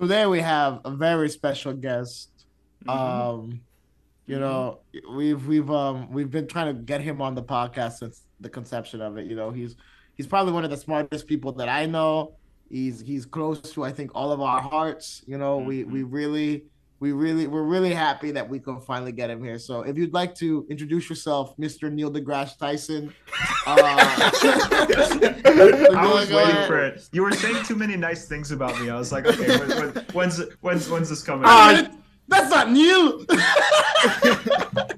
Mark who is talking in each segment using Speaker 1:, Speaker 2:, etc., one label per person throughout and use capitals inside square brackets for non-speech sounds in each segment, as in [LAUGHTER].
Speaker 1: Today we have a very special guest.
Speaker 2: Mhm.
Speaker 1: Um, you know, we've we've um we've been trying to get him on the podcast since the conception of it. You know, he's he's probably one of the smartest people that I know. He's he's close to I think all of our hearts. You know, we we really we really we're really happy that we could finally get him here. So if you'd like to introduce yourself, Mr. Neil deGrasse Tyson. Uh, [LAUGHS]
Speaker 2: I was
Speaker 1: go
Speaker 2: waiting
Speaker 1: ahead.
Speaker 2: for it. You were saying too many nice things about me. I was like, okay, when, when, when's when's when's this coming?
Speaker 1: Ah, that's not Neil. [LAUGHS]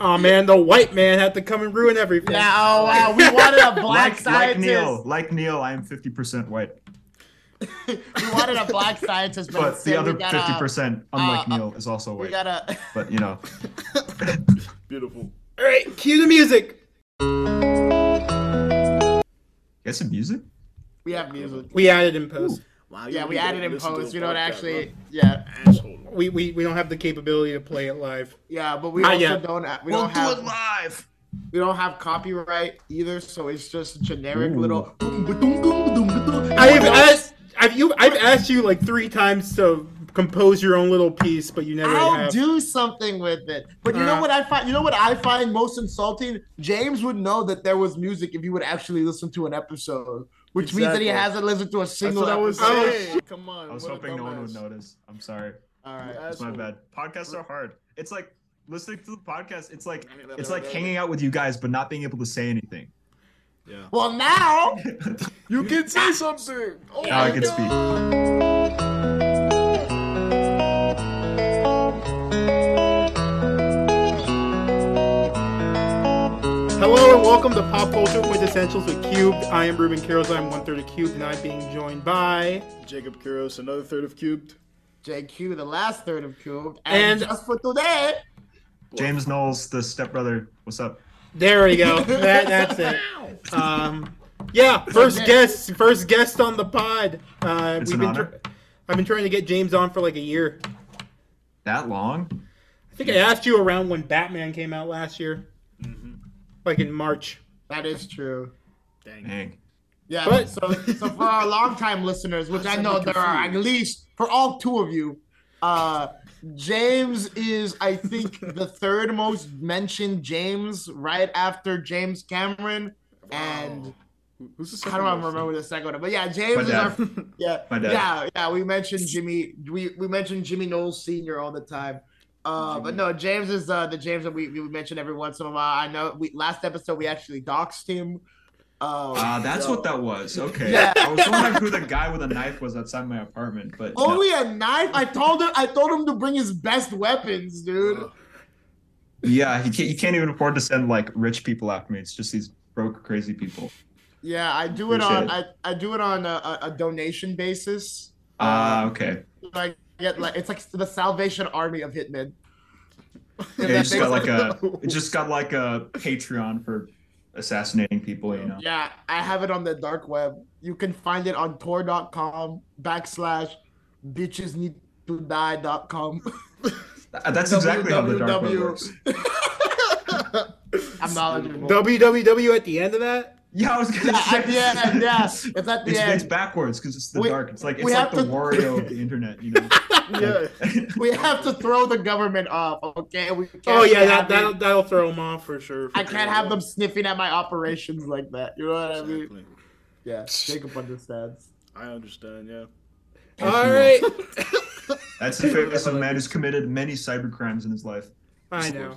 Speaker 3: Oh man, the white man had to come and ruin everything.
Speaker 1: Now, wow, we wanted a black
Speaker 2: [LAUGHS] like, like
Speaker 1: scientist.
Speaker 2: Neil, like Neil, I am fifty percent white,
Speaker 1: We wanted a black scientist, but,
Speaker 2: but
Speaker 1: instead
Speaker 2: the other
Speaker 1: we got a-
Speaker 2: fifty percent, unlike
Speaker 1: uh,
Speaker 2: Neil, is also
Speaker 1: We
Speaker 2: white.
Speaker 1: got a. [LAUGHS]
Speaker 2: But you know,
Speaker 4: Beautiful.
Speaker 3: All right, cue the music.
Speaker 2: get some music.
Speaker 1: We have music.
Speaker 3: We added in post.
Speaker 4: Wow.
Speaker 1: Yeah, we added in post. We
Speaker 4: You
Speaker 1: don't
Speaker 4: know
Speaker 1: actually. Yeah,
Speaker 4: Asshole.
Speaker 3: We, we we don't have the capability to play it live.
Speaker 1: yeah, but we
Speaker 3: Not
Speaker 1: also
Speaker 3: yet.
Speaker 1: don't. We
Speaker 2: we'll
Speaker 1: don't
Speaker 2: do it
Speaker 1: have.
Speaker 2: live.
Speaker 1: We don't have copyright either, so it's just generic
Speaker 2: Ooh.
Speaker 1: little.
Speaker 3: I have asked I've you I've asked you like three times to compose your own little piece, but you never
Speaker 1: I'll
Speaker 3: have.
Speaker 1: do something with it. But you know
Speaker 3: Uh.
Speaker 1: what I find? You know what I find most insulting? James would know that there was music if he would actually listen to an episode, which means that he
Speaker 4: Exactly.
Speaker 1: hasn't listened to a single
Speaker 4: what I was
Speaker 1: episode.
Speaker 3: Oh,
Speaker 4: saying. Come on.
Speaker 2: I was hoping no one would notice. I'm sorry.
Speaker 1: All right.
Speaker 2: It's my bad. Podcasts are hard. It's like listening to the podcast. It's like it's like hanging out with you guys, but not being able to say anything. [LAUGHS]
Speaker 1: Well, now
Speaker 4: You can say something. Oh
Speaker 2: Now I
Speaker 4: my
Speaker 2: can
Speaker 4: God.
Speaker 2: speak.
Speaker 3: Hello and welcome to Pop Culture with Essentials with Cubed. I am Ruben Carroll. I'm one third of Cubed, and I'm being joined by
Speaker 4: Jacob Kuros, another third of cubed.
Speaker 1: JQ, the last third of Cube, and,
Speaker 3: And-
Speaker 1: just for today,
Speaker 2: James Knowles, the stepbrother. What's up?
Speaker 3: There
Speaker 2: [LAUGHS]
Speaker 3: we go. That, that's it. Um, yeah, first guest, first guest on the pod. Uh,
Speaker 2: It's an
Speaker 3: we've been
Speaker 2: honor.
Speaker 3: tr- I've been trying to get James on for like a year.
Speaker 2: That long?
Speaker 3: I think I asked you around when Batman came out last year, like in March.
Speaker 1: that is true.
Speaker 4: Dang.
Speaker 2: Dang.
Speaker 1: Yeah.
Speaker 3: But-
Speaker 1: so, so for our longtime listeners, which I
Speaker 4: I'm
Speaker 1: know there are at
Speaker 4: confused.
Speaker 1: least for all two of you, uh, James is I think the third most mentioned James, right after James Cameron. And
Speaker 4: Who- Who's the
Speaker 1: I
Speaker 4: second
Speaker 1: don't
Speaker 4: person?
Speaker 1: remember the second one, but yeah, James
Speaker 2: My
Speaker 1: is
Speaker 2: dad.
Speaker 1: our yeah,
Speaker 2: My dad.
Speaker 1: yeah, yeah. We mentioned Jimmy. We we mentioned Jimmy Knowles Senior all the time. Uh, but no, James is uh, the James that we, we mention every once in a while. I know we last episode we actually doxed him. Um,
Speaker 2: Ah, that's what that was. Okay.
Speaker 1: Yeah.
Speaker 2: I was wondering who the guy with a knife was outside my apartment, but no.
Speaker 1: Only a knife. I told him. I told him to bring his best weapons,
Speaker 2: Uh,
Speaker 1: dude.
Speaker 2: yeah, he can't, you can't even afford to send like rich people after me. It's just these broke, crazy people.
Speaker 1: Yeah, I do it
Speaker 2: Appreciate
Speaker 1: on. I, I do it on a, a, a donation basis.
Speaker 2: Ah, okay.
Speaker 1: Like get like it's like the Salvation Army of hitmen.
Speaker 2: It just got like a, it just got like a Patreon for assassinating people. You know.
Speaker 1: Yeah, I have it on the dark web. You can find it on tor.com backslash bitches need to
Speaker 3: [LAUGHS]
Speaker 1: die.com.
Speaker 2: Ah, That's exactly how the dark web
Speaker 1: WWW.
Speaker 2: works.
Speaker 1: I'm knowledgeable.
Speaker 3: WWW at the end of that.
Speaker 2: Yeah, I was gonna
Speaker 1: yeah,
Speaker 2: say.
Speaker 1: at the end,
Speaker 2: [LAUGHS]
Speaker 1: yeah. It's at the
Speaker 2: It's,
Speaker 1: end.
Speaker 2: it's backwards because it's the
Speaker 1: We-
Speaker 2: dark. It's like
Speaker 1: we
Speaker 2: it's like
Speaker 1: have
Speaker 2: the
Speaker 1: to-
Speaker 2: Wario of the internet,
Speaker 1: [LAUGHS]
Speaker 2: you know.
Speaker 4: Yeah.
Speaker 1: we have to throw the government off, okay? We can't
Speaker 3: Oh yeah,
Speaker 1: be
Speaker 3: that that'll,
Speaker 1: having-
Speaker 3: that'll throw him off.
Speaker 4: For sure. for
Speaker 1: I can't
Speaker 4: sure.
Speaker 1: have them sniffing at my operations like that. You know what I mean?
Speaker 4: Exactly.
Speaker 1: Yeah, Jacob understands.
Speaker 4: I understand, yeah.
Speaker 3: All right,
Speaker 2: [LAUGHS] That's the
Speaker 1: [LAUGHS]
Speaker 2: famous of a man who's committed many cyber crimes in his life.
Speaker 3: I know.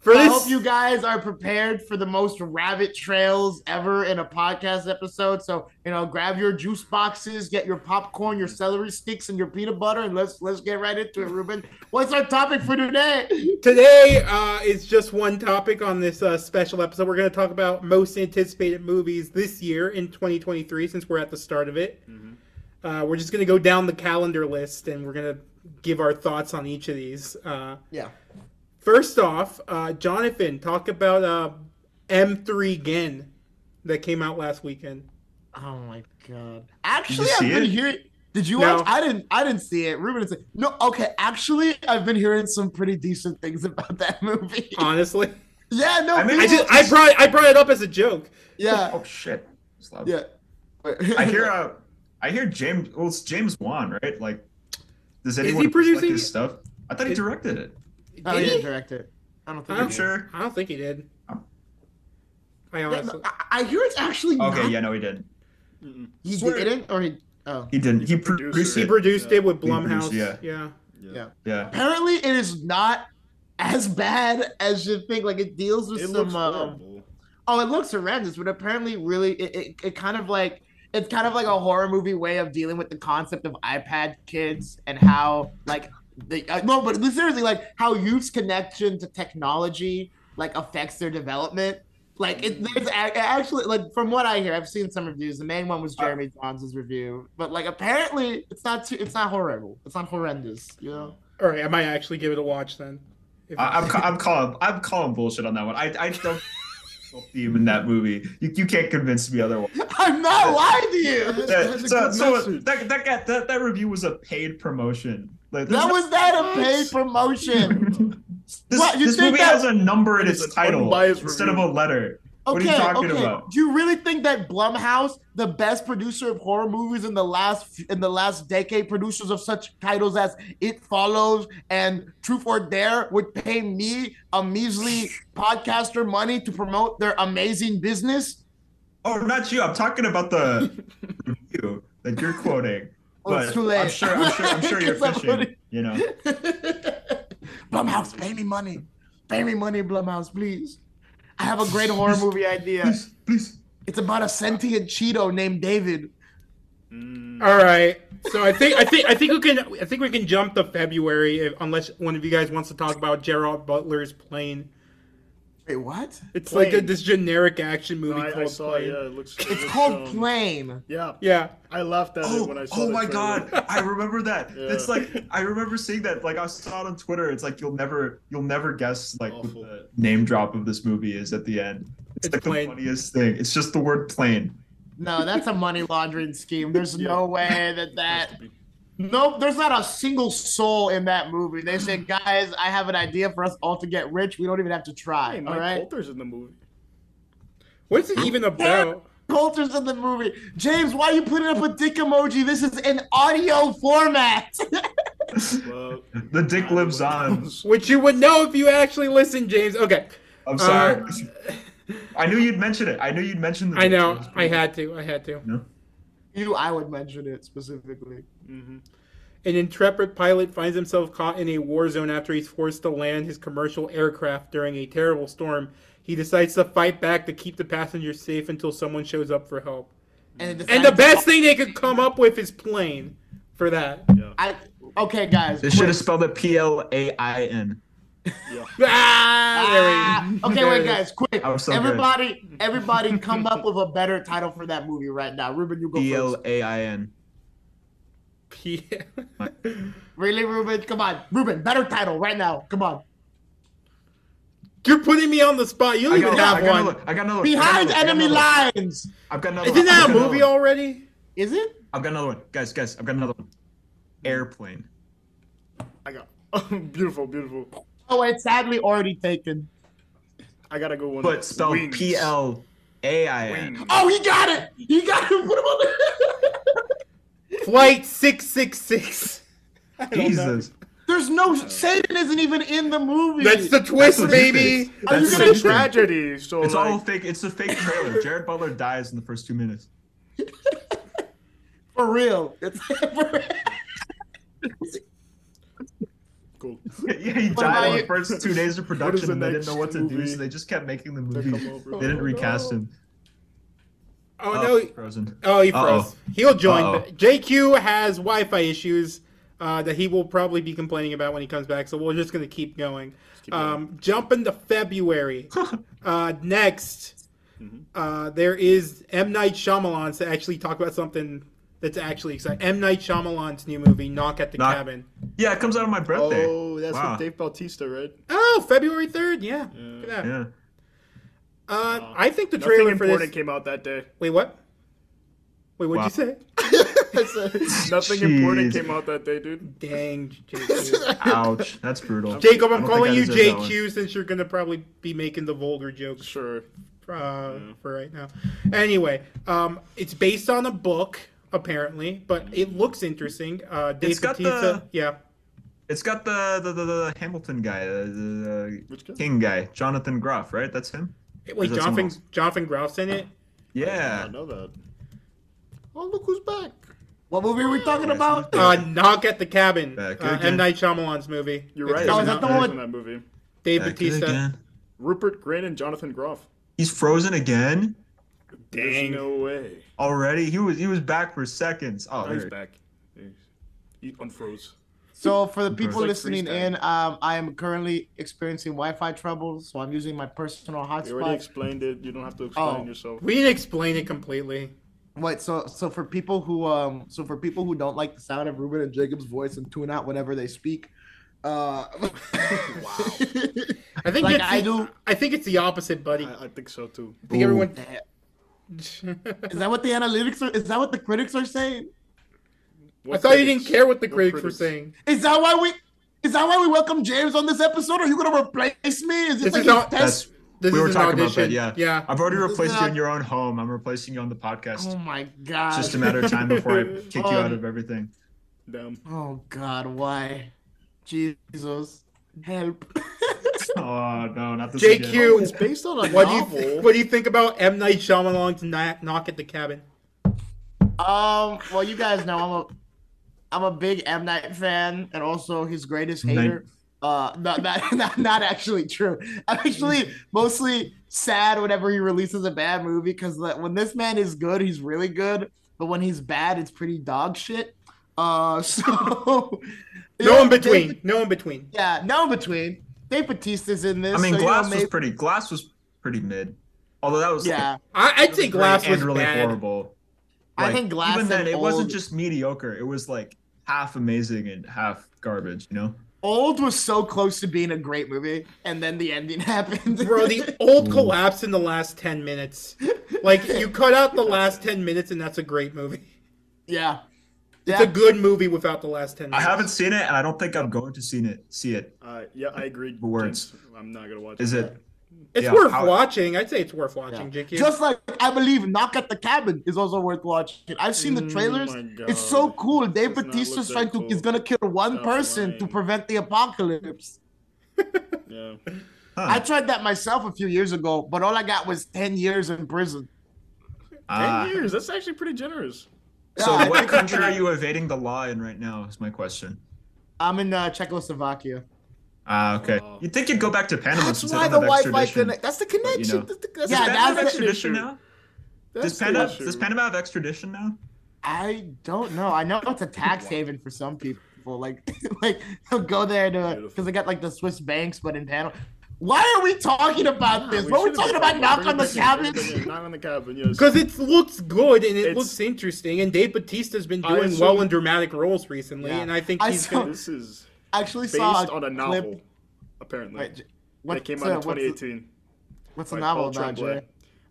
Speaker 3: For
Speaker 1: I
Speaker 3: this,
Speaker 1: hope you guys are prepared for the most rabbit trails ever in a podcast episode. So you know, grab your juice boxes, get your popcorn, your celery sticks, and your peanut butter, and let's let's get right into it, Ruben. What's our topic for today?
Speaker 3: Today uh, is just one topic on this uh, special episode. We're going to talk about most anticipated movies this year in 2023, since we're at the start of it. Uh, we're just going to go down the calendar list and we're going to give our thoughts on each of these. Uh,
Speaker 1: Yeah.
Speaker 3: first off, uh, Jonathan, talk about uh, M3 Gen that came out last weekend.
Speaker 1: Oh my god. Actually,
Speaker 2: you
Speaker 1: I've
Speaker 2: see
Speaker 1: been
Speaker 2: it?
Speaker 1: hearing. Did you
Speaker 3: No.
Speaker 1: watch? I didn't. I didn't see it. Ruben didn't see. No. Okay. Actually, I've been hearing some pretty decent things [LAUGHS] about that movie.
Speaker 3: Honestly,
Speaker 1: yeah. No.
Speaker 2: I mean,
Speaker 3: [LAUGHS] I
Speaker 1: people-
Speaker 3: just I brought I brought it up as a joke.
Speaker 1: yeah.
Speaker 2: Oh shit! It's loud.
Speaker 1: Yeah.
Speaker 2: I hear uh, I hear James. Well, it's James Wan, right? Like Does
Speaker 3: he
Speaker 2: anyone produce
Speaker 3: producing
Speaker 2: his
Speaker 3: it?
Speaker 2: stuff? I thought he
Speaker 3: Is-
Speaker 2: directed it.
Speaker 1: [LAUGHS] Oh,
Speaker 3: Did
Speaker 1: he
Speaker 3: he?
Speaker 1: didn't direct it. I don't think.
Speaker 3: Huh?
Speaker 2: I'm
Speaker 1: he did.
Speaker 2: sure.
Speaker 3: I don't think he did.
Speaker 2: Oh.
Speaker 3: I
Speaker 1: Wait,
Speaker 3: honestly.
Speaker 1: I, I hear it's actually
Speaker 2: Okay,
Speaker 1: not-
Speaker 2: yeah, no, he didn't.
Speaker 4: Mm-mm.
Speaker 1: He
Speaker 4: Swear.
Speaker 1: didn't, or he. Oh,
Speaker 2: He didn't.
Speaker 4: He's
Speaker 2: He
Speaker 4: a producer.
Speaker 2: produced
Speaker 3: He
Speaker 2: it.
Speaker 3: produced
Speaker 4: uh, Yeah.
Speaker 3: it with
Speaker 2: He produced,
Speaker 3: Blumhouse.
Speaker 2: yeah.
Speaker 3: yeah.
Speaker 1: Yeah.
Speaker 2: Yeah.
Speaker 1: apparently it is not as bad as you think. Like it deals with
Speaker 4: It looks
Speaker 1: some. Um,
Speaker 4: horrible.
Speaker 1: oh, it looks horrendous, but apparently, really, it, it, it kind of like it's kind of like a horror movie way of dealing with the concept of iPad kids and how like the uh, no, but seriously, like how youth's connection to technology like affects their development. Like it, there's a- actually like from what I hear, I've seen some reviews. The main one
Speaker 2: Uh,
Speaker 1: was Jeremy Johns' review, but like apparently it's not too, it's not horrible. It's not horrendous, you know. [LAUGHS]
Speaker 3: All right, I might actually give it a watch then. If
Speaker 2: I, I'm, ca- I'm calling. I'm calling bullshit on that one. I, I don't. Theme in that movie. You, you can't convince me otherwise.
Speaker 1: I'm not lying to you. [LAUGHS]
Speaker 2: That,
Speaker 4: That- that's a
Speaker 2: so,
Speaker 4: good
Speaker 2: so
Speaker 4: message.
Speaker 2: that, that, got, that that review was a paid promotion. Like there's
Speaker 1: That
Speaker 2: no-
Speaker 1: was not a paid promotion.
Speaker 2: [LAUGHS] This,
Speaker 1: What, you
Speaker 2: this
Speaker 1: think
Speaker 2: movie
Speaker 1: that-
Speaker 2: has a number in
Speaker 4: It's
Speaker 2: its
Speaker 4: an
Speaker 2: title
Speaker 4: unbiased
Speaker 2: instead of a
Speaker 4: review.
Speaker 2: letter. What are you
Speaker 1: Okay,
Speaker 2: talking
Speaker 1: okay.
Speaker 2: about?
Speaker 1: Do you really think that Blumhouse, the best producer of horror movies in the last in the last decade, producers of such titles as It Follows and Truth or Dare, would pay me a measly podcaster money to promote their amazing business?
Speaker 2: Oh, not you. I'm talking about the review that you're quoting.
Speaker 1: Oh,
Speaker 2: But
Speaker 1: it's too late.
Speaker 2: I'm sure. I'm sure. I'm sure you're
Speaker 1: It's not
Speaker 2: fishing.
Speaker 1: funny.
Speaker 2: You know.
Speaker 1: Blumhouse, pay me money. Pay me money, Blumhouse, please. I have a great horror movie idea.
Speaker 2: Please, please.
Speaker 1: It's about a sentient Cheeto named David.
Speaker 4: Mm.
Speaker 3: All right. So I think I think I think we can I think we can jump to February if, unless one of you guys wants to talk about Gerald Butler's plane.
Speaker 1: Wait, what?
Speaker 3: It's like a,
Speaker 4: Plane.
Speaker 3: this generic action
Speaker 4: No,
Speaker 3: movie
Speaker 4: I, I
Speaker 3: called
Speaker 4: saw. it,
Speaker 3: Plane.
Speaker 4: Yeah, it looks. it
Speaker 1: It's
Speaker 4: looks,
Speaker 1: called
Speaker 4: um,
Speaker 1: Plane.
Speaker 4: Yeah,
Speaker 3: Yeah.
Speaker 4: I laughed at
Speaker 2: Oh,
Speaker 4: it [LAUGHS] when I saw.
Speaker 2: oh
Speaker 4: the
Speaker 2: my
Speaker 4: trailer.
Speaker 2: god! I remember that.
Speaker 4: [LAUGHS] Yeah.
Speaker 2: It's like I remember seeing that. Like I saw it on Twitter. It's like you'll never, you'll never guess like what
Speaker 4: Awful.
Speaker 2: the name drop of this movie is at the end. It's,
Speaker 3: It's
Speaker 2: like
Speaker 3: plain.
Speaker 2: the funniest thing. It's just the word "plane."
Speaker 1: No, that's a money laundering scheme. There's
Speaker 4: Yeah.
Speaker 1: no way that
Speaker 4: Has
Speaker 1: that.
Speaker 4: to be.
Speaker 1: Nope, there's not a single soul in that movie. They
Speaker 4: [LAUGHS]
Speaker 1: said, guys, I have an idea for us all to get rich. We don't even have to try.
Speaker 4: Hey, Mike
Speaker 1: all right.
Speaker 4: Coulter's in the movie.
Speaker 3: What's it even about?
Speaker 1: Coulter's in the movie. James, why are you putting up a dick emoji? This is an audio format. [LAUGHS]
Speaker 2: [LAUGHS]
Speaker 4: Well,
Speaker 2: The dick lives
Speaker 4: [LAUGHS]
Speaker 2: on.
Speaker 3: Which you would know if you actually listened, James. Okay.
Speaker 2: I'm
Speaker 3: Uh,
Speaker 2: sorry. I knew you'd mention it. I knew you'd mention the.
Speaker 3: I know. I had to. I had to.
Speaker 2: No.
Speaker 1: you, I would mention it specifically.
Speaker 4: hmm
Speaker 3: An intrepid pilot finds himself caught in a war zone after he's forced to land his commercial aircraft during a terrible storm. He decides to fight back to keep the passengers safe until someone shows up for help.
Speaker 1: And, it
Speaker 3: And
Speaker 1: decided
Speaker 3: the
Speaker 1: to-
Speaker 3: best thing they could come up with is plane for that.
Speaker 1: I, okay, guys.
Speaker 2: They should have spelled it P L A I N.
Speaker 3: Ah,
Speaker 1: Ah,
Speaker 3: there we-
Speaker 1: okay,
Speaker 3: there
Speaker 1: wait,
Speaker 3: it [LAUGHS] is.
Speaker 1: guys, quick!
Speaker 2: I was so good.
Speaker 1: everybody, everybody, come up with a better title for that movie right now. Ruben, you go
Speaker 2: P L
Speaker 1: first.
Speaker 2: A I N.
Speaker 3: P-
Speaker 1: Really, Ruben? Come on, Ruben, better title right now. Come on.
Speaker 3: You're putting me on the spot. You don't
Speaker 2: I
Speaker 3: even
Speaker 2: got, I
Speaker 3: have
Speaker 2: got
Speaker 3: one.
Speaker 2: another. I got
Speaker 4: Oh,
Speaker 2: another.
Speaker 1: Behind
Speaker 2: I got another.
Speaker 1: enemy
Speaker 2: I got another.
Speaker 1: lines.
Speaker 2: I've got another.
Speaker 3: Isn't that
Speaker 2: I've
Speaker 3: a
Speaker 2: got
Speaker 3: movie
Speaker 2: another.
Speaker 3: already?
Speaker 1: Is it?
Speaker 2: I've got another one, guys, guys. I've got another one. Airplane.
Speaker 4: I got [LAUGHS] beautiful, beautiful.
Speaker 1: Oh, it's sadly already taken.
Speaker 4: I gotta go one.
Speaker 2: but spelled
Speaker 4: Wings.
Speaker 2: P L A I
Speaker 3: [LAUGHS]
Speaker 4: Wings.
Speaker 2: N.
Speaker 1: Oh, he got it. He got it. [LAUGHS] Put him on
Speaker 3: Flight 666. I don't know.
Speaker 2: Jesus.
Speaker 1: [LAUGHS] There's no Satan isn't even in the movie.
Speaker 3: That's the twist,
Speaker 2: what this
Speaker 3: baby.
Speaker 2: is.
Speaker 1: Are you
Speaker 2: That's
Speaker 1: gonna
Speaker 2: interesting.
Speaker 4: Tragedy. So
Speaker 2: It's
Speaker 4: like,
Speaker 2: all fake. It's a fake
Speaker 3: [LAUGHS]
Speaker 2: trailer. Jared Butler dies in the first two minutes. [LAUGHS]
Speaker 1: for real. It's [LAUGHS] for real.
Speaker 2: [LAUGHS]
Speaker 4: cool.
Speaker 2: yeah, he
Speaker 1: What about
Speaker 2: died in
Speaker 1: you-
Speaker 2: the first two days of
Speaker 4: [LAUGHS] is
Speaker 2: production,
Speaker 4: the
Speaker 2: and they didn't
Speaker 4: next
Speaker 2: know what to do,
Speaker 4: movie
Speaker 2: so they just kept making the
Speaker 4: that
Speaker 2: movie.
Speaker 4: come over?
Speaker 2: [LAUGHS] They didn't
Speaker 4: Oh,
Speaker 2: recast
Speaker 4: no.
Speaker 2: him.
Speaker 3: Oh,
Speaker 2: Oh,
Speaker 3: no.
Speaker 2: Frozen. [LAUGHS]
Speaker 3: Oh, he
Speaker 2: Uh-oh.
Speaker 3: froze. He'll join.
Speaker 2: Uh-oh.
Speaker 3: but JQ has Wi-Fi issues uh, that he will probably be complaining about when he comes back. So we're just gonna keep going.
Speaker 4: keep going.
Speaker 3: um, Jump into February. uh, next,
Speaker 2: Mm-hmm.
Speaker 4: Mhm.
Speaker 3: uh, there is M Night Shyamalan to actually talk about something that's actually exciting. M Night Shyamalan's new movie, Knock at the
Speaker 2: Knock-
Speaker 3: Cabin.
Speaker 2: Yeah, it comes out on my birthday.
Speaker 4: Oh, that's
Speaker 2: Wow.
Speaker 4: with Dave Bautista, right?
Speaker 3: Oh, February third. Yeah. Look at that.
Speaker 4: [LAUGHS]
Speaker 2: Yeah.
Speaker 3: Uh, I think the
Speaker 4: Nothing
Speaker 3: trailer for this.
Speaker 4: important came out that [LAUGHS] day.
Speaker 3: Wait, what? Wait, what'd you say?
Speaker 4: I said, [LAUGHS] Nothing
Speaker 2: Jeez.
Speaker 4: important came out that day, dude.
Speaker 3: Dang,
Speaker 4: [LAUGHS]
Speaker 3: JQ.
Speaker 2: Ouch. That's brutal.
Speaker 3: Jacob,
Speaker 2: I
Speaker 3: I'm
Speaker 2: don't
Speaker 3: calling you
Speaker 2: think I deserve that one.
Speaker 3: JQ since you're gonna probably be making the vulgar jokes
Speaker 4: Sure.
Speaker 3: uh, for right now. Anyway, um, it's based on a book apparently, but it looks interesting. Uh, Dave
Speaker 2: It's got
Speaker 3: Bautista- yeah,
Speaker 2: It's got the the, the, the Hamilton guy, the, the,
Speaker 4: Which
Speaker 2: the
Speaker 4: guy?
Speaker 2: King guy, Jonathan Groff, right? That's him.
Speaker 3: wait,
Speaker 2: Is that someone
Speaker 3: Jonathan
Speaker 2: else?
Speaker 3: Jonathan Groff's in it.
Speaker 4: I
Speaker 2: Yeah.
Speaker 4: know that. Oh, look who's back.
Speaker 1: What movie are we talking
Speaker 2: Yeah,
Speaker 1: about?
Speaker 2: something.
Speaker 3: Uh, Knock at the Cabin,
Speaker 2: Oh. Back
Speaker 3: uh, M
Speaker 2: again.
Speaker 3: Night Shyamalan's movie.
Speaker 4: You're
Speaker 3: It's
Speaker 4: right.
Speaker 1: Oh,
Speaker 3: coming
Speaker 1: is that
Speaker 3: out.
Speaker 1: the
Speaker 4: He's
Speaker 1: one-
Speaker 4: in that movie.
Speaker 3: Dave
Speaker 2: Back
Speaker 3: Batista.
Speaker 2: again.
Speaker 4: Rupert Grint and Jonathan Groff.
Speaker 2: He's frozen again
Speaker 4: There's
Speaker 3: Dang.
Speaker 4: no way.
Speaker 2: already. He was he was back for seconds. Oh,
Speaker 4: Oh, he's
Speaker 2: there-
Speaker 4: back. He's- He unfroze.
Speaker 1: So for the people
Speaker 4: like
Speaker 1: listening
Speaker 4: freestyle.
Speaker 1: in, um, I am currently experiencing Wi-Fi troubles, so I'm using my personal
Speaker 4: You already
Speaker 1: hotspot.
Speaker 4: explained it. You don't have to explain
Speaker 1: Oh.
Speaker 4: yourself.
Speaker 3: We didn't explain it completely.
Speaker 1: Wait, so so for people who um so for people who don't like the sound of Ruben and Jacob's voice and tune out whenever they speak, uh,
Speaker 4: Wow.
Speaker 3: I think
Speaker 1: Like,
Speaker 3: it's
Speaker 1: I
Speaker 3: the,
Speaker 1: do-
Speaker 3: I think it's the opposite, buddy. I
Speaker 4: I, I think so too.
Speaker 3: think everyone. [LAUGHS]
Speaker 1: Is that what the analytics are? Is that what the critics are saying?
Speaker 3: I
Speaker 4: What
Speaker 3: thought you
Speaker 4: critics?
Speaker 3: didn't care what the
Speaker 4: What
Speaker 3: critics were
Speaker 4: critics?
Speaker 3: saying.
Speaker 1: Is that why we? Is that why we welcome James on this episode? Are you gonna replace me? Is
Speaker 3: This
Speaker 1: this like
Speaker 3: is
Speaker 1: a test?
Speaker 3: not-
Speaker 2: That's-
Speaker 3: This
Speaker 2: we
Speaker 3: is
Speaker 2: were
Speaker 3: an
Speaker 2: talking about that.
Speaker 3: audition.
Speaker 2: Yeah.
Speaker 3: Yeah.
Speaker 2: I've already
Speaker 1: This is
Speaker 2: replaced you
Speaker 1: not-
Speaker 2: in your own home. I'm replacing you on the podcast.
Speaker 1: Oh my Um, god!
Speaker 2: it's just a matter of
Speaker 1: [LAUGHS]
Speaker 2: time before I kick you out of everything.
Speaker 4: Damn.
Speaker 1: oh god, why? Jesus, help!
Speaker 2: Oh no, not this again.
Speaker 3: JQ,
Speaker 4: It's based on a
Speaker 3: what do you
Speaker 4: novel.
Speaker 3: th- what do you think about M Night Shyamalan's Kno- Knock at the Cabin?
Speaker 1: Um, well, you guys know I'm a I'm a big M Night fan, and also his greatest
Speaker 2: Night.
Speaker 1: hater. Uh, not, not [LAUGHS] not not actually true. I'm actually mostly sad whenever he releases a bad movie because when this man is good, he's really good, but when he's bad, it's pretty dog shit. Uh, [LAUGHS] so
Speaker 3: No in
Speaker 1: Dave-
Speaker 3: between. No in between.
Speaker 1: yeah, no in between. Dave Batista's in this.
Speaker 2: I mean,
Speaker 1: so, you know,
Speaker 2: Glass was
Speaker 1: maybe-
Speaker 2: pretty. Glass was pretty mid. Although that was like,
Speaker 1: yeah.
Speaker 3: I, I'd say Glass
Speaker 2: great
Speaker 3: was
Speaker 2: and really
Speaker 3: bad.
Speaker 2: horrible.
Speaker 1: I think Glass
Speaker 2: Even then,
Speaker 1: and
Speaker 2: it wasn't
Speaker 1: Old-
Speaker 2: just mediocre. It was like half amazing and half garbage. You know.
Speaker 1: Old was so close to being a great movie, and then the ending [LAUGHS] happened.
Speaker 3: Bro, the
Speaker 2: [LAUGHS]
Speaker 3: old collapsed in the last ten minutes. Like you cut out the last ten minutes, and that's a great movie.
Speaker 1: [LAUGHS] yeah.
Speaker 3: It's a good movie without the last ten.
Speaker 2: I
Speaker 1: Mm.
Speaker 3: minutes.
Speaker 2: haven't seen it, and I don't think I'm going to see it. See it.
Speaker 4: Uh, yeah, I agreed.
Speaker 2: Words.
Speaker 4: James. I'm not gonna watch
Speaker 2: Is it?
Speaker 3: It's
Speaker 2: yeah,
Speaker 3: worth
Speaker 2: how-
Speaker 3: watching. I'd say it's worth
Speaker 1: Yeah.
Speaker 3: watching, JQ.
Speaker 1: Just like I believe Knock at the Cabin is also worth watching. I've seen the
Speaker 4: Mm,
Speaker 1: trailers.
Speaker 4: my God.
Speaker 1: it's so cool. Dave
Speaker 4: Does not look
Speaker 1: Batista's
Speaker 4: that
Speaker 1: trying to
Speaker 4: cool.
Speaker 1: is gonna kill one
Speaker 4: Stop
Speaker 1: person to
Speaker 4: lying.
Speaker 1: prevent the apocalypse.
Speaker 4: Yeah.
Speaker 1: I
Speaker 4: [CLEARS THROAT]
Speaker 2: Huh.
Speaker 1: tried that myself a few years ago, but all I got was ten years in prison.
Speaker 2: Ah.
Speaker 4: Ten years. That's actually pretty generous.
Speaker 2: so,
Speaker 1: Yeah, I [LAUGHS]
Speaker 2: what
Speaker 1: think
Speaker 2: country are you evading the law in right now? Is my question.
Speaker 1: I'm in uh, Czechoslovakia.
Speaker 2: Ah, okay.
Speaker 4: Wow.
Speaker 2: You'd think you'd go back to Panama since they don't have extradition.
Speaker 5: connect. That's the
Speaker 2: you
Speaker 5: connection.
Speaker 2: know.
Speaker 5: That's the- that's
Speaker 1: Yeah,
Speaker 2: Does
Speaker 5: the-
Speaker 2: Panama have
Speaker 1: that's the
Speaker 2: extradition
Speaker 4: issue.
Speaker 2: now?
Speaker 4: That's
Speaker 2: Does
Speaker 4: the
Speaker 2: Panama,
Speaker 4: issue.
Speaker 2: does Panama have extradition now?
Speaker 1: I don't know. I know it's a
Speaker 4: [LAUGHS]
Speaker 1: tax haven for some people. Like, [LAUGHS] like they'll go there to because they got like the Swiss banks, but in Panama. Why are we talking about this?
Speaker 4: We
Speaker 1: What are we
Speaker 4: should've
Speaker 1: talking
Speaker 4: been
Speaker 1: about? Knock
Speaker 4: Bring
Speaker 1: on
Speaker 4: it
Speaker 1: the
Speaker 4: back in,
Speaker 1: cabin.
Speaker 4: bring it back in, Knock on the cabin. Yes.
Speaker 3: Because it looks good and it
Speaker 4: It's-
Speaker 3: looks interesting, and Dave Batista's been
Speaker 4: I
Speaker 3: doing
Speaker 4: assume-
Speaker 3: well in dramatic roles recently,
Speaker 1: Yeah.
Speaker 3: and I think
Speaker 1: I
Speaker 3: he's
Speaker 1: saw-
Speaker 3: gonna,
Speaker 4: this is
Speaker 1: I actually
Speaker 4: based
Speaker 1: saw
Speaker 4: on a
Speaker 1: clip-
Speaker 4: novel, apparently.
Speaker 1: Wait, J-
Speaker 4: that came out in
Speaker 1: what's the-
Speaker 4: 2018.
Speaker 1: What's the
Speaker 4: by
Speaker 1: novel
Speaker 4: Paul
Speaker 1: about,
Speaker 4: Tremblay.
Speaker 1: Jay?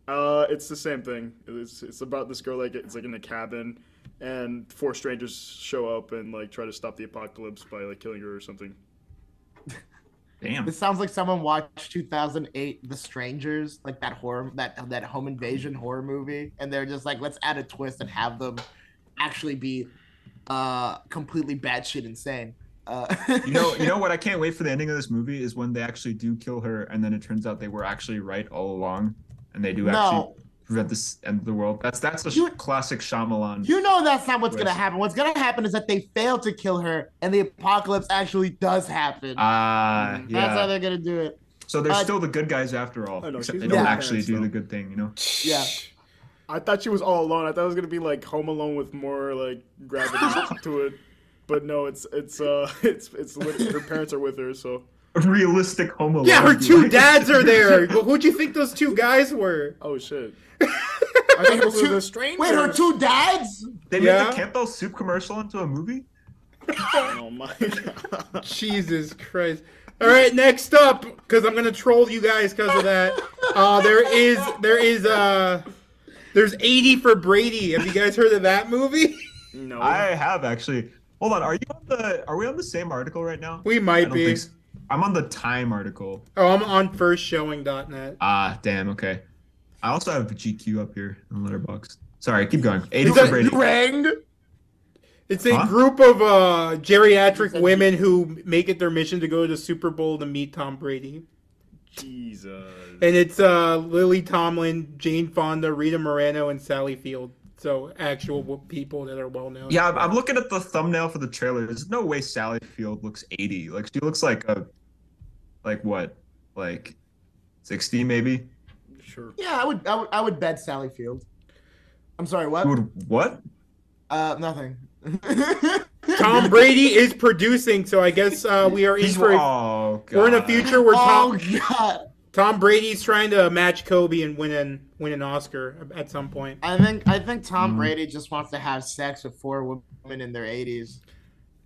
Speaker 4: Uh, it's the same thing. It's it's about this girl like it's like in a cabin, and four strangers show up and like try to stop the apocalypse by like killing her or something.
Speaker 2: Damn.
Speaker 1: This sounds like someone watched 2008 The Strangers, like that horror, that that home invasion horror movie, and they're just like, let's add a twist and have them actually be uh completely batshit insane. Uh,
Speaker 2: You know,
Speaker 1: [LAUGHS]
Speaker 2: you know what? I can't wait for the ending of this movie is when they actually do kill her, and then it turns out they were actually right all along, and they do
Speaker 1: No.
Speaker 2: actually prevent this end of the world. That's that's a
Speaker 1: You-
Speaker 2: classic Shyamalan.
Speaker 1: You know that's not what's gonna
Speaker 2: Right.
Speaker 1: happen. What's gonna happen is that they fail to kill her, and the apocalypse actually does happen.
Speaker 2: Ah,
Speaker 1: That's how
Speaker 2: yeah.
Speaker 1: they're gonna do it.
Speaker 2: So they're
Speaker 1: uh,
Speaker 2: still the good guys after all,
Speaker 4: I know,
Speaker 2: except
Speaker 4: she's
Speaker 2: they
Speaker 4: not
Speaker 2: don't
Speaker 1: the
Speaker 2: actually
Speaker 4: parents,
Speaker 2: do the
Speaker 4: though.
Speaker 2: good thing. You know.
Speaker 1: Yeah.
Speaker 4: I thought she was all alone. I thought it was gonna be like Home Alone with more like
Speaker 2: [LAUGHS]
Speaker 4: gravity to it, but no, it's it's uh [LAUGHS] it's it's lit- her parents are with her, so
Speaker 2: A realistic Home Alone. [LAUGHS]
Speaker 3: yeah, her
Speaker 2: would be
Speaker 3: two
Speaker 2: like-
Speaker 3: dads are there. Who- Who'd you think those two guys were?
Speaker 4: oh shit. I think those
Speaker 2: [LAUGHS]
Speaker 4: were the strangers.
Speaker 1: Wait, her two dads?
Speaker 2: [LAUGHS] They made
Speaker 3: Yeah.
Speaker 2: the Campbell soup commercial into a movie.
Speaker 4: Oh
Speaker 2: [LAUGHS]
Speaker 4: my god.
Speaker 3: Jesus Christ. All right, next up, because I'm gonna troll you guys because of that. Uh, there is there is uh there's 80 for Brady. Have you guys heard of that movie?
Speaker 4: No.
Speaker 2: I have actually. Hold on. Are you on the? Are we on the same article right now?
Speaker 3: We
Speaker 2: I
Speaker 3: might
Speaker 2: don't
Speaker 3: be.
Speaker 2: think so. I'm on the Time article.
Speaker 3: Oh, I'm on firstshowing.net.
Speaker 2: Ah, damn. Okay. I also have GQ up here on Letterboxd. Sorry, keep going. Eighty
Speaker 1: You,
Speaker 2: for
Speaker 1: got-
Speaker 2: Brady.
Speaker 1: you rang?
Speaker 3: It's a
Speaker 2: Huh?
Speaker 3: group of uh, geriatric women who make it their mission to go to the Super Bowl to meet Tom Brady.
Speaker 4: Jesus.
Speaker 3: And it's uh, Lily Tomlin, Jane Fonda, Rita Moreno, and Sally Field. So actual w- people that are well known.
Speaker 2: Yeah, I'm, I'm looking at the thumbnail for the trailer. There's no way Sally Field looks 80. Like she looks like a, like what, like, 60 maybe.
Speaker 4: Sure.
Speaker 1: Yeah, I would, I would, I would bet Sally Field. I'm sorry, what?
Speaker 2: Dude, what?
Speaker 1: Uh, nothing.
Speaker 3: [LAUGHS] Tom Brady is producing, so I guess uh, we are in
Speaker 2: He's
Speaker 3: for a-
Speaker 2: oh, God.
Speaker 3: we're in a future where
Speaker 1: oh
Speaker 3: Tom
Speaker 1: God.
Speaker 3: Tom Brady's trying to match Kobe and win an win an Oscar at some point.
Speaker 1: I think I think Tom
Speaker 2: Mm.
Speaker 1: Brady just wants to have sex with four women in their 80s.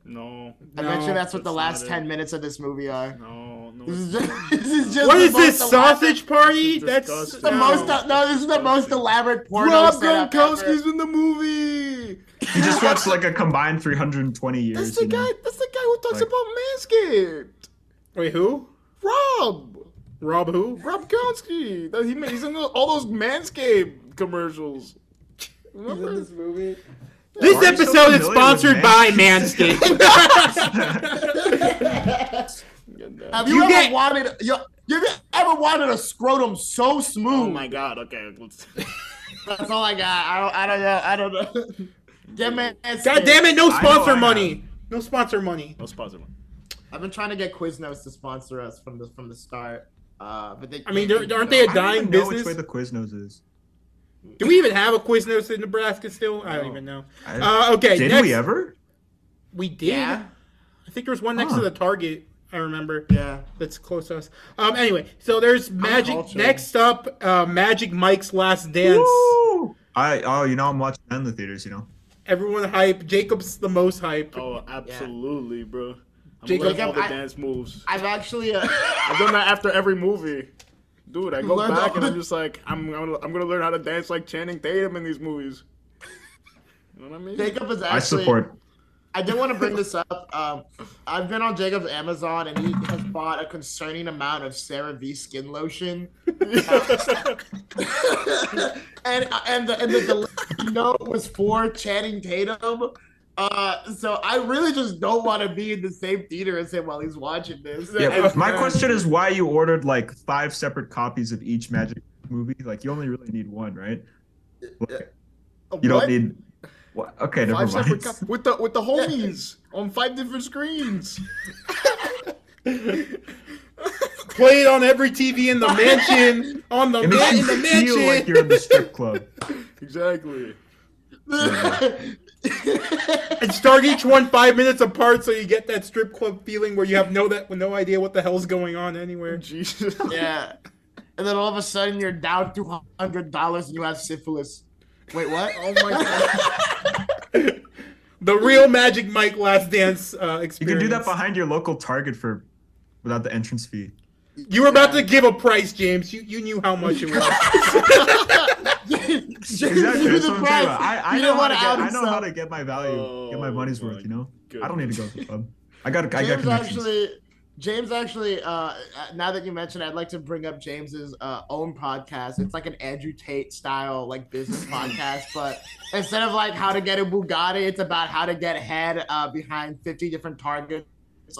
Speaker 4: No.
Speaker 1: I
Speaker 3: No,
Speaker 1: bet you that's what the
Speaker 4: that's
Speaker 1: last
Speaker 4: not
Speaker 1: 10
Speaker 4: it.
Speaker 1: minutes of this movie are.
Speaker 4: No. No.
Speaker 1: This is
Speaker 4: it's
Speaker 1: just, [LAUGHS]
Speaker 4: not.
Speaker 1: this is just
Speaker 3: What
Speaker 1: the
Speaker 3: is this
Speaker 1: most
Speaker 3: sausage party? That's
Speaker 4: Disgusting.
Speaker 1: elaborate- The
Speaker 4: No.
Speaker 1: most no, this is the most elaborate porno.
Speaker 4: Rob
Speaker 1: setup
Speaker 4: Gronkowski's
Speaker 1: ever.
Speaker 4: in the movie.
Speaker 2: He just watched like a combined 320 years.
Speaker 4: That's the
Speaker 2: you know?
Speaker 4: guy. That's the guy who talks
Speaker 2: Like-
Speaker 4: about Manscaped.
Speaker 3: Wait, who?
Speaker 4: Rob.
Speaker 3: Rob who?
Speaker 4: Rob Gronkowski. That he ma- he's in all those Manscaped commercials. Remember?
Speaker 1: movie.
Speaker 3: This
Speaker 2: Why are you so
Speaker 3: episode
Speaker 2: familiar
Speaker 3: is
Speaker 2: with
Speaker 3: sponsored
Speaker 2: Manscaped?
Speaker 3: by
Speaker 2: [LAUGHS]
Speaker 3: Manscaped.
Speaker 1: Have
Speaker 3: You
Speaker 1: you, ever
Speaker 3: get-
Speaker 1: wanted you, you ever wanted a scrotum so smooth?
Speaker 4: [LAUGHS] Oh my god. Okay. Let's...
Speaker 1: That's all I got. I don't, I don't know. I don't [LAUGHS] know. Get man.
Speaker 3: God damn it, no
Speaker 2: I know
Speaker 3: sponsor
Speaker 2: I
Speaker 3: money. No sponsor money.
Speaker 4: [LAUGHS] Let's pause it.
Speaker 1: I've been trying to get Quiznos to sponsor us from the from the start. Uh, but they
Speaker 3: I mean, there- aren't they a
Speaker 2: I don't
Speaker 3: dying
Speaker 2: even know which
Speaker 3: business?
Speaker 2: way the Quiznos is.
Speaker 3: Do we even have a Quiznos in Nebraska still? I don't even know.
Speaker 2: I-
Speaker 3: Uh, okay,
Speaker 2: Did
Speaker 3: next,
Speaker 2: we ever?
Speaker 3: We did.
Speaker 1: Yeah.
Speaker 3: I think there was one next
Speaker 2: Huh.
Speaker 3: to the Target. I remember.
Speaker 1: [LAUGHS] Yeah.
Speaker 3: That's close to us. Um. Anyway, so there's Magic.
Speaker 1: cultured.
Speaker 3: Next up, uh, Magic Mike's Last Dance.
Speaker 2: Woo! I oh, you know I'm watching that in the theaters. You know.
Speaker 3: Everyone hype. Jacob's the most hype.
Speaker 4: Oh, absolutely, bro. I'm
Speaker 3: Jacob,
Speaker 4: Jacob, all the
Speaker 1: I-
Speaker 4: dance moves.
Speaker 1: I've actually. Uh, [LAUGHS]
Speaker 4: I've done that after every movie. Dude, I go
Speaker 1: learned
Speaker 4: back
Speaker 1: all
Speaker 4: and
Speaker 1: the-
Speaker 4: I'm just like, I'm, I'm, gonna- I'm gonna learn how to dance like Channing Tatum in these movies. You know what I mean? [LAUGHS]
Speaker 1: Jacob is actually.
Speaker 2: I support.
Speaker 1: I did want to bring this up. Um, I've been on Jacob's Amazon, and he has bought a concerning amount of Sarah V skin lotion. [LAUGHS] and and the, and the delivery [LAUGHS] note was for Channing Tatum. Uh, so I really just don't want to be in the same theater as him while he's watching this.
Speaker 2: Yeah,
Speaker 4: And-
Speaker 2: my question is why you ordered like five separate copies of each Magic movie. Like you only really need one, right? Like, you don't
Speaker 1: What?
Speaker 2: need. What? Okay, never
Speaker 4: Five
Speaker 2: mind.
Speaker 4: separate cup- with the
Speaker 1: [LAUGHS]
Speaker 4: with the homies on five different screens.
Speaker 3: Play it on every
Speaker 2: [LAUGHS]
Speaker 3: TV in the mansion. On the
Speaker 2: [LAUGHS] It
Speaker 3: man in
Speaker 2: makes
Speaker 3: the
Speaker 2: you feel
Speaker 3: mansion.
Speaker 2: like you're in the
Speaker 1: [LAUGHS]
Speaker 2: strip club.
Speaker 4: Exactly.
Speaker 3: and start each one five minutes apart, so you get that strip club feeling where you have no that no idea what the hell's going on
Speaker 2: [LAUGHS]
Speaker 3: anywhere.
Speaker 4: Jesus.
Speaker 1: yeah. And then all of a sudden you're down two hundred dollars and you have syphilis. Wait, what?
Speaker 4: Oh
Speaker 1: [LAUGHS]
Speaker 4: my god.
Speaker 3: The real Magic Mike Last Dance uh, experience.
Speaker 2: You can do that behind your local Target for without the entrance
Speaker 1: [LAUGHS]
Speaker 2: fee.
Speaker 3: You were about to give a price, James. You you knew how much it was.
Speaker 2: Exactly.
Speaker 1: You
Speaker 2: That's
Speaker 1: the
Speaker 2: what I'm
Speaker 1: price.
Speaker 2: talking about. I, I
Speaker 1: You
Speaker 2: know
Speaker 1: don't
Speaker 2: how
Speaker 1: want
Speaker 2: to
Speaker 1: to out
Speaker 2: get, I know how
Speaker 1: himself.
Speaker 2: to get my value, get my
Speaker 4: Oh
Speaker 2: money's
Speaker 4: my
Speaker 2: worth. You know, I don't need to go to the club. I got. I got
Speaker 1: James
Speaker 2: connections.
Speaker 1: actually, James actually. Uh, now that you mentioned, it, I'd like to bring up James's uh, own podcast. It's like an Andrew Tate style like
Speaker 3: [LAUGHS]
Speaker 1: business podcast, but instead of like how to get a Bugatti, it's about how to get head uh, behind fifty different targets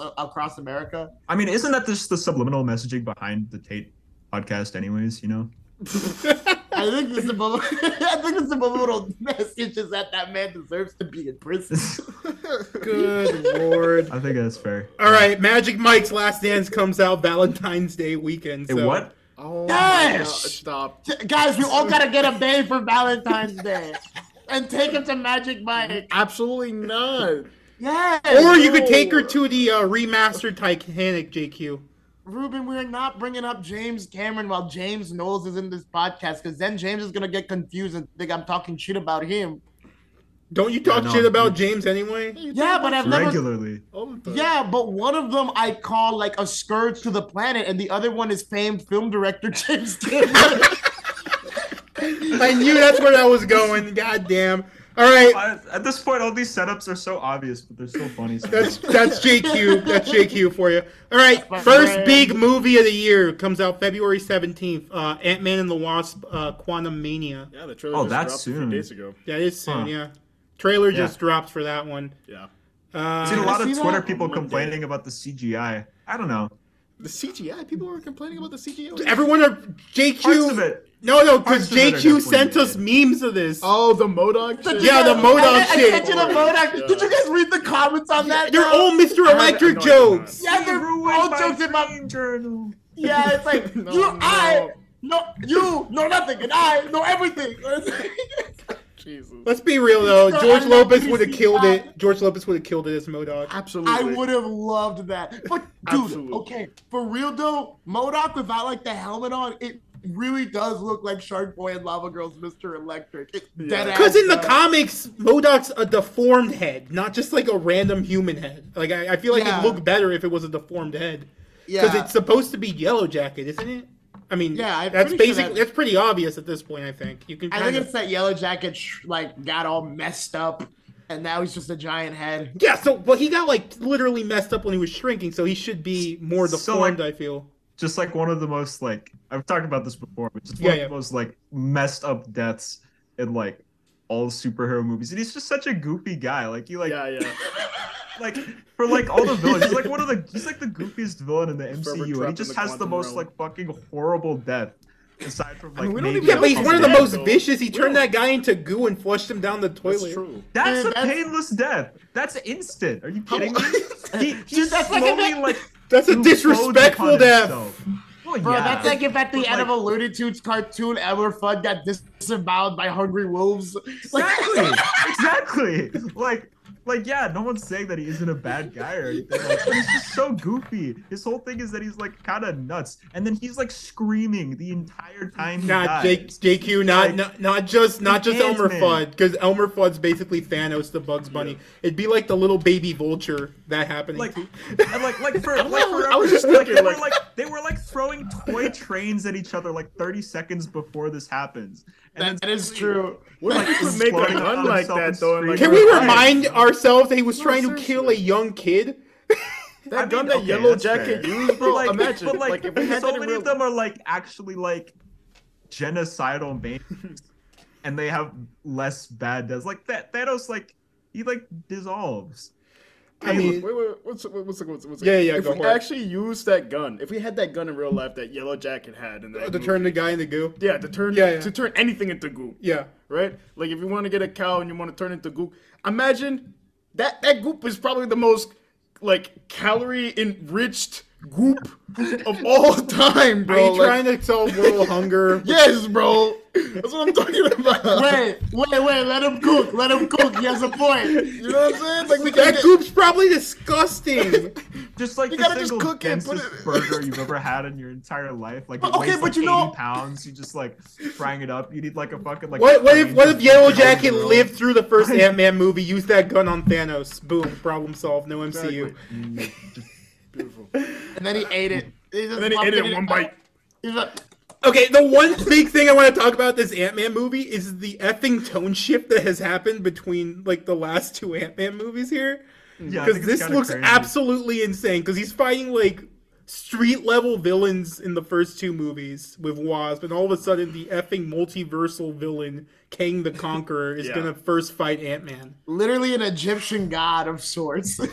Speaker 1: a- across America.
Speaker 2: I mean, isn't that just the subliminal messaging behind the Tate podcast, anyways? You know, [LAUGHS]
Speaker 1: I think the subliminal, [LAUGHS] I think the subliminal message is that that man deserves to be in
Speaker 3: [LAUGHS]
Speaker 1: prison.
Speaker 3: [LAUGHS]
Speaker 1: [LAUGHS]
Speaker 3: Good lord.
Speaker 2: I think that's fair.
Speaker 3: All right, Magic Mike's Last Dance comes out Valentine's Day weekend.
Speaker 2: Hey,
Speaker 3: so-
Speaker 2: what?
Speaker 4: Oh my
Speaker 1: Yes!
Speaker 4: God, Stop.
Speaker 1: Guys, we all gotta get a babe for Valentine's Day and take it to Magic Mike.
Speaker 4: Absolutely
Speaker 2: [LAUGHS]
Speaker 4: not.
Speaker 1: Yes.
Speaker 3: Or you could take her to the uh, remastered Titanic JQ.
Speaker 1: Ruben, we're not bringing up James Cameron while James Knowles is in this podcast because then James is gonna get confused and think I'm talking shit about him.
Speaker 3: Don't you talk
Speaker 2: Yeah, no,
Speaker 3: shit about
Speaker 2: you-
Speaker 3: James anyway?
Speaker 1: Yeah, but I've never.
Speaker 2: Regularly.
Speaker 4: All Oh, the time.
Speaker 1: Yeah, but one of them I call like a scourge to the planet, and the other one is famed film director [LAUGHS] James Cameron.
Speaker 3: I knew that's where that was going. God damn. All right,
Speaker 2: I- At this point, all these setups are so obvious, but they're so funny.
Speaker 3: that's
Speaker 2: sometimes.
Speaker 3: that's JQ. That's JQ for you. All right, first big movie of the year comes out February seventeenth. Uh, Ant Man and the Wasp: uh, Quantum Mania.
Speaker 4: Yeah, the trailer
Speaker 2: Oh,
Speaker 4: just
Speaker 2: that's
Speaker 4: dropped a
Speaker 2: soon.
Speaker 4: few days ago.
Speaker 3: That is soon.
Speaker 2: Huh.
Speaker 3: Yeah, trailer
Speaker 2: Yeah.
Speaker 3: just drops for that one.
Speaker 4: Yeah.
Speaker 3: Uh,
Speaker 2: I've seen a lot
Speaker 1: I
Speaker 2: of
Speaker 1: see
Speaker 2: Twitter
Speaker 1: that
Speaker 2: people
Speaker 4: on Monday.
Speaker 2: complaining about the CGI. I don't know.
Speaker 4: The CGI. People were complaining about the CGI.
Speaker 3: Everyone are
Speaker 2: Parts of
Speaker 3: JQ.
Speaker 2: it.
Speaker 3: No, no, because
Speaker 2: Parts of it are
Speaker 3: JQ
Speaker 2: definitely
Speaker 3: sent us
Speaker 2: bad.
Speaker 3: memes of this.
Speaker 4: Oh, the Modoc. shit.
Speaker 3: Yeah, the Modoc
Speaker 1: I- I- I
Speaker 3: shit.
Speaker 1: sent you the Modoc.
Speaker 4: Yeah.
Speaker 1: Did you guys read the comments on that?
Speaker 3: They're
Speaker 1: bro?
Speaker 3: all Mr.
Speaker 4: I haven't-
Speaker 3: Electric
Speaker 4: no, I did not.
Speaker 3: jokes.
Speaker 1: Yeah, they're all jokes in my.
Speaker 2: journal.
Speaker 1: [LAUGHS] Yeah, it's like
Speaker 4: [LAUGHS] No,
Speaker 1: you,
Speaker 4: no.
Speaker 1: I, no, you know nothing, and I know
Speaker 4: [LAUGHS]
Speaker 1: everything. [LAUGHS]
Speaker 4: Jesus.
Speaker 3: Let's be real though.
Speaker 1: So
Speaker 3: George
Speaker 1: I love
Speaker 3: Lopez would have
Speaker 1: DC
Speaker 3: killed
Speaker 1: Five.
Speaker 3: it. George Lopez would have killed it as Modoc.
Speaker 4: Absolutely.
Speaker 1: I would have loved that. But dude,
Speaker 4: Absolutely.
Speaker 1: okay, for real though, Modoc without like the helmet on, it really does look like Shark Boy and Lava Girl's Mr. Electric. It's
Speaker 4: Yeah.
Speaker 1: dead ass.
Speaker 3: Because in the
Speaker 1: bro.
Speaker 3: comics, Modoc's a deformed head, not just like a random human head. Like I, I feel like
Speaker 1: Yeah.
Speaker 3: it looked better if it was a deformed head. Because
Speaker 1: yeah,
Speaker 3: it's supposed to be Yellow Jacket, isn't it? I mean,
Speaker 1: Yeah, I'm pretty
Speaker 3: that's
Speaker 1: sure
Speaker 3: basically
Speaker 1: that-
Speaker 3: that's pretty obvious at this point. I think you can.
Speaker 1: I
Speaker 3: Kind
Speaker 1: think
Speaker 3: of...
Speaker 1: it's that Yellow Jacket sh- like got all messed up, and now he's just a giant head.
Speaker 3: Yeah, so well, he got like literally messed up when he was shrinking, so he should be more
Speaker 2: So,
Speaker 3: deformed.
Speaker 2: like-
Speaker 3: I feel.
Speaker 2: Just like one of the most like I've talked about this before, but just one
Speaker 3: Yeah,
Speaker 2: of
Speaker 3: yeah.
Speaker 2: the most like messed up deaths in like all superhero movies. And he's just such a goofy guy. Like he like
Speaker 4: Yeah,
Speaker 2: [LAUGHS]
Speaker 4: yeah.
Speaker 2: like for like all the villains, he's like one of the he's
Speaker 4: [LAUGHS]
Speaker 2: like the goofiest villain in the MCU,
Speaker 4: Forever
Speaker 2: and
Speaker 4: trapped
Speaker 2: he
Speaker 4: in
Speaker 2: just
Speaker 4: the
Speaker 2: has the
Speaker 4: quantum
Speaker 2: most
Speaker 4: realm.
Speaker 2: like fucking horrible death. Aside from like
Speaker 1: mean, we don't
Speaker 2: maybe
Speaker 1: even
Speaker 3: Yeah,
Speaker 1: know
Speaker 3: but he's
Speaker 1: he's
Speaker 3: one of the
Speaker 1: dead,
Speaker 3: most
Speaker 4: though.
Speaker 3: vicious. He turned
Speaker 4: Yeah.
Speaker 3: that guy into goo and flushed him down the toilet.
Speaker 4: That's true.
Speaker 2: That's
Speaker 1: Dude,
Speaker 2: a
Speaker 1: that's-
Speaker 2: painless death. That's instant. Are
Speaker 1: [LAUGHS]
Speaker 2: you kidding me? He, he
Speaker 1: Dude, that's like a-
Speaker 2: slowly,
Speaker 1: [LAUGHS]
Speaker 2: like
Speaker 3: That's a
Speaker 2: implodes
Speaker 3: disrespectful
Speaker 2: upon
Speaker 3: death.
Speaker 2: himself. Well,
Speaker 1: Bro,
Speaker 2: yeah.
Speaker 1: that's like if at the
Speaker 2: But,
Speaker 1: end of a
Speaker 2: like-
Speaker 1: Looney Tunes cartoon, Elmer Fudd got disemboweled by hungry wolves. [LAUGHS] Like, [LAUGHS]
Speaker 2: exactly. exactly. Like, like yeah. No one's saying that he isn't a bad guy or anything. Like, but he's just so goofy. His whole thing is that he's like kind of nuts, and then he's like screaming the entire time. He
Speaker 3: Not
Speaker 2: dies.
Speaker 3: J- JQ, not,
Speaker 2: Like,
Speaker 3: not not just not just Elmer
Speaker 2: Ant-Man.
Speaker 3: Fudd, because Elmer Fudd's basically Thanos the Bugs Bunny. It'd be like the little baby vulture that happening.
Speaker 2: like
Speaker 4: [LAUGHS]
Speaker 3: to- [LAUGHS]
Speaker 2: and like
Speaker 1: [LAUGHS]
Speaker 2: like for, like for
Speaker 4: I was just
Speaker 2: like, they
Speaker 4: thinking,
Speaker 2: were
Speaker 4: like-
Speaker 2: like they were like throwing toy trains at each other like 30 seconds before this happens and
Speaker 1: that
Speaker 2: then
Speaker 1: is true.
Speaker 4: What if you could make a
Speaker 2: exploding
Speaker 4: gun
Speaker 2: on
Speaker 4: like
Speaker 2: himself
Speaker 4: that
Speaker 2: and
Speaker 4: though? And like,
Speaker 2: screaming.
Speaker 3: Can we
Speaker 4: Right.
Speaker 3: remind ourselves that he was
Speaker 4: No,
Speaker 3: trying to
Speaker 4: seriously.
Speaker 3: kill a young kid?
Speaker 4: That
Speaker 2: I mean,
Speaker 4: gun that
Speaker 2: okay,
Speaker 4: Yellow
Speaker 2: that's
Speaker 4: Jacket
Speaker 2: fair.
Speaker 4: used, bro. imagine,
Speaker 2: but [LAUGHS] like,
Speaker 4: if we had
Speaker 2: so
Speaker 4: that in
Speaker 2: many
Speaker 4: real
Speaker 2: of them are like actually like genocidal maniacs, and they have less bad deaths. Like that Thanos, like he like dissolves.
Speaker 3: I
Speaker 4: Hey,
Speaker 3: mean,
Speaker 4: wait, wait, wait, what's what's what's what's
Speaker 3: Yeah, yeah,
Speaker 4: If
Speaker 3: go
Speaker 4: we
Speaker 3: for it.
Speaker 4: actually used that gun, if we had that gun in real life, that Yellow Jacket had, and
Speaker 3: Uh, to turn the guy into goo.
Speaker 4: yeah, to turn,
Speaker 3: Yeah, yeah.
Speaker 4: to turn anything into goo,
Speaker 3: Yeah.
Speaker 4: right? Like if you want to get a cow and you want to turn it into goop, imagine that that goop is probably the most like calorie enriched goop
Speaker 3: [LAUGHS]
Speaker 4: of all time,
Speaker 3: Are you
Speaker 4: bro. Like,
Speaker 3: trying to solve
Speaker 4: [LAUGHS]
Speaker 3: world hunger?
Speaker 4: Yes, bro. That's what I'm
Speaker 3: [LAUGHS]
Speaker 4: talking about.
Speaker 1: Wait, wait, wait. Let him cook. Let him cook. He has a point.
Speaker 4: You know what I'm saying? Like we
Speaker 3: That
Speaker 4: gotta
Speaker 3: goop's probably
Speaker 4: [LAUGHS]
Speaker 3: disgusting.
Speaker 2: Just like
Speaker 4: You
Speaker 2: the
Speaker 4: gotta just
Speaker 2: single
Speaker 4: cook it, put
Speaker 2: densest
Speaker 4: it- [LAUGHS]
Speaker 2: burger you've ever had in your entire life. Like
Speaker 1: But
Speaker 2: it
Speaker 1: okay,
Speaker 2: weighs,
Speaker 1: but
Speaker 2: like,
Speaker 1: you know-
Speaker 2: 80 pounds. You just like frying it up. You need like a fucking like.
Speaker 3: What, what if what if
Speaker 2: range of
Speaker 3: Yellow
Speaker 2: fucking
Speaker 3: Jacket
Speaker 2: grill.
Speaker 3: lived through the first Ant Man movie, used that gun on Thanos, boom, problem solved, no MCU.
Speaker 4: Exactly. Beautiful.
Speaker 1: And then he ate it. He just
Speaker 4: And then he ate it in one bite.
Speaker 1: He's like,
Speaker 3: Okay, the one big thing I want to talk about this Ant Man movie is the effing tone shift that has happened between like the last two Ant Man movies here.
Speaker 2: Yeah, I
Speaker 3: Because
Speaker 2: think it's
Speaker 3: this
Speaker 2: kinda
Speaker 3: looks
Speaker 2: crazy.
Speaker 3: absolutely insane. Because he's fighting like street level villains in the first two movies with Wasp, and all of a sudden the effing multiversal villain Kang the Conqueror is
Speaker 4: Yeah.
Speaker 3: gonna first fight Ant Man.
Speaker 1: literally an Egyptian god of sorts. [LAUGHS]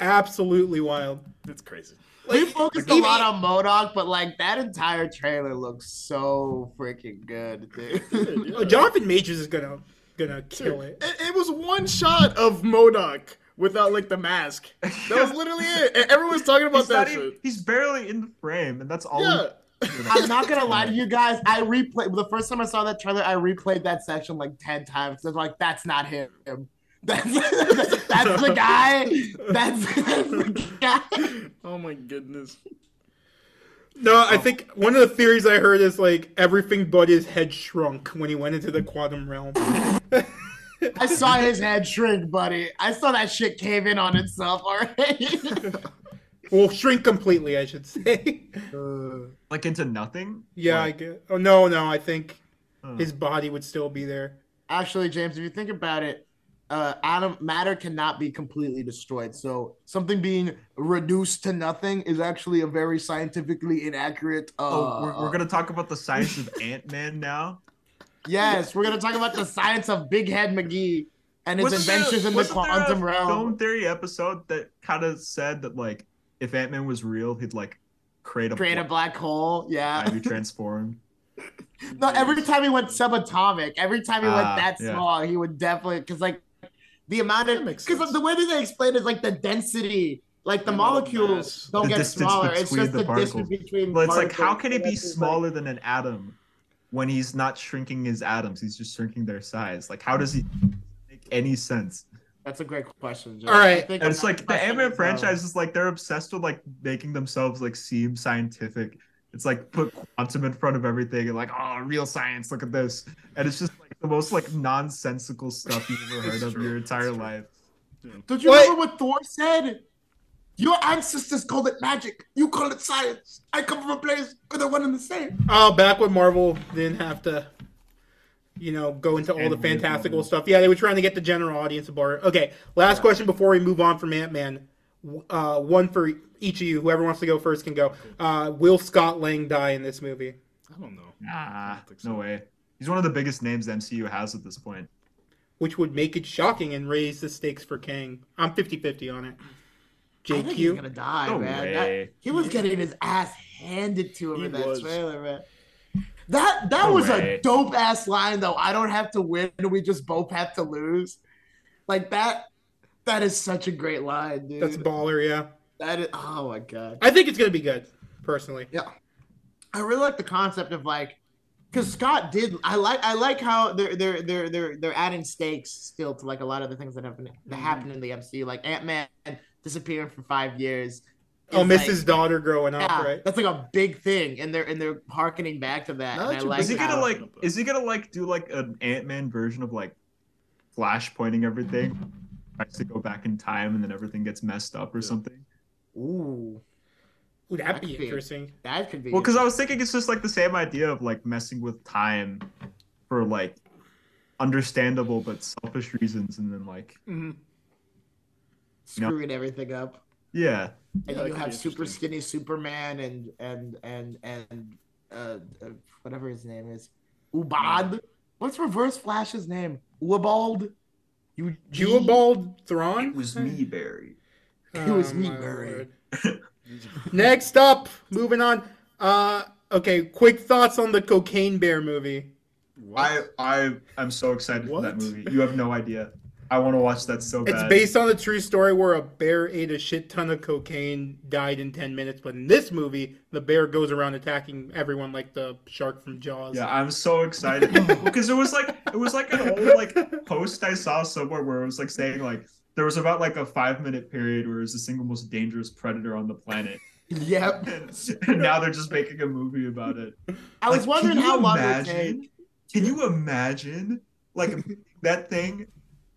Speaker 3: Absolutely wild. [LAUGHS]
Speaker 4: It's crazy.
Speaker 1: we focused a
Speaker 3: even-
Speaker 1: lot on Modoc, but like that entire trailer looks so freaking good, dude.
Speaker 4: Yeah.
Speaker 3: Oh, Jonathan Majors is gonna gonna kill
Speaker 4: Dude,
Speaker 3: it.
Speaker 4: it, it was one shot of Modoc without like the mask. That was literally it. And everyone was talking about
Speaker 2: He's, not
Speaker 4: that
Speaker 2: even-
Speaker 4: shit.
Speaker 2: he's barely in the frame, and that's all. we-
Speaker 4: Yeah.
Speaker 1: [LAUGHS]
Speaker 4: [LAUGHS]
Speaker 1: I'm not gonna lie to you guys. I replayed the first time I saw that trailer. I replayed that section like ten times. I was like, "That's not him. [LAUGHS] That's that's the guy. That's, [LAUGHS] that's the guy."
Speaker 4: Oh my goodness.
Speaker 3: No, I think one of the theories I heard is like everything but his head shrunk when he went into the quantum realm.
Speaker 1: I saw his head shrink, buddy. I saw that shit cave in on itself already. [LAUGHS]
Speaker 3: well, shrink completely, I should say. [LAUGHS]
Speaker 2: like into nothing.
Speaker 3: yeah, I
Speaker 2: Like,
Speaker 3: guess. Oh no, no, I think
Speaker 2: huh.
Speaker 3: his body would still be there.
Speaker 1: actually, James, if you think about it, uh, atom matter cannot be completely destroyed. So something being reduced to nothing is actually a very scientifically inaccurate. Uh,
Speaker 2: oh, we're, we're gonna talk about the science of Ant Man [LAUGHS] now.
Speaker 1: uh, yes, we're gonna talk about the science of Big Head McGee and his
Speaker 2: Wasn't there-
Speaker 1: adventures in the
Speaker 2: wasn't there a
Speaker 1: quantum realm.
Speaker 2: Film theory episode that kind of said that like if Ant Man was real, he'd like create a
Speaker 1: Create a black hole. Yeah. [LAUGHS]
Speaker 2: you transform.
Speaker 1: No, every time he went subatomic, every time he
Speaker 2: Ah,
Speaker 1: went that
Speaker 2: yeah.
Speaker 1: small, he would definitely because like the amount
Speaker 4: That
Speaker 1: of
Speaker 4: makes
Speaker 1: because
Speaker 4: sense.
Speaker 1: the way that they explain it is like the density, like the
Speaker 4: The amount of
Speaker 1: molecules
Speaker 4: mass.
Speaker 1: don't
Speaker 2: The
Speaker 1: get
Speaker 2: distance
Speaker 1: smaller. It's
Speaker 2: between
Speaker 1: just
Speaker 2: the
Speaker 1: the, distance
Speaker 2: particles.
Speaker 1: between.
Speaker 2: Well, it's like
Speaker 1: particles.
Speaker 2: how can it be
Speaker 1: It's just,
Speaker 2: smaller than an atom when he's not shrinking his atoms? He's just shrinking their size. Like how does he make any sense?
Speaker 1: like- that's a great question. Joe.
Speaker 3: All right.
Speaker 1: I think
Speaker 2: And it's
Speaker 1: I'm
Speaker 2: like the
Speaker 1: not-
Speaker 2: Ant Man franchise is like they're obsessed with like making themselves like seem scientific. It's like put quantum in front of everything and like oh real science, look at this, and it's just like the most like nonsensical stuff you've ever heard
Speaker 4: [LAUGHS] It's
Speaker 2: of
Speaker 4: true,
Speaker 2: your
Speaker 4: it's
Speaker 2: entire
Speaker 4: true.
Speaker 2: life.
Speaker 1: Don't you
Speaker 3: Wait.
Speaker 1: remember what Thor said? Your ancestors called it magic. You call it science. I come from a place where they're one and the same.
Speaker 3: Oh, back when Marvel didn't have to, you know, go into all the
Speaker 2: And weird
Speaker 3: fantastical
Speaker 2: Marvel.
Speaker 3: stuff. Yeah, they were trying to get the general audience aboard. Okay, last question before we move on from Ant Man. Uh, one for each of you. Whoever wants to go first can go. Uh, will Scott Lang die in this movie?
Speaker 4: I don't know.
Speaker 2: Nah,
Speaker 4: think so.
Speaker 2: no way. He's one of the biggest names MCU has at this point.
Speaker 3: Which would make it shocking and raise the stakes for Kang. I'm 50 50 on it.
Speaker 1: I think he's
Speaker 3: JQ.
Speaker 1: gonna die,
Speaker 2: No
Speaker 1: man. That-
Speaker 2: way.
Speaker 1: He was getting his ass handed to him
Speaker 4: He
Speaker 1: in that
Speaker 4: was.
Speaker 1: trailer, man. That that
Speaker 2: No
Speaker 1: was
Speaker 2: way.
Speaker 1: a dope ass line though. I don't have to win, [LAUGHS] we just both have to lose. Like that that is such a great line, dude.
Speaker 3: That's baller, yeah.
Speaker 1: that is oh my god.
Speaker 3: I think it's going to be good, personally.
Speaker 1: I really like the concept of like because Scott did I like I like how they're they're they're they're they're adding stakes still to like a lot of the things that have been that happened in the MCU. Like Ant Man disappearing for five years.
Speaker 3: Oh,
Speaker 1: is, like-
Speaker 3: Mrs. Daughter growing up,
Speaker 1: Yeah,
Speaker 3: right?
Speaker 1: that's like a big thing, and they're and they're harkening back to that.
Speaker 4: Now
Speaker 1: and
Speaker 4: that
Speaker 1: I
Speaker 4: you-
Speaker 1: like
Speaker 2: Is he gonna
Speaker 1: how-
Speaker 2: like? Is he gonna like do like an Ant Man version of like Flash pointing
Speaker 4: [LAUGHS]
Speaker 2: everything, tries to go back in time, and then everything gets messed up or something?
Speaker 1: Ooh,
Speaker 3: Would that
Speaker 1: That
Speaker 3: be
Speaker 1: could be-
Speaker 3: interesting?
Speaker 1: that could be.
Speaker 2: Well, because I was thinking it's just like the same idea of like messing with time for like understandable but selfish reasons, and then like
Speaker 3: Mhm.
Speaker 2: no.
Speaker 1: screwing everything up,
Speaker 2: yeah,
Speaker 1: and
Speaker 4: that
Speaker 1: then you
Speaker 4: could
Speaker 1: have
Speaker 4: be
Speaker 1: super
Speaker 4: interesting.
Speaker 1: skinny Superman and and and and uh, uh, whatever his name is, Ubad. What's Reverse Flash's name? Ubald. You
Speaker 3: Jewabald Thrawn?
Speaker 2: Barry.
Speaker 1: It was me,
Speaker 3: my
Speaker 1: Barry.
Speaker 3: lord. [LAUGHS] Next up, moving on. Uh, okay, quick thoughts on the Cocaine Bear movie.
Speaker 2: I I am so excited for that
Speaker 4: What?
Speaker 2: movie. You have no idea. I want to watch that so bad.
Speaker 3: It's based on a true story where a bear ate a shit ton of cocaine, died in 10 minutes, but in this movie, the bear goes around attacking everyone like the shark from Jaws.
Speaker 2: Yeah, I'm so
Speaker 3: [LAUGHS]
Speaker 2: excited because it was like it was like an old like post I saw somewhere where it was like saying like there was about like a five minute period where it was the single most dangerous predator on the planet, [LAUGHS]
Speaker 1: Yep.
Speaker 2: and, and now they're just making a movie about it.
Speaker 1: I was
Speaker 2: Like,
Speaker 1: wondering
Speaker 2: can you
Speaker 1: how long it would
Speaker 2: imagine-
Speaker 1: take.
Speaker 2: Can you imagine like [LAUGHS] that thing,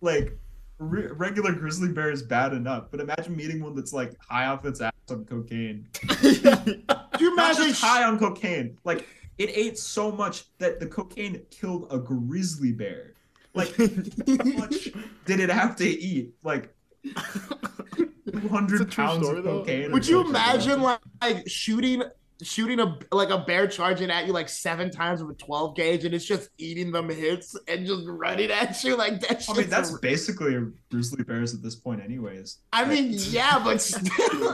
Speaker 2: like re- regular grizzly bear is bad enough, but imagine meeting one that's like high off its ass on cocaine.
Speaker 1: Do you
Speaker 2: Not
Speaker 1: imagine?
Speaker 2: just high on cocaine. Like it ate so much that the cocaine killed a grizzly bear. Like
Speaker 1: [LAUGHS]
Speaker 2: how much did it have to eat? Like
Speaker 4: It's a
Speaker 2: 200
Speaker 4: true
Speaker 2: pounds
Speaker 4: story,
Speaker 2: of
Speaker 4: though.
Speaker 2: cocaine. or
Speaker 1: Would you
Speaker 2: something like that.
Speaker 1: imagine like, like shooting shooting a like a bear charging at you like seven times with a twelve gauge and it's just eating them hits and just running at you like that?
Speaker 2: I mean, that's basically a grizzly bears at this point, anyways.
Speaker 1: I mean,
Speaker 2: [LAUGHS]
Speaker 1: yeah, but still.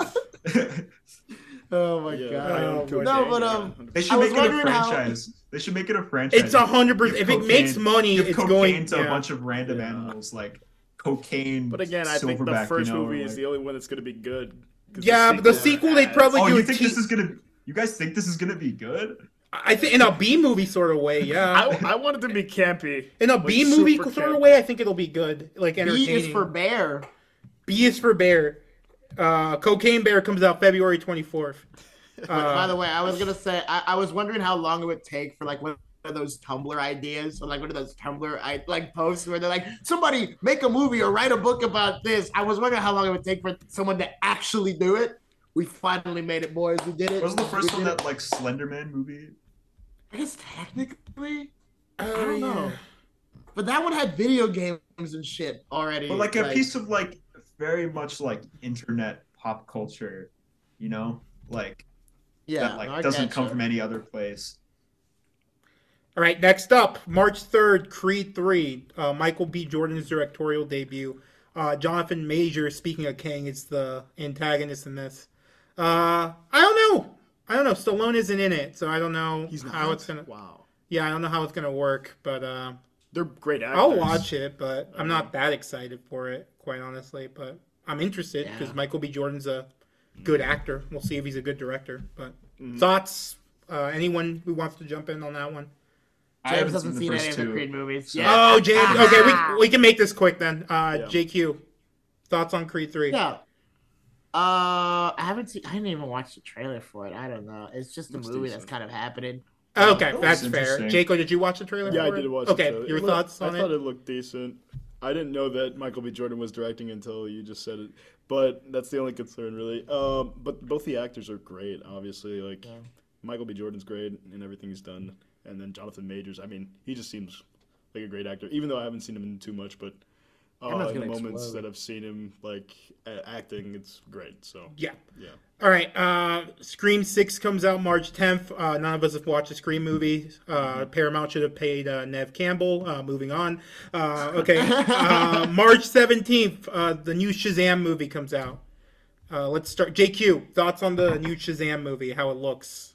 Speaker 1: oh my
Speaker 4: Yeah,
Speaker 3: um,
Speaker 1: god.
Speaker 4: I am
Speaker 3: No,
Speaker 4: Cocaine,
Speaker 1: but,
Speaker 4: yeah,
Speaker 1: um,
Speaker 4: 100%.
Speaker 2: they
Speaker 1: I
Speaker 2: should
Speaker 1: was
Speaker 2: make it a
Speaker 1: wondering how-
Speaker 2: franchise. They should make it a franchise.
Speaker 3: It's a hundred percent. If
Speaker 2: Give
Speaker 3: it makes
Speaker 2: cocaine-
Speaker 3: money,
Speaker 2: Give
Speaker 3: it's
Speaker 2: cocaine
Speaker 3: going
Speaker 2: to
Speaker 3: yeah.
Speaker 2: a bunch of random
Speaker 4: Yeah.
Speaker 2: animals like cocaine.
Speaker 4: But again, I think
Speaker 2: silverback,
Speaker 4: the
Speaker 2: you
Speaker 4: first
Speaker 2: know, or
Speaker 4: movie is
Speaker 2: like-
Speaker 4: the only one that's going to be good. 'Cause
Speaker 3: Yeah, but the sequel, they'd
Speaker 4: adds-
Speaker 3: probably-
Speaker 2: Oh,
Speaker 3: you
Speaker 2: you
Speaker 3: would
Speaker 2: think
Speaker 3: cheat.
Speaker 2: this is gonna? You guys think this is gonna be good?
Speaker 3: I think in a B movie sort of way, yeah.
Speaker 4: [LAUGHS] I, I wanted to be campy.
Speaker 3: in a
Speaker 4: like
Speaker 3: B movie
Speaker 4: super
Speaker 3: sort of
Speaker 4: campy.
Speaker 3: way, I think it'll be good. Like entertaining.
Speaker 1: B um, is for bear.
Speaker 3: B is for bear. Uh, cocaine Bear comes out February 24th. Uh,
Speaker 1: [LAUGHS] By the way, I was gonna say I, I was wondering how long it would take for like one of those Tumblr ideas or like one of those Tumblr I, like posts where they're like, somebody make a movie or write a book about this. I was wondering how long it would take for someone to actually do it. We finally made it, boys. We did it.
Speaker 2: Wasn't the
Speaker 1: We
Speaker 2: first one
Speaker 1: did it.
Speaker 2: that like Slenderman movie?
Speaker 1: I guess technically,
Speaker 3: I
Speaker 1: don't know.
Speaker 6: But that one had video games and shit already.
Speaker 2: But like a piece of like very much like internet pop culture, you know, like that like
Speaker 6: no, I
Speaker 2: doesn't
Speaker 6: getcha.
Speaker 2: come from any other place.
Speaker 3: All right, next up, March 3rd, Creed 3, uh, Michael B. Jordan's directorial debut. Uh, Jonathan Major, speaking of King, is the antagonist in this. Uh, I don't know. I don't know. Stallone isn't in it, so I don't know
Speaker 4: He's not.
Speaker 3: how it's gonna.
Speaker 4: Wow.
Speaker 3: Yeah, I don't know how it's gonna work, but uh,
Speaker 4: They're great actors.
Speaker 3: I'll watch it. But I'm not that excited for it, quite honestly. But I'm interested because
Speaker 6: Yeah.
Speaker 3: Michael B. Jordan's a good actor. We'll see if he's a good director. But
Speaker 4: Mm.
Speaker 3: thoughts? Uh, anyone who wants to jump in on that one?
Speaker 2: I
Speaker 6: James
Speaker 2: haven't
Speaker 6: hasn't
Speaker 2: seen the
Speaker 6: seen
Speaker 2: first
Speaker 6: any of
Speaker 2: two.
Speaker 6: the Creed movies.
Speaker 2: so-
Speaker 6: Yeah. Ah.
Speaker 3: Oh, James. Okay,
Speaker 1: Ah.
Speaker 3: we, we can make this quick then. Uh,
Speaker 4: Yeah.
Speaker 3: JQ, thoughts on Creed three?
Speaker 6: Yeah. Uh, I haven't seen. I didn't even watch the trailer for it. I don't know. It's just a
Speaker 4: Looks
Speaker 6: movie
Speaker 4: decent.
Speaker 6: that's kind of happening.
Speaker 3: Okay,
Speaker 2: That
Speaker 3: that's
Speaker 2: was
Speaker 3: fair.
Speaker 2: interesting.
Speaker 3: Jaco, did you watch the trailer?
Speaker 4: Yeah, I
Speaker 3: for
Speaker 4: did watch.
Speaker 3: Okay,
Speaker 4: it, so it
Speaker 3: your
Speaker 4: looked-
Speaker 3: thoughts on
Speaker 4: I
Speaker 3: it?
Speaker 4: thought it looked decent. I didn't know that Michael B. Jordan was directing until you just said it, but that's the only concern really. Um, but both the actors are great, obviously. Like
Speaker 6: Yeah.
Speaker 4: Michael B. Jordan's great in everything he's done, and then Jonathan Majors. I mean, he just seems like a great actor, even though I haven't seen him in too much. But uh,
Speaker 6: Everyone's
Speaker 4: in the
Speaker 6: gonna
Speaker 4: moments
Speaker 6: explode.
Speaker 4: that I've seen him like a- acting, it's great. So
Speaker 3: Yeah.
Speaker 4: yeah,
Speaker 3: All right. Uh, Scream Six comes out March 10th. Uh, none of us have watched a Scream movie. Uh, Paramount should have paid uh, Nev Campbell. Uh, moving on. Uh, okay. uh, March 17th, uh, the new Shazam movie comes out. Uh, let's start. JQ, thoughts on the new Shazam movie? How it looks?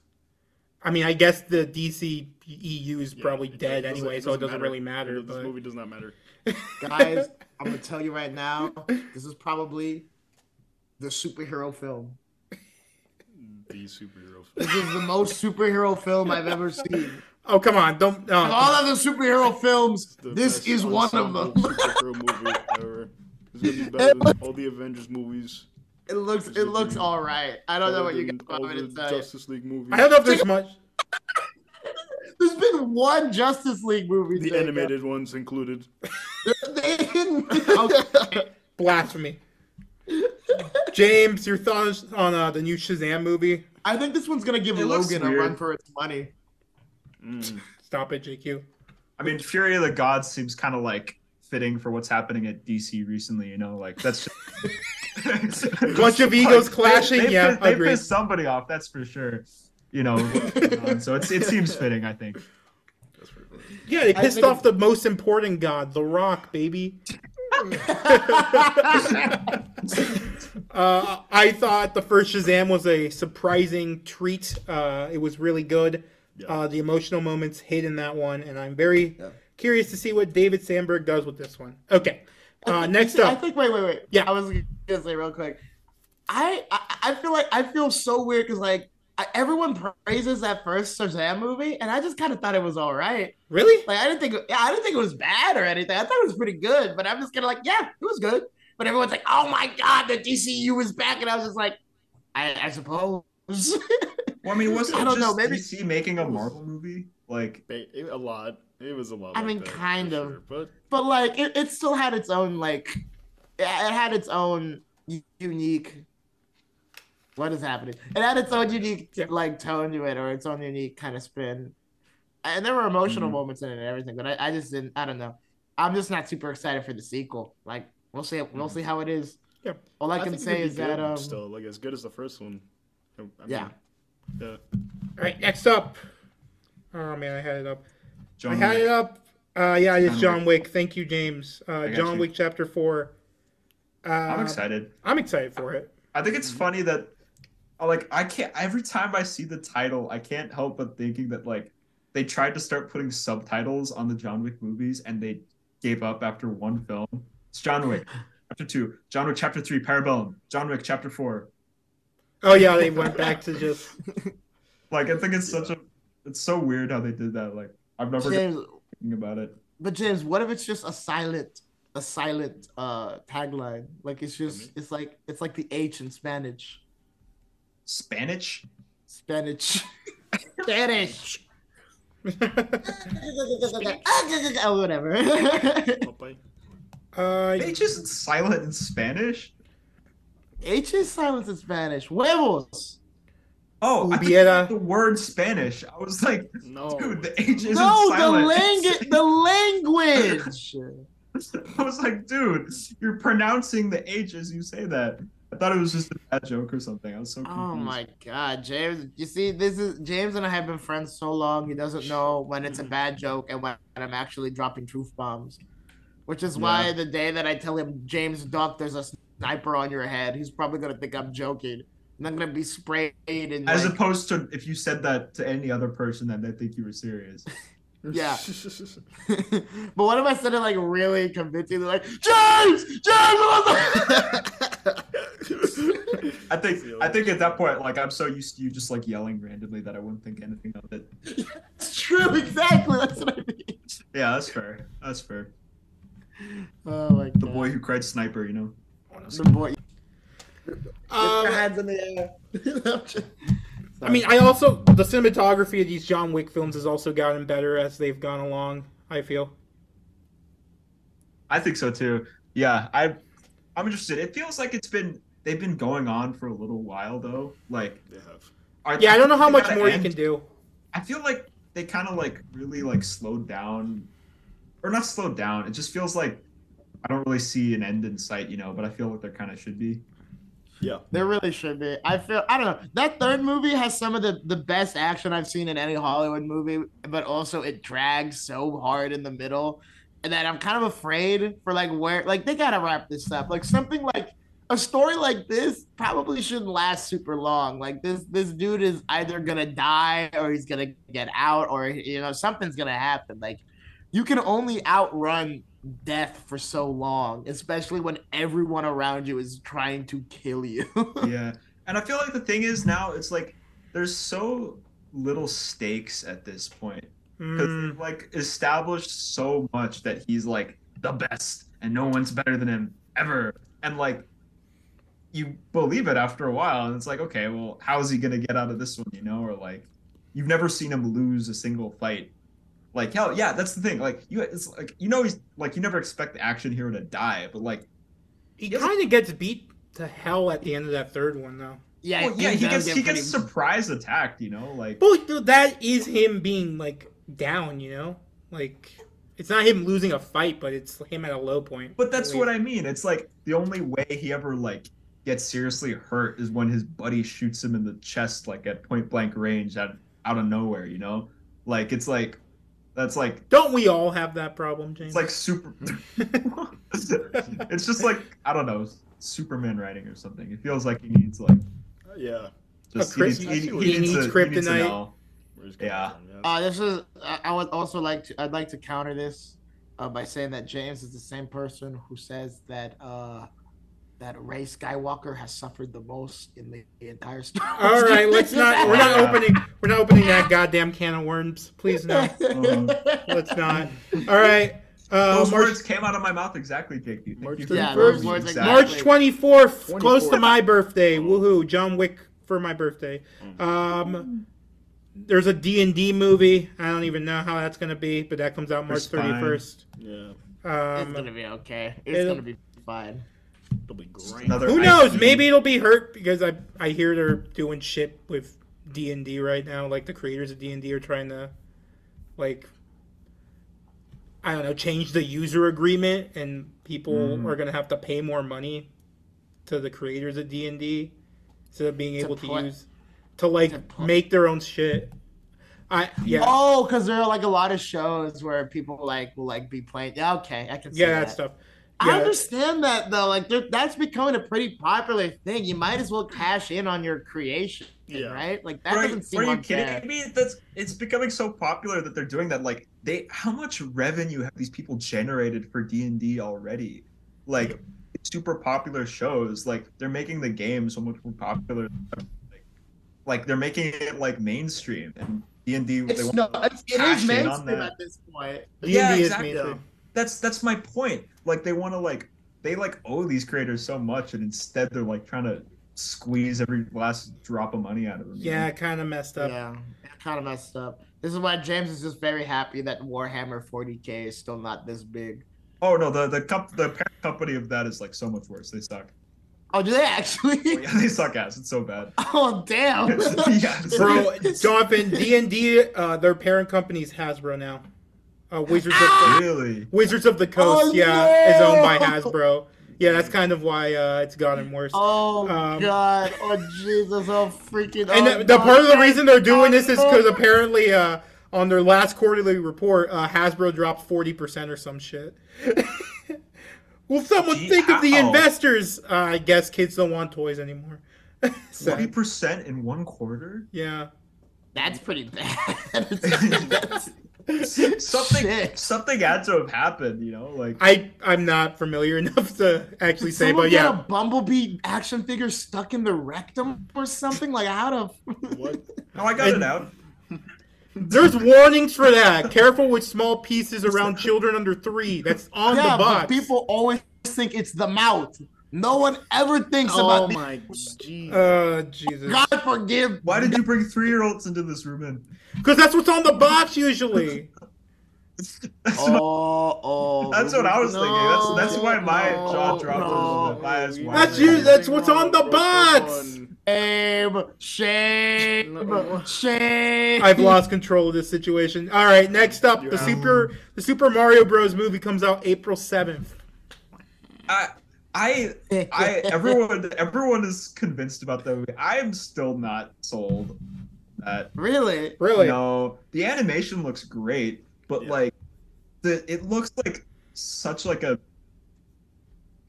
Speaker 3: I mean, I guess the DC EU is
Speaker 4: Yeah,
Speaker 3: probably
Speaker 4: it-
Speaker 3: dead
Speaker 4: doesn't-
Speaker 3: anyway, so it doesn't really matter.
Speaker 4: It- This
Speaker 3: but-
Speaker 4: movie does not matter. [LAUGHS]
Speaker 6: Guys, I'm gonna tell you right now. This is probably the superhero film.
Speaker 4: The superhero. film.
Speaker 6: This is the most superhero film I've ever seen.
Speaker 3: oh, come on! Don't. no.
Speaker 6: Of all of the superhero films,
Speaker 4: the
Speaker 6: this
Speaker 4: best
Speaker 6: is one of
Speaker 4: ensemble
Speaker 6: them.
Speaker 4: superhero movie ever. It's gonna be
Speaker 6: [LAUGHS]
Speaker 4: better than all the Avengers movies.
Speaker 6: it looks it looks all right. I don't know what you guys want me to
Speaker 4: the
Speaker 6: tell you.
Speaker 4: Justice League movies.
Speaker 3: I don't know if there's much.
Speaker 6: There's been one Justice League movie.
Speaker 4: the
Speaker 6: Jacob.
Speaker 4: animated ones included.
Speaker 6: [LAUGHS] They didn't.
Speaker 4: [LAUGHS]
Speaker 3: Blasphemy. James, your thoughts on uh, the new Shazam movie?
Speaker 6: I think this one's gonna give
Speaker 2: It looks
Speaker 6: Logan a
Speaker 2: weird.
Speaker 6: run for its money. [LAUGHS]
Speaker 4: Mm.
Speaker 3: Stop it, JQ.
Speaker 2: I mean, Fury of the Gods seems kind of like fitting for what's happening at DC recently. You know, like that's just...
Speaker 3: [LAUGHS] Bunch of egos clashing,
Speaker 2: They, they
Speaker 3: yeah,
Speaker 2: pissed- they
Speaker 3: agreed.
Speaker 2: pissed somebody off. That's for sure. You know, what's going on. so it's, it seems fitting. I think.
Speaker 4: That's pretty
Speaker 6: [LAUGHS]
Speaker 4: cool.
Speaker 3: Yeah, they
Speaker 6: I
Speaker 3: pissed
Speaker 6: think-
Speaker 3: off the most important god, The Rock, baby. Uh, I thought the first Shazam was a surprising treat. Uh, it was really good.
Speaker 4: Yeah.
Speaker 3: Uh, the emotional moments hid in that one, and I'm very
Speaker 6: Yeah.
Speaker 3: curious to see what David Sandberg does with this one. Okay, uh, next
Speaker 6: I
Speaker 3: up.
Speaker 6: think. Wait, wait, wait.
Speaker 3: Yeah.
Speaker 6: I was gonna say real quick. I I, I feel like I feel so weird because like I, everyone praises that first Shazam movie, and I just kind of thought it was all right.
Speaker 3: Really?
Speaker 6: Like I didn't think, yeah, I didn't think it was bad or anything. I thought it was pretty good, but I'm just kind of like, yeah, it was good. But everyone's like, oh my god, the DCU is back, and I was just like, I, I suppose.
Speaker 2: Well, I mean, wasn't
Speaker 6: I
Speaker 2: it
Speaker 6: don't
Speaker 2: just
Speaker 6: know, maybe-
Speaker 2: DC making a Marvel movie? Like,
Speaker 4: Ba- it- a lot. It was a lot.
Speaker 6: I
Speaker 4: like
Speaker 6: mean,
Speaker 4: that, for
Speaker 6: kind of.
Speaker 4: sure, But
Speaker 6: but like, it, it still had its own like, it it had its own u- unique. What is happening? It had its own unique
Speaker 3: Yeah.
Speaker 6: like tone to it, or its own unique kind of spin. And there were emotional
Speaker 4: Mm-hmm.
Speaker 2: Mhm.
Speaker 6: moments in it and everything, but I, I just didn't. I don't know. I'm just not super excited for the sequel. Like, we'll see. We'll
Speaker 2: Mhm.
Speaker 6: see how it is.
Speaker 3: Yeah.
Speaker 6: All I,
Speaker 4: Mm-hmm. think
Speaker 6: can
Speaker 4: it could
Speaker 6: say
Speaker 4: be
Speaker 6: is that
Speaker 4: good
Speaker 6: um,
Speaker 4: still like as good as the first one. I mean,
Speaker 6: Yeah.
Speaker 4: yeah.
Speaker 3: All right, next up. Oh man, I had it up.
Speaker 2: John
Speaker 3: I had it
Speaker 2: Wick.
Speaker 3: up. Uh, yeah, it's
Speaker 2: John
Speaker 3: John Wick. Thank you, James. Uh,
Speaker 2: got
Speaker 3: John
Speaker 2: you.
Speaker 3: Wick Chapter Four. Uh,
Speaker 2: I'm excited.
Speaker 3: I'm excited for it.
Speaker 2: I think
Speaker 6: Mm-hmm.
Speaker 2: it's funny that, I like, I can't. Every time I see the title, I can't help but thinking that like, they tried to start putting subtitles on the John Wick movies, and they gave up after one film. It's John
Speaker 6: [LAUGHS]
Speaker 2: Wick, Chapter Two, John Wick Chapter Three, Parabellum, John Wick Chapter Four.
Speaker 3: Oh yeah, they went back to just. [LAUGHS]
Speaker 2: Like, I think it's such a, it's so weird how they did that. Like, I've never been
Speaker 6: James,
Speaker 2: thinking about it.
Speaker 6: but James, what if it's just a silent, a silent uh tagline? Like it's just,
Speaker 4: Mm-hmm.
Speaker 6: it's like, it's like the H in Spanish.
Speaker 2: Spanish.
Speaker 6: Spanish. Spanish.
Speaker 3: Uh,
Speaker 6: [LAUGHS] oh, whatever. [LAUGHS]
Speaker 4: Popeye.
Speaker 3: uh,
Speaker 2: They just silent in Spanish.
Speaker 6: H is silent in Spanish. Huevos.
Speaker 2: Oh, I thought you
Speaker 3: Ubiera.
Speaker 2: meant the word Spanish. I was like,
Speaker 4: No.
Speaker 2: [LAUGHS] dude,
Speaker 4: [LAUGHS]
Speaker 2: the H isn't
Speaker 6: Oh No, the
Speaker 2: silent.
Speaker 6: language. The language.
Speaker 2: [LAUGHS] I was like, dude, you're pronouncing the H as you say that. I thought it was just a bad joke or something. I was so confused.
Speaker 6: Oh my God, James! You see, this is James and I have been friends so long. He doesn't know when it's a bad joke and when I'm actually dropping truth bombs, which is why the day that I tell him, James Duck, there's a sniper on your head, he's probably gonna think I'm joking. And I'm gonna be sprayed and
Speaker 2: As
Speaker 6: like,
Speaker 2: opposed to if you said that to any other person, then they think you were serious.
Speaker 6: Yeah. [LAUGHS] but what if I said it like really convincingly, like James, James? what the-"
Speaker 2: I think I think at that point, like I'm so used to you just like yelling randomly that I wouldn't think anything of it.
Speaker 6: it's true, exactly. That's what I mean.
Speaker 2: Yeah, that's fair. That's fair.
Speaker 6: Oh my God.
Speaker 2: The boy who cried sniper, you know.
Speaker 6: The boy. Your
Speaker 3: Um,
Speaker 6: hands in the air. [LAUGHS]
Speaker 3: I mean, I also the cinematography of these John Wick films has also gotten better as they've gone along. I feel.
Speaker 2: I think so too. Yeah, I I'm interested. It feels like it's been they've been going on for a little while though. Like
Speaker 4: They have.
Speaker 2: are,
Speaker 3: Yeah, I don't know how
Speaker 2: they
Speaker 3: much
Speaker 2: gotta
Speaker 3: more you
Speaker 2: end-
Speaker 3: can do.
Speaker 2: I feel like they kind of like really like slowed down, or not slowed down. It just feels like I don't really see an end in sight, you know. But I feel like there kind of should be.
Speaker 4: Yeah.
Speaker 6: There really should be. I feel I don't know. That third movie has some of the, the best action I've seen in any Hollywood movie, but also it drags so hard in the middle and that I'm kind of afraid for like where like they gotta wrap this up. Like something like a story like this probably shouldn't last super long. Like this this dude is either gonna die or he's gonna get out or you know, something's gonna happen. Like you can only outrun death for so long, especially when everyone around you is trying to kill you.
Speaker 2: yeah, and I feel like the thing is now it's like there's so little stakes at this point. because
Speaker 3: Mm,
Speaker 6: Hmm.
Speaker 2: they've like established so much that he's like the best and no one's better than him ever and like you believe it after a while and it's like okay well how's he gonna get out of this one you know or like you've never seen him lose a single fight like hell yeah that's the thing like you it's like you know he's like you never expect the action hero to die but like
Speaker 3: he kind of gets beat to hell at the end of that third one, though.
Speaker 6: yeah,
Speaker 2: well, Oh, yeah he
Speaker 6: does
Speaker 2: gets
Speaker 6: get
Speaker 2: he gets
Speaker 6: pretty-
Speaker 2: surprise attacked you know like
Speaker 3: But that is him being like down, you know. Like it's not him losing a fight, but it's him at a low point.
Speaker 2: But that's what I mean. It's like the only way he ever like gets seriously hurt is when his buddy shoots him in the chest, like at point blank range, out out of nowhere. You know, like it's like that's like
Speaker 3: Don't we all have that problem, James?
Speaker 2: it's like
Speaker 6: [LAUGHS]
Speaker 2: super. [LAUGHS] it's just like I don't know, Superman writing or something. It feels like he needs like
Speaker 4: Yeah.
Speaker 2: just
Speaker 3: crypt-
Speaker 2: he needs,
Speaker 4: he
Speaker 3: needs
Speaker 2: to- needs to
Speaker 3: kryptonite.
Speaker 2: know.
Speaker 4: Where's it
Speaker 2: Yeah.
Speaker 4: coming from?
Speaker 6: Uh, this is. I, I would also like to. I'd like to counter this uh, by saying that James is the same person who says that uh, that Ray Skywalker has suffered the most in the, the entire story.
Speaker 2: [LAUGHS]
Speaker 3: all right, let's not. We're not
Speaker 2: Yeah.
Speaker 3: opening. We're not opening that goddamn can of worms.
Speaker 2: [LAUGHS]
Speaker 3: Please
Speaker 6: [LAUGHS]
Speaker 3: no. Let's not. All right. Uh,
Speaker 2: Those
Speaker 3: March
Speaker 2: words came out of my mouth exactly, JQ. Thank
Speaker 4: March
Speaker 2: you for
Speaker 4: 31st.
Speaker 6: Yeah,
Speaker 2: those
Speaker 6: those words
Speaker 2: exact-
Speaker 6: exactly.
Speaker 3: March 24th, close to
Speaker 4: 24th.
Speaker 3: my birthday. Woohoo! John Wick for my birthday. Um, there's a D&D movie. I don't even know how that's gonna be, but that comes out March
Speaker 2: It's fine.
Speaker 3: 31st.
Speaker 4: Yeah.
Speaker 6: it's
Speaker 3: Um,
Speaker 6: gonna be okay. It's
Speaker 3: it'll-
Speaker 6: gonna be fine.
Speaker 4: It'll be great.
Speaker 2: Another
Speaker 3: who
Speaker 2: ice
Speaker 3: knows?
Speaker 2: cube.
Speaker 3: Maybe it'll be hurt because I I hear they're doing shit with D&D right now. Like the creators of D&D are trying to, like, I don't know, change the user agreement, and people
Speaker 2: Mm.
Speaker 6: Mm-hmm.
Speaker 3: are gonna have to pay more money to the creators of D&D instead of being
Speaker 6: To
Speaker 3: able to
Speaker 6: play-
Speaker 3: use to like
Speaker 6: to pl-
Speaker 3: make their own shit. I yeah.
Speaker 6: Oh, because there are like a lot of shows where people like will like be playing. Yeah, okay, I can. See
Speaker 3: yeah,
Speaker 6: that.
Speaker 3: that stuff.
Speaker 6: I
Speaker 3: Yeah.
Speaker 6: understand that though. Like there- that's becoming a pretty popular thing. You might as well cash in on your creation,
Speaker 4: Yeah.
Speaker 2: [LAUGHS]
Speaker 6: right? Like that
Speaker 2: Bro,
Speaker 6: doesn't seem
Speaker 2: are you
Speaker 6: unfair.
Speaker 2: kidding me? That's it's becoming so popular that they're doing that. Like they, how much revenue have these people generated for D and D already? Like super popular shows. Like they're making the game so much more popular. Like, like they're making it like mainstream and D and D.
Speaker 6: It's no, it's, it is
Speaker 2: cash in on
Speaker 6: mainstream
Speaker 2: that.
Speaker 6: at this point.
Speaker 3: D&D
Speaker 2: Yeah,
Speaker 3: is
Speaker 2: exactly.
Speaker 3: mainstream.
Speaker 2: That's that's my point. Like they want to like they like owe these creators so much, and instead they're like trying to squeeze every last drop of money out of them. you know?
Speaker 3: Yeah, kind of messed up.
Speaker 6: Yeah, kind of messed up. This is why James is just very happy that Warhammer 40k is still not this big.
Speaker 2: Oh no, the the comp- the parent company of that is like so much worse. They suck. [LAUGHS]
Speaker 6: Oh, do they actually?
Speaker 2: yeah, they suck ass. It's so bad.
Speaker 6: [LAUGHS] Oh,
Speaker 2: [LAUGHS]
Speaker 6: damn.
Speaker 2: yeah, it's-
Speaker 3: Bro,
Speaker 6: [LAUGHS]
Speaker 3: Jonathan, D and D, uh, their parent company is Hasbro now. Uh, Wizards, of,
Speaker 2: really.
Speaker 3: Wizards of the Coast,
Speaker 6: Ah! Oh,
Speaker 3: yeah, is owned by
Speaker 6: no.
Speaker 3: Hasbro. Yeah, that's kind of why uh, it's gotten worse.
Speaker 6: Oh
Speaker 3: Um,
Speaker 6: God! Oh Jesus! Oh freaking!
Speaker 3: and
Speaker 6: oh,
Speaker 3: the, the
Speaker 6: God.
Speaker 3: part of the reason they're doing this is because
Speaker 6: Oh,
Speaker 3: apparently uh, on their last quarterly report, uh, Hasbro dropped forty percent or some shit. [LAUGHS] Will someone
Speaker 2: Gee,
Speaker 3: think of the
Speaker 2: how?
Speaker 3: investors? Uh, I guess kids don't want toys anymore. So,
Speaker 2: Forty percent in one quarter. [LAUGHS]
Speaker 3: yeah,
Speaker 6: [LAUGHS] That's pretty bad. [LAUGHS]
Speaker 2: Something
Speaker 6: Shit.
Speaker 2: something had to have happened. You know, like
Speaker 3: I I'm not familiar [LAUGHS] enough to actually
Speaker 6: Did
Speaker 3: say,
Speaker 6: someone
Speaker 3: but
Speaker 6: get
Speaker 3: yeah,
Speaker 6: a bumblebee action figure stuck in the rectum or something like how to?
Speaker 4: What?
Speaker 2: no, I got it
Speaker 3: And-
Speaker 2: out.
Speaker 3: there's warnings for that. Careful with small pieces around children under three. That's on
Speaker 6: yeah,
Speaker 3: the box.
Speaker 6: but people always think it's the mouth. No one ever thinks
Speaker 4: Oh
Speaker 6: about.
Speaker 4: my
Speaker 3: [LAUGHS]
Speaker 4: jeez.
Speaker 3: Uh, Jesus.
Speaker 6: God forgive.
Speaker 2: Why did you bring three year olds into this room? In
Speaker 3: Because that's what's on the box usually.
Speaker 2: that's not
Speaker 6: Oh, oh.
Speaker 2: That's what I was thinking. That's that's why my
Speaker 6: no,
Speaker 2: jaw dropped a
Speaker 4: Oh,
Speaker 2: little
Speaker 6: no.
Speaker 2: bit. My eyes wide
Speaker 3: That's
Speaker 2: open.
Speaker 3: you- that's what's on the
Speaker 4: Wrong, bro.
Speaker 3: box.
Speaker 4: Come
Speaker 6: Shame,
Speaker 2: [LAUGHS]
Speaker 6: shame,
Speaker 4: No.
Speaker 6: shame.
Speaker 3: I've lost control of this situation. All right, next up, the
Speaker 4: Yeah.
Speaker 3: Super the Super Mario Bros. movie comes out April seventh.
Speaker 2: I,
Speaker 3: [LAUGHS]
Speaker 2: I, I, everyone, everyone is convinced about that movie. I am still not sold. That
Speaker 6: Really?
Speaker 3: Really?
Speaker 2: no, the animation looks great, but
Speaker 4: Yeah.
Speaker 2: like, the it looks like such like a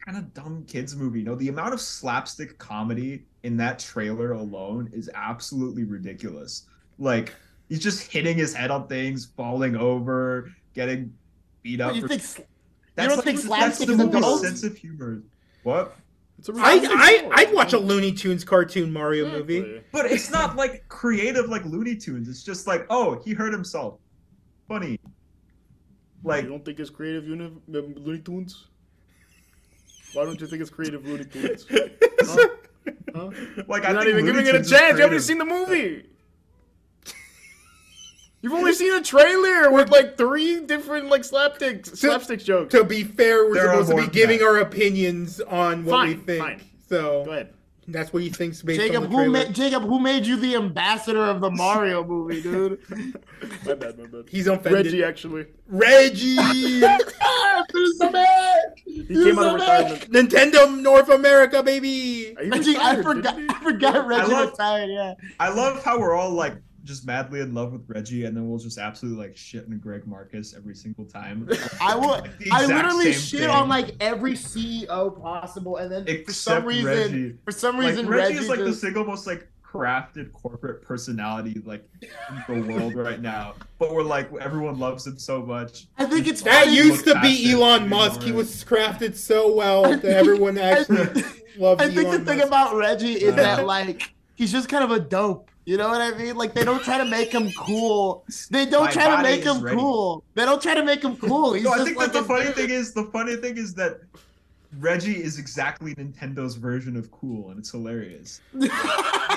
Speaker 2: kind of dumb kids movie. No, the amount of slapstick comedy in that trailer alone is absolutely ridiculous. Like, he's just hitting his head on things, falling over, getting beat up.
Speaker 6: What, you
Speaker 2: for
Speaker 6: think? don't think slapstick
Speaker 2: the
Speaker 6: is
Speaker 2: movie's
Speaker 6: adult?
Speaker 2: sense of humor. What?
Speaker 4: It's a
Speaker 3: I,
Speaker 4: reality show.
Speaker 3: I I'd watch a Looney Tunes cartoon Mario movie.
Speaker 4: Exactly.
Speaker 2: But it's not like creative like Looney Tunes. It's just like, oh, he hurt himself. Funny. Like,
Speaker 4: you don't think it's creative uni- uh, Looney Tunes? Why don't you think it's creative
Speaker 3: [LAUGHS]
Speaker 4: Looney Tunes? Huh? Huh?
Speaker 2: like I
Speaker 4: You're not
Speaker 2: think
Speaker 4: even
Speaker 2: Looney
Speaker 4: giving it a
Speaker 2: Tunes is
Speaker 4: chance. You haven't
Speaker 2: creative.
Speaker 4: seen the movie. [LAUGHS] You've only seen a trailer with like three different like slapstick slapstick jokes.
Speaker 3: To be fair, we're
Speaker 2: There are
Speaker 3: supposed to
Speaker 2: more
Speaker 3: be
Speaker 2: than
Speaker 3: giving
Speaker 2: that.
Speaker 3: our opinions on what we
Speaker 4: Fine,
Speaker 3: think.
Speaker 4: fine.
Speaker 3: So [LAUGHS]
Speaker 4: Go ahead.
Speaker 3: that's what he thinks based on
Speaker 6: Jacob,
Speaker 3: the
Speaker 6: who
Speaker 3: trailer.
Speaker 6: made Jacob? Who made you the ambassador of the Mario
Speaker 2: [LAUGHS]
Speaker 6: movie, dude?
Speaker 4: My bad, my bad.
Speaker 3: He's offended.
Speaker 4: Reggie actually.
Speaker 3: Reggie!
Speaker 6: Ah, there's the man!
Speaker 4: He came out of retirement.
Speaker 3: Nintendo North America, baby.
Speaker 4: He
Speaker 6: Reggie, I
Speaker 4: retired,
Speaker 6: forgot.
Speaker 4: didn't he?
Speaker 6: I forgot Reggie
Speaker 2: love-
Speaker 6: retired. Yeah.
Speaker 2: I love how we're all like just madly in love with Reggie, and then we'll just absolutely like shit on Greg Marcus every single time.
Speaker 6: I will.
Speaker 2: Like, the
Speaker 6: [LAUGHS] I
Speaker 2: exact
Speaker 6: literally
Speaker 2: same
Speaker 6: shit
Speaker 2: thing.
Speaker 6: on like every CEO possible, and then for
Speaker 2: Except
Speaker 6: some reason,
Speaker 2: Reggie.
Speaker 6: for some
Speaker 2: Like,
Speaker 6: reason,
Speaker 2: Reggie is like the
Speaker 6: just,
Speaker 2: single most like crafted corporate personality like in the world right now. But we're like everyone loves him so much.
Speaker 6: I think it's
Speaker 3: That
Speaker 6: funny-
Speaker 3: used to
Speaker 2: Look
Speaker 3: be
Speaker 2: faster,
Speaker 3: Elon
Speaker 2: you
Speaker 3: Musk.
Speaker 2: know,
Speaker 3: He
Speaker 2: right?
Speaker 3: was crafted so well that
Speaker 6: [LAUGHS]
Speaker 3: everyone actually loved
Speaker 2: E
Speaker 6: I
Speaker 3: Elon
Speaker 6: think the thing
Speaker 3: Musk.
Speaker 6: about Reggie is
Speaker 2: Uh.
Speaker 6: that like he's just kind of a dope. You know what I mean? Like they don't try to make him cool. They don't
Speaker 2: My
Speaker 6: try to
Speaker 2: body
Speaker 6: make
Speaker 2: is
Speaker 6: him
Speaker 2: ready.
Speaker 6: cool. They don't try to make him cool. He's
Speaker 2: no, I
Speaker 6: just
Speaker 2: think
Speaker 6: like
Speaker 2: that the
Speaker 6: a
Speaker 2: funny
Speaker 6: dude.
Speaker 2: thing is the funny thing is that Reggie is exactly Nintendo's version of cool, and it's
Speaker 6: [LAUGHS]
Speaker 2: hilarious. they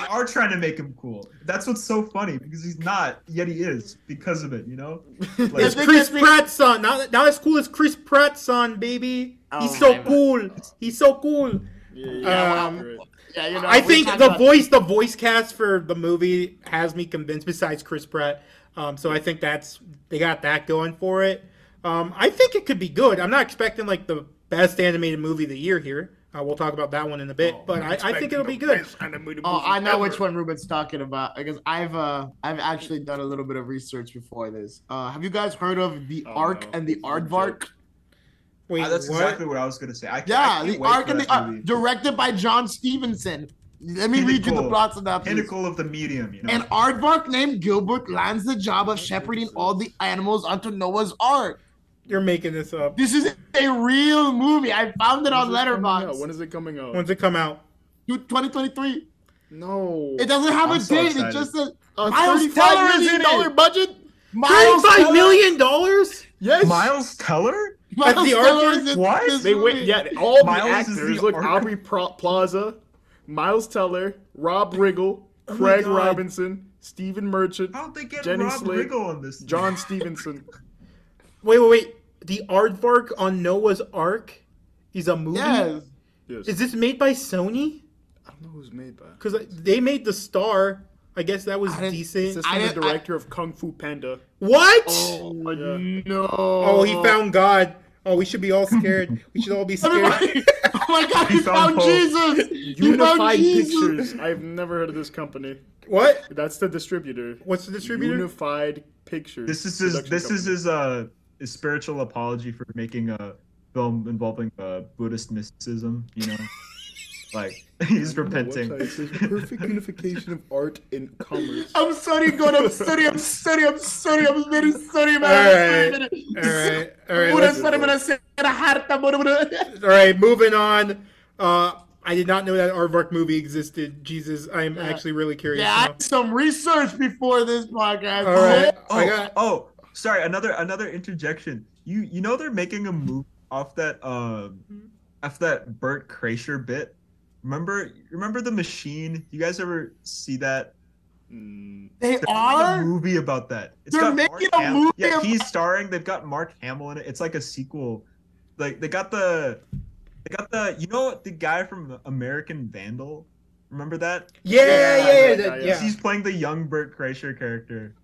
Speaker 2: are trying to make him cool. That's what's so funny because he's not, yet he is because of it. You
Speaker 6: [LAUGHS]
Speaker 2: know,
Speaker 6: The
Speaker 3: It's
Speaker 2: like, uh,
Speaker 6: thing
Speaker 3: Chris
Speaker 6: that makes-
Speaker 3: Pratt's son. Now, now it's cool as Chris Pratt's son, baby. He's
Speaker 6: Oh
Speaker 3: so
Speaker 6: my
Speaker 3: cool. He's so cool.
Speaker 4: Yeah, yeah,
Speaker 3: Um,
Speaker 4: yeah.
Speaker 6: yeah, you know,
Speaker 3: I
Speaker 6: we
Speaker 3: think
Speaker 6: talked
Speaker 3: the
Speaker 6: about-
Speaker 3: voice, the voice cast for the movie has me convinced. Besides Chris Pratt, um, so I think that's they got that going for it. Um, I think it could be good. I'm not expecting like the best animated movie of the year here. Uh, we'll talk about that one in a bit,
Speaker 2: Oh,
Speaker 3: but I, I think it'll be good.
Speaker 6: Oh, I know which one Ruben's talking about because I've uh I've actually done a little bit of research before this. Uh, have you guys heard of the
Speaker 4: Oh,
Speaker 6: Ark
Speaker 4: no.
Speaker 6: and the
Speaker 4: It's a
Speaker 6: Aardvark?
Speaker 4: joke.
Speaker 3: Wait,
Speaker 2: Ah, that's
Speaker 3: what?
Speaker 2: exactly what I was gonna say. I, I
Speaker 6: Yeah,
Speaker 2: can't
Speaker 6: the
Speaker 2: wait
Speaker 6: Ark
Speaker 2: for
Speaker 6: and the
Speaker 2: that movie.
Speaker 6: Aardvark, directed by John Stevenson. Let me read you the
Speaker 2: Pinnacle.
Speaker 6: plot synopsis.
Speaker 2: pinnacle of the medium. You know,
Speaker 6: An aardvark named Gilbert lands the job of shepherding all the animals onto Noah's Ark.
Speaker 3: You're making this up.
Speaker 6: This is a real movie. I found it on
Speaker 4: When is it coming out?
Speaker 6: Letterboxd.
Speaker 4: When is it coming out?
Speaker 3: When's it come out?
Speaker 6: You- 2023.
Speaker 4: No.
Speaker 6: It doesn't have
Speaker 2: I'm
Speaker 6: a
Speaker 2: so
Speaker 6: date. It
Speaker 2: excited.
Speaker 6: just says
Speaker 4: a
Speaker 6: Miles Teller
Speaker 4: $35
Speaker 6: is
Speaker 4: million
Speaker 6: in
Speaker 4: dollar
Speaker 6: it.
Speaker 4: budget?
Speaker 6: Miles
Speaker 3: Thirty-five
Speaker 6: Teller-
Speaker 3: million dollars.
Speaker 4: Yes.
Speaker 2: Miles Teller.
Speaker 6: Miles
Speaker 3: That's the
Speaker 6: Teller
Speaker 3: Ark?
Speaker 6: is in
Speaker 2: What?
Speaker 6: this
Speaker 4: They
Speaker 6: movie.
Speaker 4: went. Yeah, all
Speaker 2: Miles
Speaker 4: the
Speaker 2: is
Speaker 4: actors.
Speaker 2: the
Speaker 4: look,
Speaker 2: arc-
Speaker 4: Aubrey Pro- Plaza, Miles Teller, Rob Riggle,
Speaker 3: my
Speaker 4: Craig
Speaker 3: God.
Speaker 4: Robinson, Stephen Merchant,
Speaker 2: How'd they get
Speaker 4: Jenny
Speaker 2: Rob
Speaker 4: Slate,
Speaker 2: Riggle on this? thing? [LAUGHS]
Speaker 4: John Stevenson.
Speaker 3: Wait, wait, wait. The Aardvark on Noah's Ark is a movie.
Speaker 6: Yes.
Speaker 4: Yes.
Speaker 3: Is this made by Sony?
Speaker 4: I don't know who's made by.
Speaker 3: Because they made The Star. I guess that was
Speaker 6: I didn't-
Speaker 4: Is
Speaker 3: decent.
Speaker 4: this from
Speaker 6: I
Speaker 4: the
Speaker 6: didn't- I-
Speaker 4: director of Kung Fu Panda?
Speaker 3: What?
Speaker 4: Oh, yeah.
Speaker 6: No.
Speaker 3: Oh, he found God. Oh, we should be all scared. we should all be scared.
Speaker 6: Everybody, oh my God! He,
Speaker 2: He found
Speaker 6: found,
Speaker 2: hope.
Speaker 6: Jesus. He found
Speaker 4: Unified
Speaker 6: Jesus.
Speaker 4: Pictures. I've never heard of this company.
Speaker 3: what?
Speaker 4: That's the distributor.
Speaker 3: What's the distributor?
Speaker 4: Unified Pictures.
Speaker 2: This is his.
Speaker 4: production
Speaker 2: This is
Speaker 4: company.
Speaker 2: his. Uh, his spiritual apology for making a film involving uh, Buddhist mysticism. You know, like [LAUGHS] he's repenting. [LAUGHS]
Speaker 4: Website says perfect unification of art and commerce.
Speaker 3: Oh.
Speaker 6: I'm sorry, God. I'm sorry. I'm sorry. I'm sorry. I'm very sorry,
Speaker 3: all
Speaker 6: man.
Speaker 3: right.
Speaker 6: I'm sorry,
Speaker 3: All
Speaker 6: man.
Speaker 3: right. All right.
Speaker 6: Mura,
Speaker 3: let's-
Speaker 6: sorry, man. I said a heart, I'm gonna-
Speaker 3: All right. Moving on. Uh, I did not know that Arvark movie existed. Jesus, I'm
Speaker 6: Yeah.
Speaker 3: actually really curious.
Speaker 6: Yeah, I
Speaker 3: now.
Speaker 6: did some research before this podcast.
Speaker 3: All right.
Speaker 2: Oh,
Speaker 3: I got.
Speaker 2: oh, sorry. Another another interjection. You you know they're making a move off that
Speaker 3: Mm-hmm.
Speaker 2: um off that Burt Kreischer bit. Remember remember the machine? You guys ever see that?
Speaker 4: Mm,
Speaker 6: They
Speaker 2: They're making a
Speaker 6: are.
Speaker 2: movie about that. It's
Speaker 6: They're
Speaker 2: got
Speaker 6: making
Speaker 2: Mark
Speaker 6: a
Speaker 2: Ham-
Speaker 6: movie
Speaker 2: Yeah,
Speaker 6: about-
Speaker 2: he's starring. They've got Mark Hamill in it. It's like a sequel. Like they got the they got the you know the guy from American Vandal. Remember that?
Speaker 3: Yeah, yeah,
Speaker 4: Yeah,
Speaker 3: yeah, yeah.
Speaker 4: yeah,
Speaker 3: that-
Speaker 4: yeah,
Speaker 3: yeah.
Speaker 2: He's playing the young Burt Kreischer character.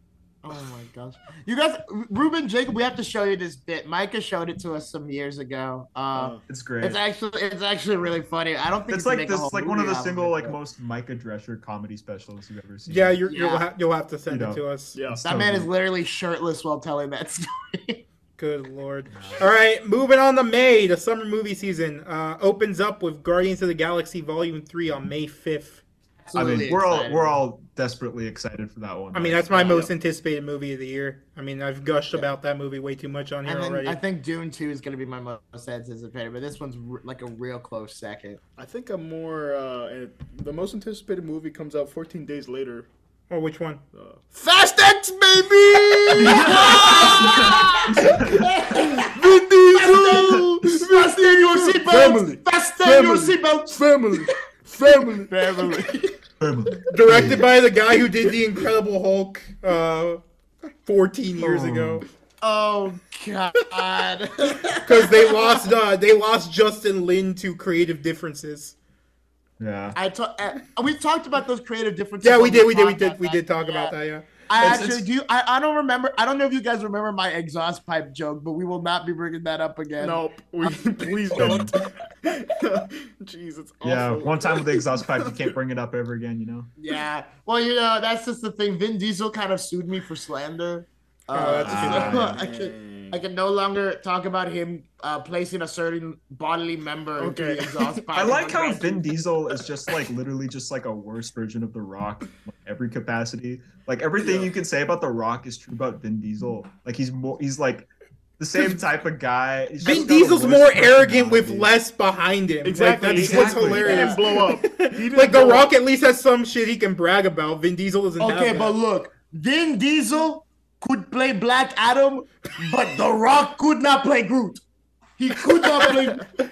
Speaker 6: Oh my gosh, you guys, Ruben Jacob, we have to show you this bit. Micah showed it to us some years ago. Um,
Speaker 3: Oh.
Speaker 4: uh,
Speaker 2: It's great.
Speaker 6: It's actually it's actually really funny. I don't think
Speaker 2: it's
Speaker 6: you can
Speaker 2: like
Speaker 6: make a
Speaker 2: this
Speaker 6: whole
Speaker 2: like one of
Speaker 6: movie
Speaker 2: the
Speaker 6: out
Speaker 2: single
Speaker 6: it,
Speaker 2: like
Speaker 6: but-
Speaker 2: most Micah Drescher comedy specials you've ever seen.
Speaker 3: Yeah, you're, You'll,
Speaker 6: Yeah.
Speaker 3: ha- you'll have to send
Speaker 2: You
Speaker 3: it
Speaker 2: know.
Speaker 3: to us.
Speaker 4: yeah.
Speaker 6: That man is literally shirtless while telling that story.
Speaker 3: Good lord.
Speaker 2: Yeah.
Speaker 3: All right, moving on to May. The summer movie season uh, opens up with Guardians of the Galaxy Volume Three on May fifth.
Speaker 2: I mean,
Speaker 6: Absolutely
Speaker 2: we're all
Speaker 6: excited.
Speaker 2: we're all desperately excited for that one.
Speaker 3: I mean, that's my
Speaker 4: Yeah.
Speaker 3: most anticipated movie of the year. I mean, I've gushed about that movie way too much on here
Speaker 6: And then
Speaker 3: already.
Speaker 6: I think Dune Two is gonna be my most anticipated, but this one's r- like a real close
Speaker 3: [LAUGHS]
Speaker 6: second.
Speaker 4: I think I'm more. Uh, and the most anticipated movie comes out 14 days later.
Speaker 3: Or Oh, which one?
Speaker 4: Uh,
Speaker 6: Fast X, baby!
Speaker 4: Vin Diesel!
Speaker 6: [LAUGHS] Fasten your
Speaker 4: Family.
Speaker 6: seatbelts! Fasten
Speaker 4: Family.
Speaker 6: your seatbelts!
Speaker 4: Family!
Speaker 3: [LAUGHS]
Speaker 4: Family! Family!
Speaker 3: Directed by the guy who did the Incredible Hulk uh, fourteen years ago.
Speaker 6: Oh God! [LAUGHS]
Speaker 3: Because they lost, uh, they lost Justin Lin to creative differences.
Speaker 2: [LAUGHS]
Speaker 6: [LAUGHS]
Speaker 2: yeah.
Speaker 6: I ta- uh, we talked about those creative differences.
Speaker 3: Yeah, we did,
Speaker 6: on this
Speaker 3: we did, we did,
Speaker 6: podcast,
Speaker 3: we did talk
Speaker 6: yeah.
Speaker 3: about that. Yeah.
Speaker 6: I
Speaker 2: It's-
Speaker 6: actually
Speaker 2: it's-
Speaker 6: do. I, I don't remember. I don't know if you guys remember my exhaust pipe joke, but we will not be bringing that up again.
Speaker 4: Nope. [LAUGHS]
Speaker 3: [LAUGHS]
Speaker 4: We, please don't. [LAUGHS] Jeez, it's awful.
Speaker 2: Yeah, one time with the exhaust pipe, you can't bring it up ever again. You know.
Speaker 6: Yeah. Well, you know, that's just the thing. Vin Diesel kind of sued me for slander.
Speaker 3: Oh,
Speaker 6: Uh, [LAUGHS]
Speaker 3: that's
Speaker 2: a good
Speaker 3: [LAUGHS]
Speaker 6: so I can I can no longer talk about him uh, placing a certain bodily member into
Speaker 4: Okay.
Speaker 6: the exhaust [LAUGHS] pipe.
Speaker 2: I like how Vin Diesel is just like literally just like a worse version of The Rock in like, every capacity. Like everything
Speaker 4: Yeah.
Speaker 2: you can say about The Rock is true about Vin Diesel. Like he's more he's like the same type of guy. He's
Speaker 3: Vin
Speaker 2: just got a
Speaker 3: Diesel's
Speaker 2: worse
Speaker 3: more arrogant with
Speaker 2: personality.
Speaker 3: less behind him.
Speaker 4: Exactly.
Speaker 3: Like, that's
Speaker 2: Exactly.
Speaker 3: what's
Speaker 4: He
Speaker 3: hilarious.
Speaker 4: didn't blow
Speaker 3: [LAUGHS]
Speaker 4: up. He didn't
Speaker 3: Like The
Speaker 4: blow up.
Speaker 3: Rock at least has some shit he can brag about. Vin Diesel doesn't
Speaker 6: Okay,
Speaker 3: have
Speaker 6: but
Speaker 3: that.
Speaker 6: look, Vin Diesel could play Black Adam, but The Rock could not play Groot. He could not play.
Speaker 2: I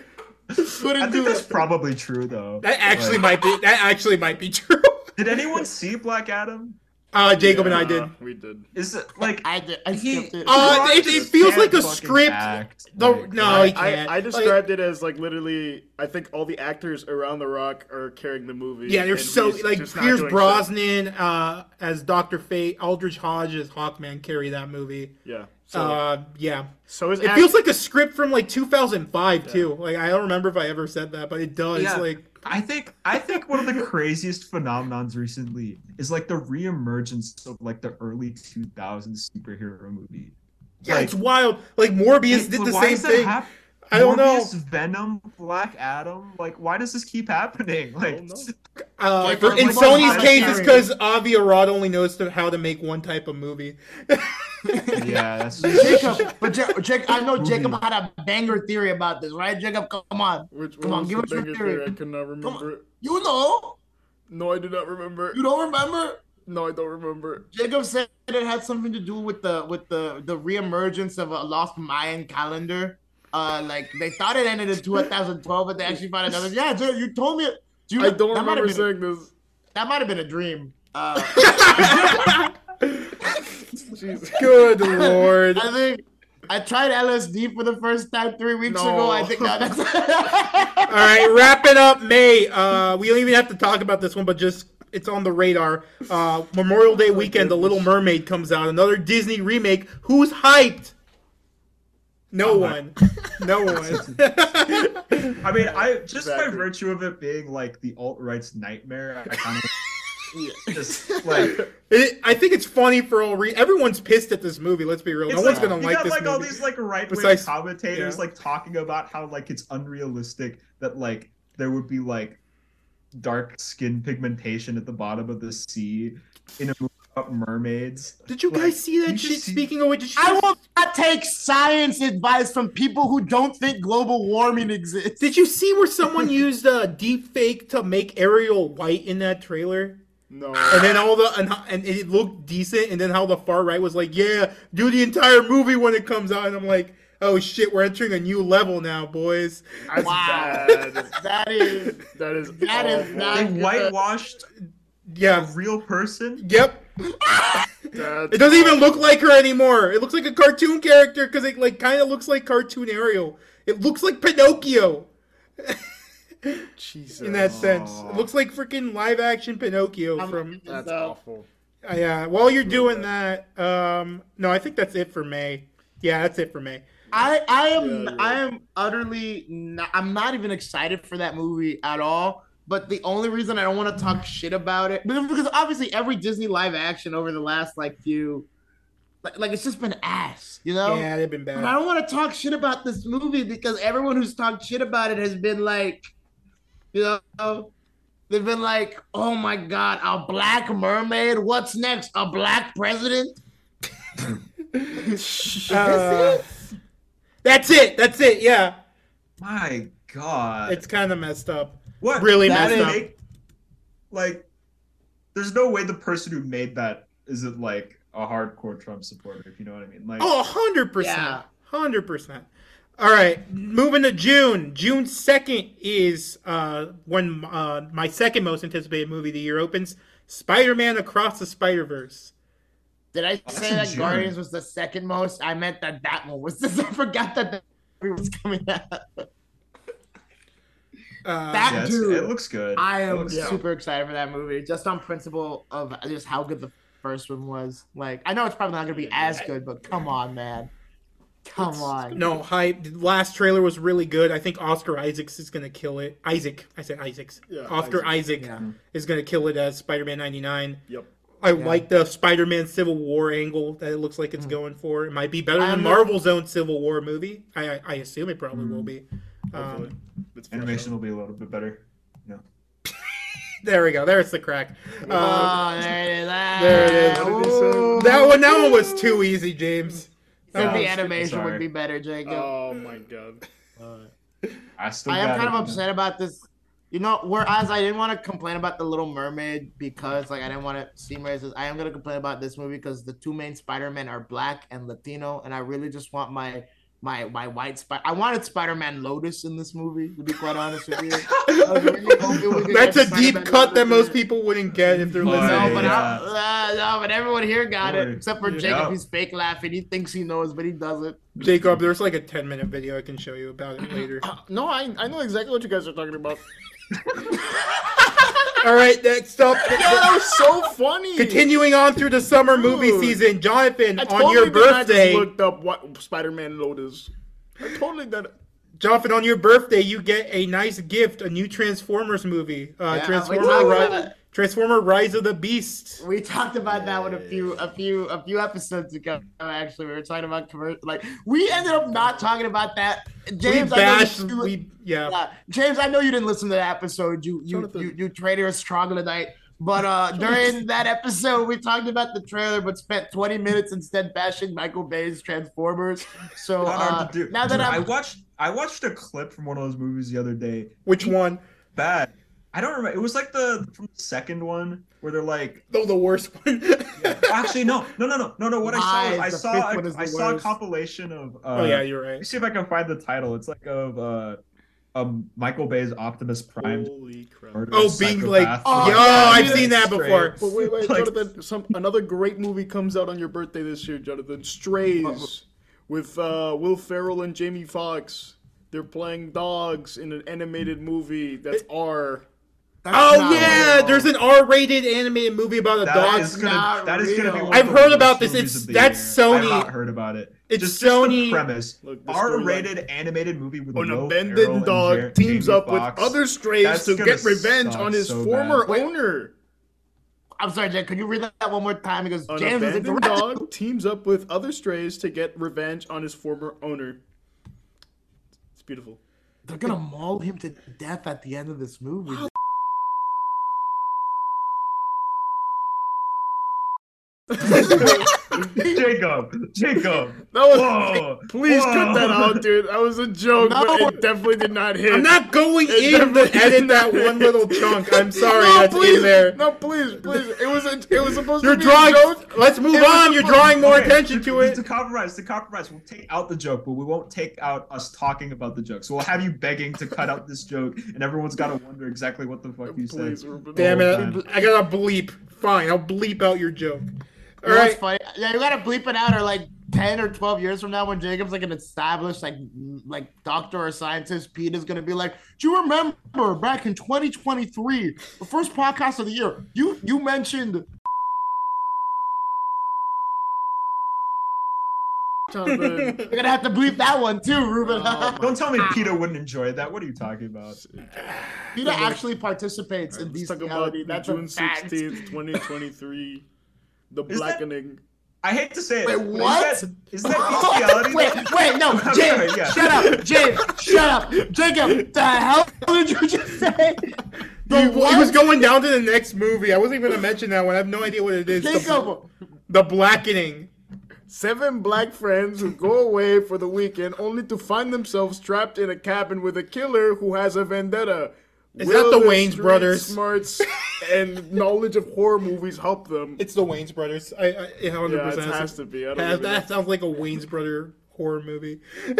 Speaker 6: Couldn't do
Speaker 2: think that's
Speaker 6: it.
Speaker 2: probably true though.
Speaker 3: that actually
Speaker 2: Like,
Speaker 3: might be that actually might be [LAUGHS] true.
Speaker 2: Did anyone see Black Adam?
Speaker 3: Uh, Jacob and I
Speaker 4: Yeah,
Speaker 3: did.
Speaker 4: We did.
Speaker 2: Is it like
Speaker 6: [LAUGHS] I, did- I skipped it.
Speaker 3: Uh,
Speaker 2: Rock
Speaker 3: it-
Speaker 2: just
Speaker 3: it feels
Speaker 2: can't
Speaker 3: like a
Speaker 2: fucking
Speaker 3: script.
Speaker 2: act.
Speaker 3: The-
Speaker 2: Like,
Speaker 3: no,
Speaker 2: I-
Speaker 3: he can't.
Speaker 4: I, I
Speaker 3: Like-
Speaker 4: described it as like literally. I think all the actors around The Rock are carrying the movie.
Speaker 3: Yeah, they're
Speaker 4: and
Speaker 3: so
Speaker 4: he's
Speaker 3: like
Speaker 4: just not
Speaker 3: Pierce
Speaker 4: doing
Speaker 3: Brosnan uh, as Doctor Fate, Aldrich Hodge as Hawkman carry that movie.
Speaker 4: shit. Yeah. So,
Speaker 3: uh, yeah,
Speaker 4: so his
Speaker 3: it
Speaker 4: act-
Speaker 3: feels like a script from like 2005 too. Like I don't remember if I ever said that, but it does.
Speaker 2: Yeah.
Speaker 3: Like
Speaker 2: I think I think one of the craziest phenomenons recently is like the reemergence of like the early 2000s superhero movie.
Speaker 3: yeah,
Speaker 2: Like-
Speaker 3: it's wild. Like Morbius
Speaker 2: It-
Speaker 3: did the
Speaker 2: why
Speaker 3: same
Speaker 2: does that
Speaker 3: thing.
Speaker 2: hap-
Speaker 3: I don't know.
Speaker 2: Morbius, Venom, Black Adam. Like, why does this keep happening? Like,
Speaker 4: don't know.
Speaker 3: Uh,
Speaker 6: Like,
Speaker 3: for,
Speaker 6: for
Speaker 3: in
Speaker 6: one
Speaker 3: Sony's
Speaker 6: time
Speaker 3: case, it's
Speaker 6: period.
Speaker 3: because Avi Arad only knows to, how to make one type of movie.
Speaker 2: [LAUGHS] yeah, that's
Speaker 6: Jacob, but [LAUGHS] Ja- Jacob, I know
Speaker 2: Movie.
Speaker 6: Jacob had a banger theory about this, right? Jacob, come on.
Speaker 4: Which
Speaker 6: Come
Speaker 4: what
Speaker 6: on,
Speaker 4: was
Speaker 6: give
Speaker 4: the
Speaker 6: us your
Speaker 4: bigger
Speaker 6: theory.
Speaker 4: I cannot remember. it.
Speaker 6: You know,
Speaker 4: No, I do not remember.
Speaker 6: you don't remember.
Speaker 4: No, I don't remember.
Speaker 6: Jacob said it had something to do with the with the the reemergence of a lost Mayan calendar. Uh, like they thought it ended in 2012, but they actually found another. Yeah, Jacob, you told me. it. Do you,
Speaker 4: I don't
Speaker 6: that might have
Speaker 4: remember
Speaker 6: been-
Speaker 4: saying this.
Speaker 6: That might have been a dream. Uh,
Speaker 4: Jesus.
Speaker 3: [LAUGHS] Good lord.
Speaker 6: I think I tried LSD for the first time three weeks
Speaker 4: No.
Speaker 6: ago. I think now that's
Speaker 3: All [LAUGHS] right, wrapping up May. Uh, we don't even have to talk about this one, but just it's on the radar. Uh, Memorial Day weekend, The Little Mermaid comes out, another Disney remake. Who's hyped? No one. No one. [LAUGHS]
Speaker 2: I mean, I just by
Speaker 4: Exactly.
Speaker 2: virtue of it being like the alt right's nightmare, I kind
Speaker 3: [LAUGHS]
Speaker 6: Yeah.
Speaker 2: of just like
Speaker 3: It- I think it's funny for all reasons. Everyone's pissed at this movie. Let's be real.
Speaker 2: it's
Speaker 3: no
Speaker 2: like,
Speaker 3: one's gonna
Speaker 2: you
Speaker 3: like
Speaker 2: got
Speaker 3: this
Speaker 2: like
Speaker 3: movie.
Speaker 2: all these like right wing
Speaker 3: Besides-
Speaker 2: commentators
Speaker 3: yeah.
Speaker 2: like talking about how like it's unrealistic that like there would be like dark skin pigmentation at the bottom of the sea in a movie about mermaids.
Speaker 3: Did you guys
Speaker 2: like,
Speaker 3: see that
Speaker 2: you
Speaker 3: shit?
Speaker 2: see-
Speaker 3: Speaking of which, did you
Speaker 6: [LAUGHS] I will not take science advice from people who don't think global warming exists.
Speaker 3: Did you see where someone used uh, deep fake to make Ariel white in that trailer?
Speaker 4: [LAUGHS] No.
Speaker 3: And then all the and, and it looked decent, and then how the far right was like, "Yeah, do the entire movie when it comes out." And I'm like, "Oh shit, we're entering a new level now, boys."
Speaker 4: That's
Speaker 6: Wow.
Speaker 4: bad.
Speaker 6: That is
Speaker 4: That is
Speaker 6: That is
Speaker 4: awful.
Speaker 6: not-
Speaker 2: They
Speaker 6: I-
Speaker 2: whitewashed a
Speaker 3: Yeah,
Speaker 2: real person.
Speaker 3: yep.
Speaker 4: That's
Speaker 3: It doesn't even look like her anymore. It looks like a cartoon character because it like kind of looks like cartoon Ariel. It looks like Pinocchio
Speaker 4: Jesus.
Speaker 3: in that sense. It looks like freaking live action Pinocchio
Speaker 6: I'm-
Speaker 3: from
Speaker 4: That's
Speaker 6: So-
Speaker 4: awful.
Speaker 3: Uh, yeah. While you're doing that, um, no, I think that's it for May. Yeah, that's it for May.
Speaker 6: I I am
Speaker 4: Yeah, yeah.
Speaker 6: I am utterly not, I'm not even excited for that movie at all. But the only reason I don't want to talk shit about it because because obviously every Disney live action over the last like few like, like it's just been ass, you know?
Speaker 3: Yeah, they've been bad.
Speaker 6: But I don't want to talk shit about this movie because everyone who's talked shit about it has been like, [LAUGHS] you know, they've been like, oh my God, a black mermaid? What's next? A black president?
Speaker 3: Uh, that's it. That's it. Yeah,
Speaker 2: My God,
Speaker 3: it's kind of messed up.
Speaker 2: what
Speaker 3: Really
Speaker 6: That
Speaker 3: messed
Speaker 6: is-
Speaker 3: up.
Speaker 2: make- like there's no way the person who made that isn't like a hardcore Trump supporter, if you know what I mean. Like
Speaker 3: Oh, hundred
Speaker 6: Yeah.
Speaker 3: percent, hundred percent. All right, moving to June. June second is uh, when uh, my second most anticipated movie of the year opens: Spider-Man Across the Spider-Verse.
Speaker 6: Did I
Speaker 2: That's
Speaker 6: say
Speaker 2: in
Speaker 6: that
Speaker 2: June.
Speaker 6: Guardians was the second most? I meant that that one was. [LAUGHS] I forgot that that movie was coming out.
Speaker 3: Uh,
Speaker 6: That-
Speaker 2: yeah, it's-
Speaker 6: dude,
Speaker 2: it looks good.
Speaker 6: I am
Speaker 4: Yeah.
Speaker 6: super excited for that movie, just on principle of just how good the first one was. Like, I know it's probably not gonna be as good, but come on, man, come on.
Speaker 3: No, hype. The last trailer was really good. I think Oscar Isaacs is gonna kill it. Isaac, I said Isaacs.
Speaker 4: Yeah,
Speaker 3: Oscar Isaac,
Speaker 6: Yeah.
Speaker 3: is gonna kill it as Spider-Man '99.
Speaker 4: Yep.
Speaker 3: I
Speaker 6: Yeah.
Speaker 3: like the Spider-Man Civil War angle that it looks like it's
Speaker 6: Mm.
Speaker 3: going for. It might be better
Speaker 6: I'm
Speaker 3: than
Speaker 6: not-
Speaker 3: Marvel's own Civil War movie. I I, I assume it probably
Speaker 2: Mm.
Speaker 6: Hmm.
Speaker 3: will be.
Speaker 4: Hopefully.
Speaker 3: Um,
Speaker 4: It's fresh
Speaker 2: Animation
Speaker 4: out.
Speaker 2: will be a little bit better.
Speaker 3: there we go. There's the crack. Uh,
Speaker 6: oh, there it is.
Speaker 3: there it is.
Speaker 6: Ah,
Speaker 4: What did he say?
Speaker 6: ooh.
Speaker 3: that one, that one was too easy,
Speaker 6: [LAUGHS]
Speaker 3: James.
Speaker 6: Said
Speaker 2: Yeah,
Speaker 6: the
Speaker 2: I'm
Speaker 6: animation
Speaker 2: super
Speaker 6: would
Speaker 2: sorry.
Speaker 6: be better, Jacob.
Speaker 4: Oh my god.
Speaker 3: [LAUGHS]
Speaker 2: I still
Speaker 6: I am
Speaker 2: got
Speaker 6: kind of
Speaker 2: it.
Speaker 6: upset about this. You know, whereas I didn't want to complain about the Little Mermaid because, like, I didn't want to seem racist. I am gonna complain about this movie because the two main Spider-Men are black and Latino, and I really just want my my my white spider. I wanted Spider-Man Lotus in this movie. To be quite honest with you, I was really hoping we
Speaker 3: [LAUGHS]
Speaker 6: could
Speaker 3: That's
Speaker 6: get
Speaker 3: a deep
Speaker 6: Spider-Man
Speaker 3: cut that
Speaker 6: Lotus in
Speaker 3: most
Speaker 6: it.
Speaker 3: people wouldn't get if they're
Speaker 2: No,
Speaker 6: No,
Speaker 3: listening.
Speaker 6: but
Speaker 2: Yeah.
Speaker 6: I, uh, no, but everyone here got it
Speaker 2: Word.
Speaker 6: except for
Speaker 3: Yeah.
Speaker 6: Jacob. He's fake laughing. He thinks he knows, but he doesn't.
Speaker 3: Jacob, there's like a 10 minute video I can show you about it
Speaker 4: [CLEARS THROAT]
Speaker 3: later.
Speaker 4: Uh, No, I I know exactly what you guys are talking about.
Speaker 3: [LAUGHS]
Speaker 4: [LAUGHS]
Speaker 3: All right, next
Speaker 4: [LAUGHS]
Speaker 3: up.
Speaker 4: Yeah, that was so funny.
Speaker 3: [LAUGHS] Continuing on through the summer movie
Speaker 4: Dude.
Speaker 3: season, Jonathan,
Speaker 4: I
Speaker 3: on your
Speaker 4: did not just
Speaker 3: birthday,
Speaker 4: looked up what Spider-Man Lotus. I totally did. it.
Speaker 3: Jonathan, on your birthday, you get a nice gift, a new Transformers movie, uh,
Speaker 6: Yeah,
Speaker 3: Transformer,
Speaker 6: we talked
Speaker 3: Ri-
Speaker 6: about-
Speaker 3: Transformer Rise of the Beast.
Speaker 6: We talked about that one a few a few a few episodes ago. Actually, we were talking about commercial. Like we ended up not talking about that. James,
Speaker 3: we
Speaker 6: I know
Speaker 3: bashed,
Speaker 6: you,
Speaker 3: we yeah.
Speaker 6: yeah. James, I know you didn't listen to that episode. You you
Speaker 4: Jonathan.
Speaker 6: you, you traitorous troglodyte. But uh, during that episode, we talked about the trailer, but spent 20 minutes instead bashing Michael Bay's Transformers. So
Speaker 2: [LAUGHS] Not
Speaker 6: uh,
Speaker 2: hard to do.
Speaker 6: now that
Speaker 2: Dude, I Oh,
Speaker 6: I'm
Speaker 2: watched, I watched a clip from one of those movies the other day.
Speaker 3: Which one?
Speaker 2: Bad. I don't remember. It was like the from the second one where they're like,
Speaker 3: Though the worst one.
Speaker 2: actually no, no, no, no, no, no. What I
Speaker 6: [LAUGHS] Lies. The
Speaker 2: saw, was
Speaker 6: fifth
Speaker 2: I
Speaker 6: one is
Speaker 2: saw, a,
Speaker 6: the
Speaker 2: I saw a
Speaker 6: worst.
Speaker 2: compilation of. Uh,
Speaker 3: [LAUGHS] oh yeah, you're
Speaker 2: Let me
Speaker 3: right.
Speaker 2: see if I can find the title. It's like of uh, um Michael Bay's Optimus Prime.
Speaker 4: Holy crap.
Speaker 2: murderous
Speaker 3: Oh, being like,
Speaker 2: psychopath.
Speaker 6: Oh,
Speaker 3: yo,
Speaker 6: yeah,
Speaker 3: I've
Speaker 6: yeah,
Speaker 3: seen that
Speaker 2: straight.
Speaker 3: before.
Speaker 4: But wait,
Speaker 2: [LAUGHS]
Speaker 4: wait,
Speaker 2: Like-
Speaker 4: Jonathan. Some another great movie comes out on your birthday this year, Jonathan. Strays, with uh, Will Ferrell and Jamie Foxx. They're playing dogs in an animated movie that's R.
Speaker 6: That's
Speaker 3: Oh
Speaker 6: not
Speaker 3: yeah,
Speaker 6: real.
Speaker 3: there's an R-rated animated movie about a
Speaker 2: That
Speaker 3: dog.
Speaker 2: is gonna,
Speaker 6: not
Speaker 2: that is gonna be.
Speaker 6: real.
Speaker 2: one of
Speaker 3: I've
Speaker 2: the
Speaker 3: heard
Speaker 2: worst
Speaker 3: about this.
Speaker 2: movies
Speaker 3: It's-
Speaker 2: of the
Speaker 3: that's
Speaker 2: year.
Speaker 3: Sony.
Speaker 2: I've not heard about it.
Speaker 3: It's
Speaker 2: just, just the
Speaker 3: Sony-
Speaker 2: premise.
Speaker 4: Look, the storyline-
Speaker 2: R-rated animated movie with
Speaker 4: An
Speaker 2: Will Ferrell
Speaker 4: abandoned
Speaker 2: and
Speaker 4: dog
Speaker 2: Jer-
Speaker 4: teams
Speaker 2: Jamie
Speaker 4: up
Speaker 2: Foxx. [LAUGHS]
Speaker 4: with other strays
Speaker 2: That's
Speaker 4: to
Speaker 2: gonna
Speaker 4: get revenge
Speaker 2: suck
Speaker 4: on his
Speaker 2: so
Speaker 4: former
Speaker 2: bad.
Speaker 4: owner.
Speaker 6: I'm sorry, Jack. Can you read that one more time? Because
Speaker 4: An
Speaker 6: James is
Speaker 4: abandoned
Speaker 6: interrupting.
Speaker 4: dog teams up with other strays to get revenge on his former owner. It's beautiful.
Speaker 6: They're gonna maul him to death at the end of this movie.
Speaker 2: Jacob,
Speaker 4: [LAUGHS]
Speaker 2: Jacob.
Speaker 4: That was,
Speaker 2: Whoa,
Speaker 4: please cut
Speaker 2: whoa. [LAUGHS]
Speaker 4: that out, dude. That was a joke, but
Speaker 6: No.
Speaker 4: it definitely did not hit.
Speaker 3: I'm not going
Speaker 4: It
Speaker 3: in to
Speaker 4: definitely-
Speaker 3: edit that one little
Speaker 4: [LAUGHS]
Speaker 3: chunk. I'm sorry,
Speaker 4: no,
Speaker 3: that's
Speaker 4: please.
Speaker 3: in there.
Speaker 4: No, please, please. It
Speaker 6: [LAUGHS]
Speaker 4: was a, [LAUGHS] it was supposed
Speaker 3: You're
Speaker 4: to be
Speaker 3: drawing.
Speaker 4: a joke.
Speaker 3: Let's move
Speaker 4: It was
Speaker 3: on. You're
Speaker 4: supposed-
Speaker 3: drawing more
Speaker 2: Okay,
Speaker 3: attention to it.
Speaker 2: To compromise, to compromise, we'll take out the joke, but we won't take out us talking about the joke. So we'll have you begging to cut out this joke, and everyone's got to wonder exactly what the fuck you
Speaker 4: Please,
Speaker 2: said.
Speaker 4: Ruben.
Speaker 3: Damn
Speaker 2: Oh,
Speaker 3: it!
Speaker 2: man.
Speaker 3: I gotta bleep. Fine, I'll bleep out your joke. All
Speaker 6: You know what's
Speaker 3: right.
Speaker 6: funny? Yeah, you gotta bleep it out, or like ten or twelve years from now, when Jacob's like an established like m- like doctor or scientist, Pete is gonna be like, "Do you remember back in 2023, the first podcast of the year? You you mentioned
Speaker 3: [LAUGHS]
Speaker 4: Jonathan.
Speaker 6: you're gonna have to bleep that one too, Ruben. [LAUGHS]
Speaker 4: Oh,
Speaker 2: Don't tell me Peter wouldn't enjoy that. What are you talking about?
Speaker 6: Peter actually participates in
Speaker 4: Let's
Speaker 6: these.
Speaker 4: talk about
Speaker 6: reality. That's
Speaker 4: June
Speaker 6: a fact.
Speaker 4: sixteenth, twenty twenty-three. The
Speaker 2: Is that-
Speaker 4: blackening.
Speaker 2: I hate to say it.
Speaker 6: Wait,
Speaker 2: but is
Speaker 6: what?
Speaker 2: that- Is
Speaker 3: [LAUGHS]
Speaker 4: [LAUGHS]
Speaker 2: that bestiality?
Speaker 6: [LAUGHS] wait, wait, no,
Speaker 2: I'm sorry,
Speaker 6: James,
Speaker 2: yeah.
Speaker 6: shut up, James, shut up, Jacob. The hell [LAUGHS] did you just say? The
Speaker 3: He, he
Speaker 6: what?
Speaker 3: was going down to the next movie. I wasn't even gonna mention that one. I have no idea what it is. The,
Speaker 6: Jacob.
Speaker 3: the blackening.
Speaker 4: Seven black friends who go away for the weekend only to find themselves trapped in a cabin with a killer who has a vendetta.
Speaker 3: Is that the
Speaker 4: their
Speaker 3: Wayans
Speaker 4: street
Speaker 3: brothers?
Speaker 4: Smarts and knowledge of horror movies help them.
Speaker 3: It's the Wayne's Brothers. I, I it 100%
Speaker 4: Yeah, it has to be. I don't
Speaker 3: Has-
Speaker 4: even know.
Speaker 3: that sounds like a Wayne's Brother horror movie. [LAUGHS]
Speaker 4: [LAUGHS]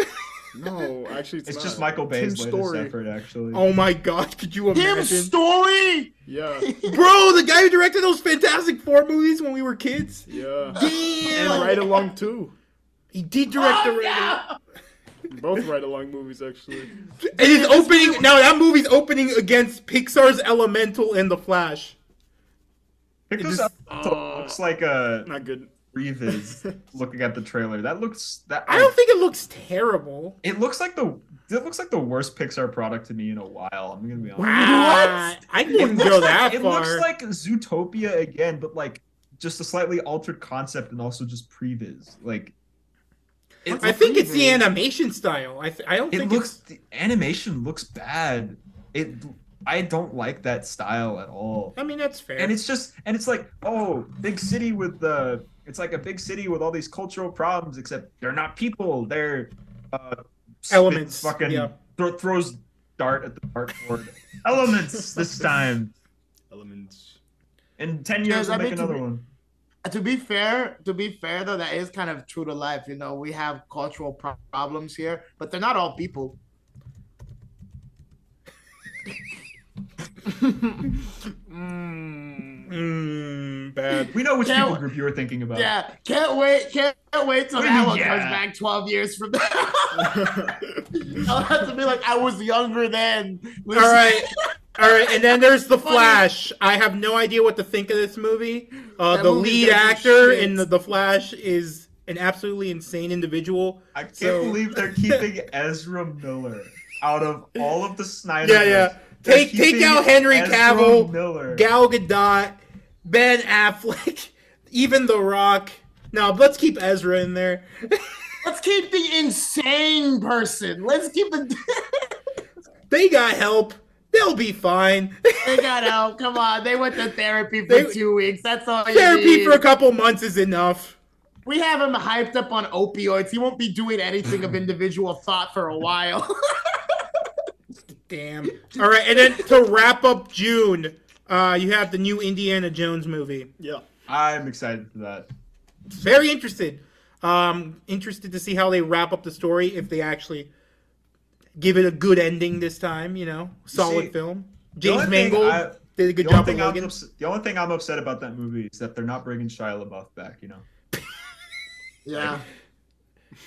Speaker 4: No, actually, it's,
Speaker 2: It's
Speaker 4: not.
Speaker 2: just Michael Bay's
Speaker 4: Tim
Speaker 2: latest
Speaker 4: Story.
Speaker 2: effort, actually.
Speaker 3: oh my god, could you
Speaker 6: Tim
Speaker 3: imagine?
Speaker 6: Story.
Speaker 4: Yeah,
Speaker 3: Bro, the guy who directed those Fantastic Four movies when we were kids.
Speaker 4: yeah.
Speaker 3: Damn.
Speaker 4: and Right Along too.
Speaker 3: He did direct the
Speaker 6: Oh, no!
Speaker 4: Both Right Along movies, actually.
Speaker 3: It is opening now. That movie's opening against Pixar's Elemental and The Flash.
Speaker 2: Pick this
Speaker 3: just-
Speaker 2: up. looks like a
Speaker 4: Not good.
Speaker 3: [LAUGHS]
Speaker 2: revis looking at the trailer. That looks that
Speaker 3: I don't think it looks terrible.
Speaker 2: it looks like the it looks like the worst Pixar product to me in a while. I'm gonna be honest.
Speaker 3: Ah, I wouldn't
Speaker 2: looks
Speaker 3: go
Speaker 2: like-
Speaker 3: that
Speaker 2: it
Speaker 3: far.
Speaker 2: looks like Zootopia again, but like just a slightly altered concept and also just previs. Like it,
Speaker 3: I think it's the animation style. I, th- I don't
Speaker 2: it
Speaker 3: think
Speaker 2: looks the animation looks bad. It I don't like that style at all.
Speaker 3: It's, I mean, that's fair.
Speaker 2: and it's just and it's like oh big city with the it's like a big city with all these cultural problems except they're not people they're uh spits
Speaker 3: Elements,
Speaker 2: fucking
Speaker 3: yeah.
Speaker 2: thro- throws dart at the
Speaker 3: [LAUGHS]
Speaker 2: dartboard elements this time
Speaker 4: Elements.
Speaker 2: in 10 years
Speaker 6: Yeah,
Speaker 2: we'll
Speaker 6: I
Speaker 2: make
Speaker 6: mean, to
Speaker 2: another
Speaker 6: be-
Speaker 2: one
Speaker 6: to be fair, to be fair though, that is kind of true to life. You know, we have cultural pro- problems here, but they're not all [LAUGHS] people.
Speaker 4: Mm.
Speaker 3: Mm, bad.
Speaker 2: we know which
Speaker 6: Yeah.
Speaker 2: people group you were thinking about
Speaker 6: Yeah, can't wait, can't wait till
Speaker 2: What do you
Speaker 6: that
Speaker 2: mean,
Speaker 6: one comes
Speaker 2: yeah?
Speaker 6: back twelve years from [LAUGHS] now. I'll have to be like, I was younger then.
Speaker 3: All
Speaker 6: [LAUGHS]
Speaker 3: right. All right, and then there's The Flash. I have no idea what to think of this movie. Uh,
Speaker 6: That
Speaker 3: the
Speaker 6: movie's
Speaker 3: lead
Speaker 6: gonna be
Speaker 3: actor
Speaker 6: shit.
Speaker 3: in the, the Flash is an absolutely insane individual.
Speaker 2: i can't
Speaker 3: So-
Speaker 2: believe
Speaker 3: [LAUGHS]
Speaker 2: they're keeping ezra miller out of all of the snyder
Speaker 3: Yeah, yeah. Take- take out Henry Cavill,
Speaker 2: miller
Speaker 3: Gal Gadot, Ben Affleck, [LAUGHS] even The Rock. Now let's keep Ezra in there.
Speaker 6: Let's keep the insane person. Let's keep the.
Speaker 3: They got help. They'll be fine.
Speaker 6: they got out. Come on, they went to therapy for
Speaker 3: They-
Speaker 6: two weeks. That's all. you
Speaker 3: Therapy
Speaker 6: need.
Speaker 3: for a couple months is enough.
Speaker 6: We have him hyped up on opioids. He won't be doing anything
Speaker 3: [LAUGHS]
Speaker 6: of individual thought for a while.
Speaker 3: Damn. All right, and then to wrap up June, uh, you have the new Indiana Jones movie.
Speaker 4: Yeah.
Speaker 2: i'm excited for that
Speaker 3: Very interested. Um, interested to see how they wrap up the story if they actually give it a good ending this time. You know, solid
Speaker 2: see,
Speaker 3: film.
Speaker 2: the only
Speaker 3: James
Speaker 2: thing
Speaker 3: Mangold
Speaker 2: I-
Speaker 3: did a good
Speaker 2: The only,
Speaker 3: job with
Speaker 2: thing I'm
Speaker 3: Logan.
Speaker 2: ups- the only thing I'm upset about that movie is that they're not bringing Shia LaBeouf back. You know,
Speaker 6: yeah.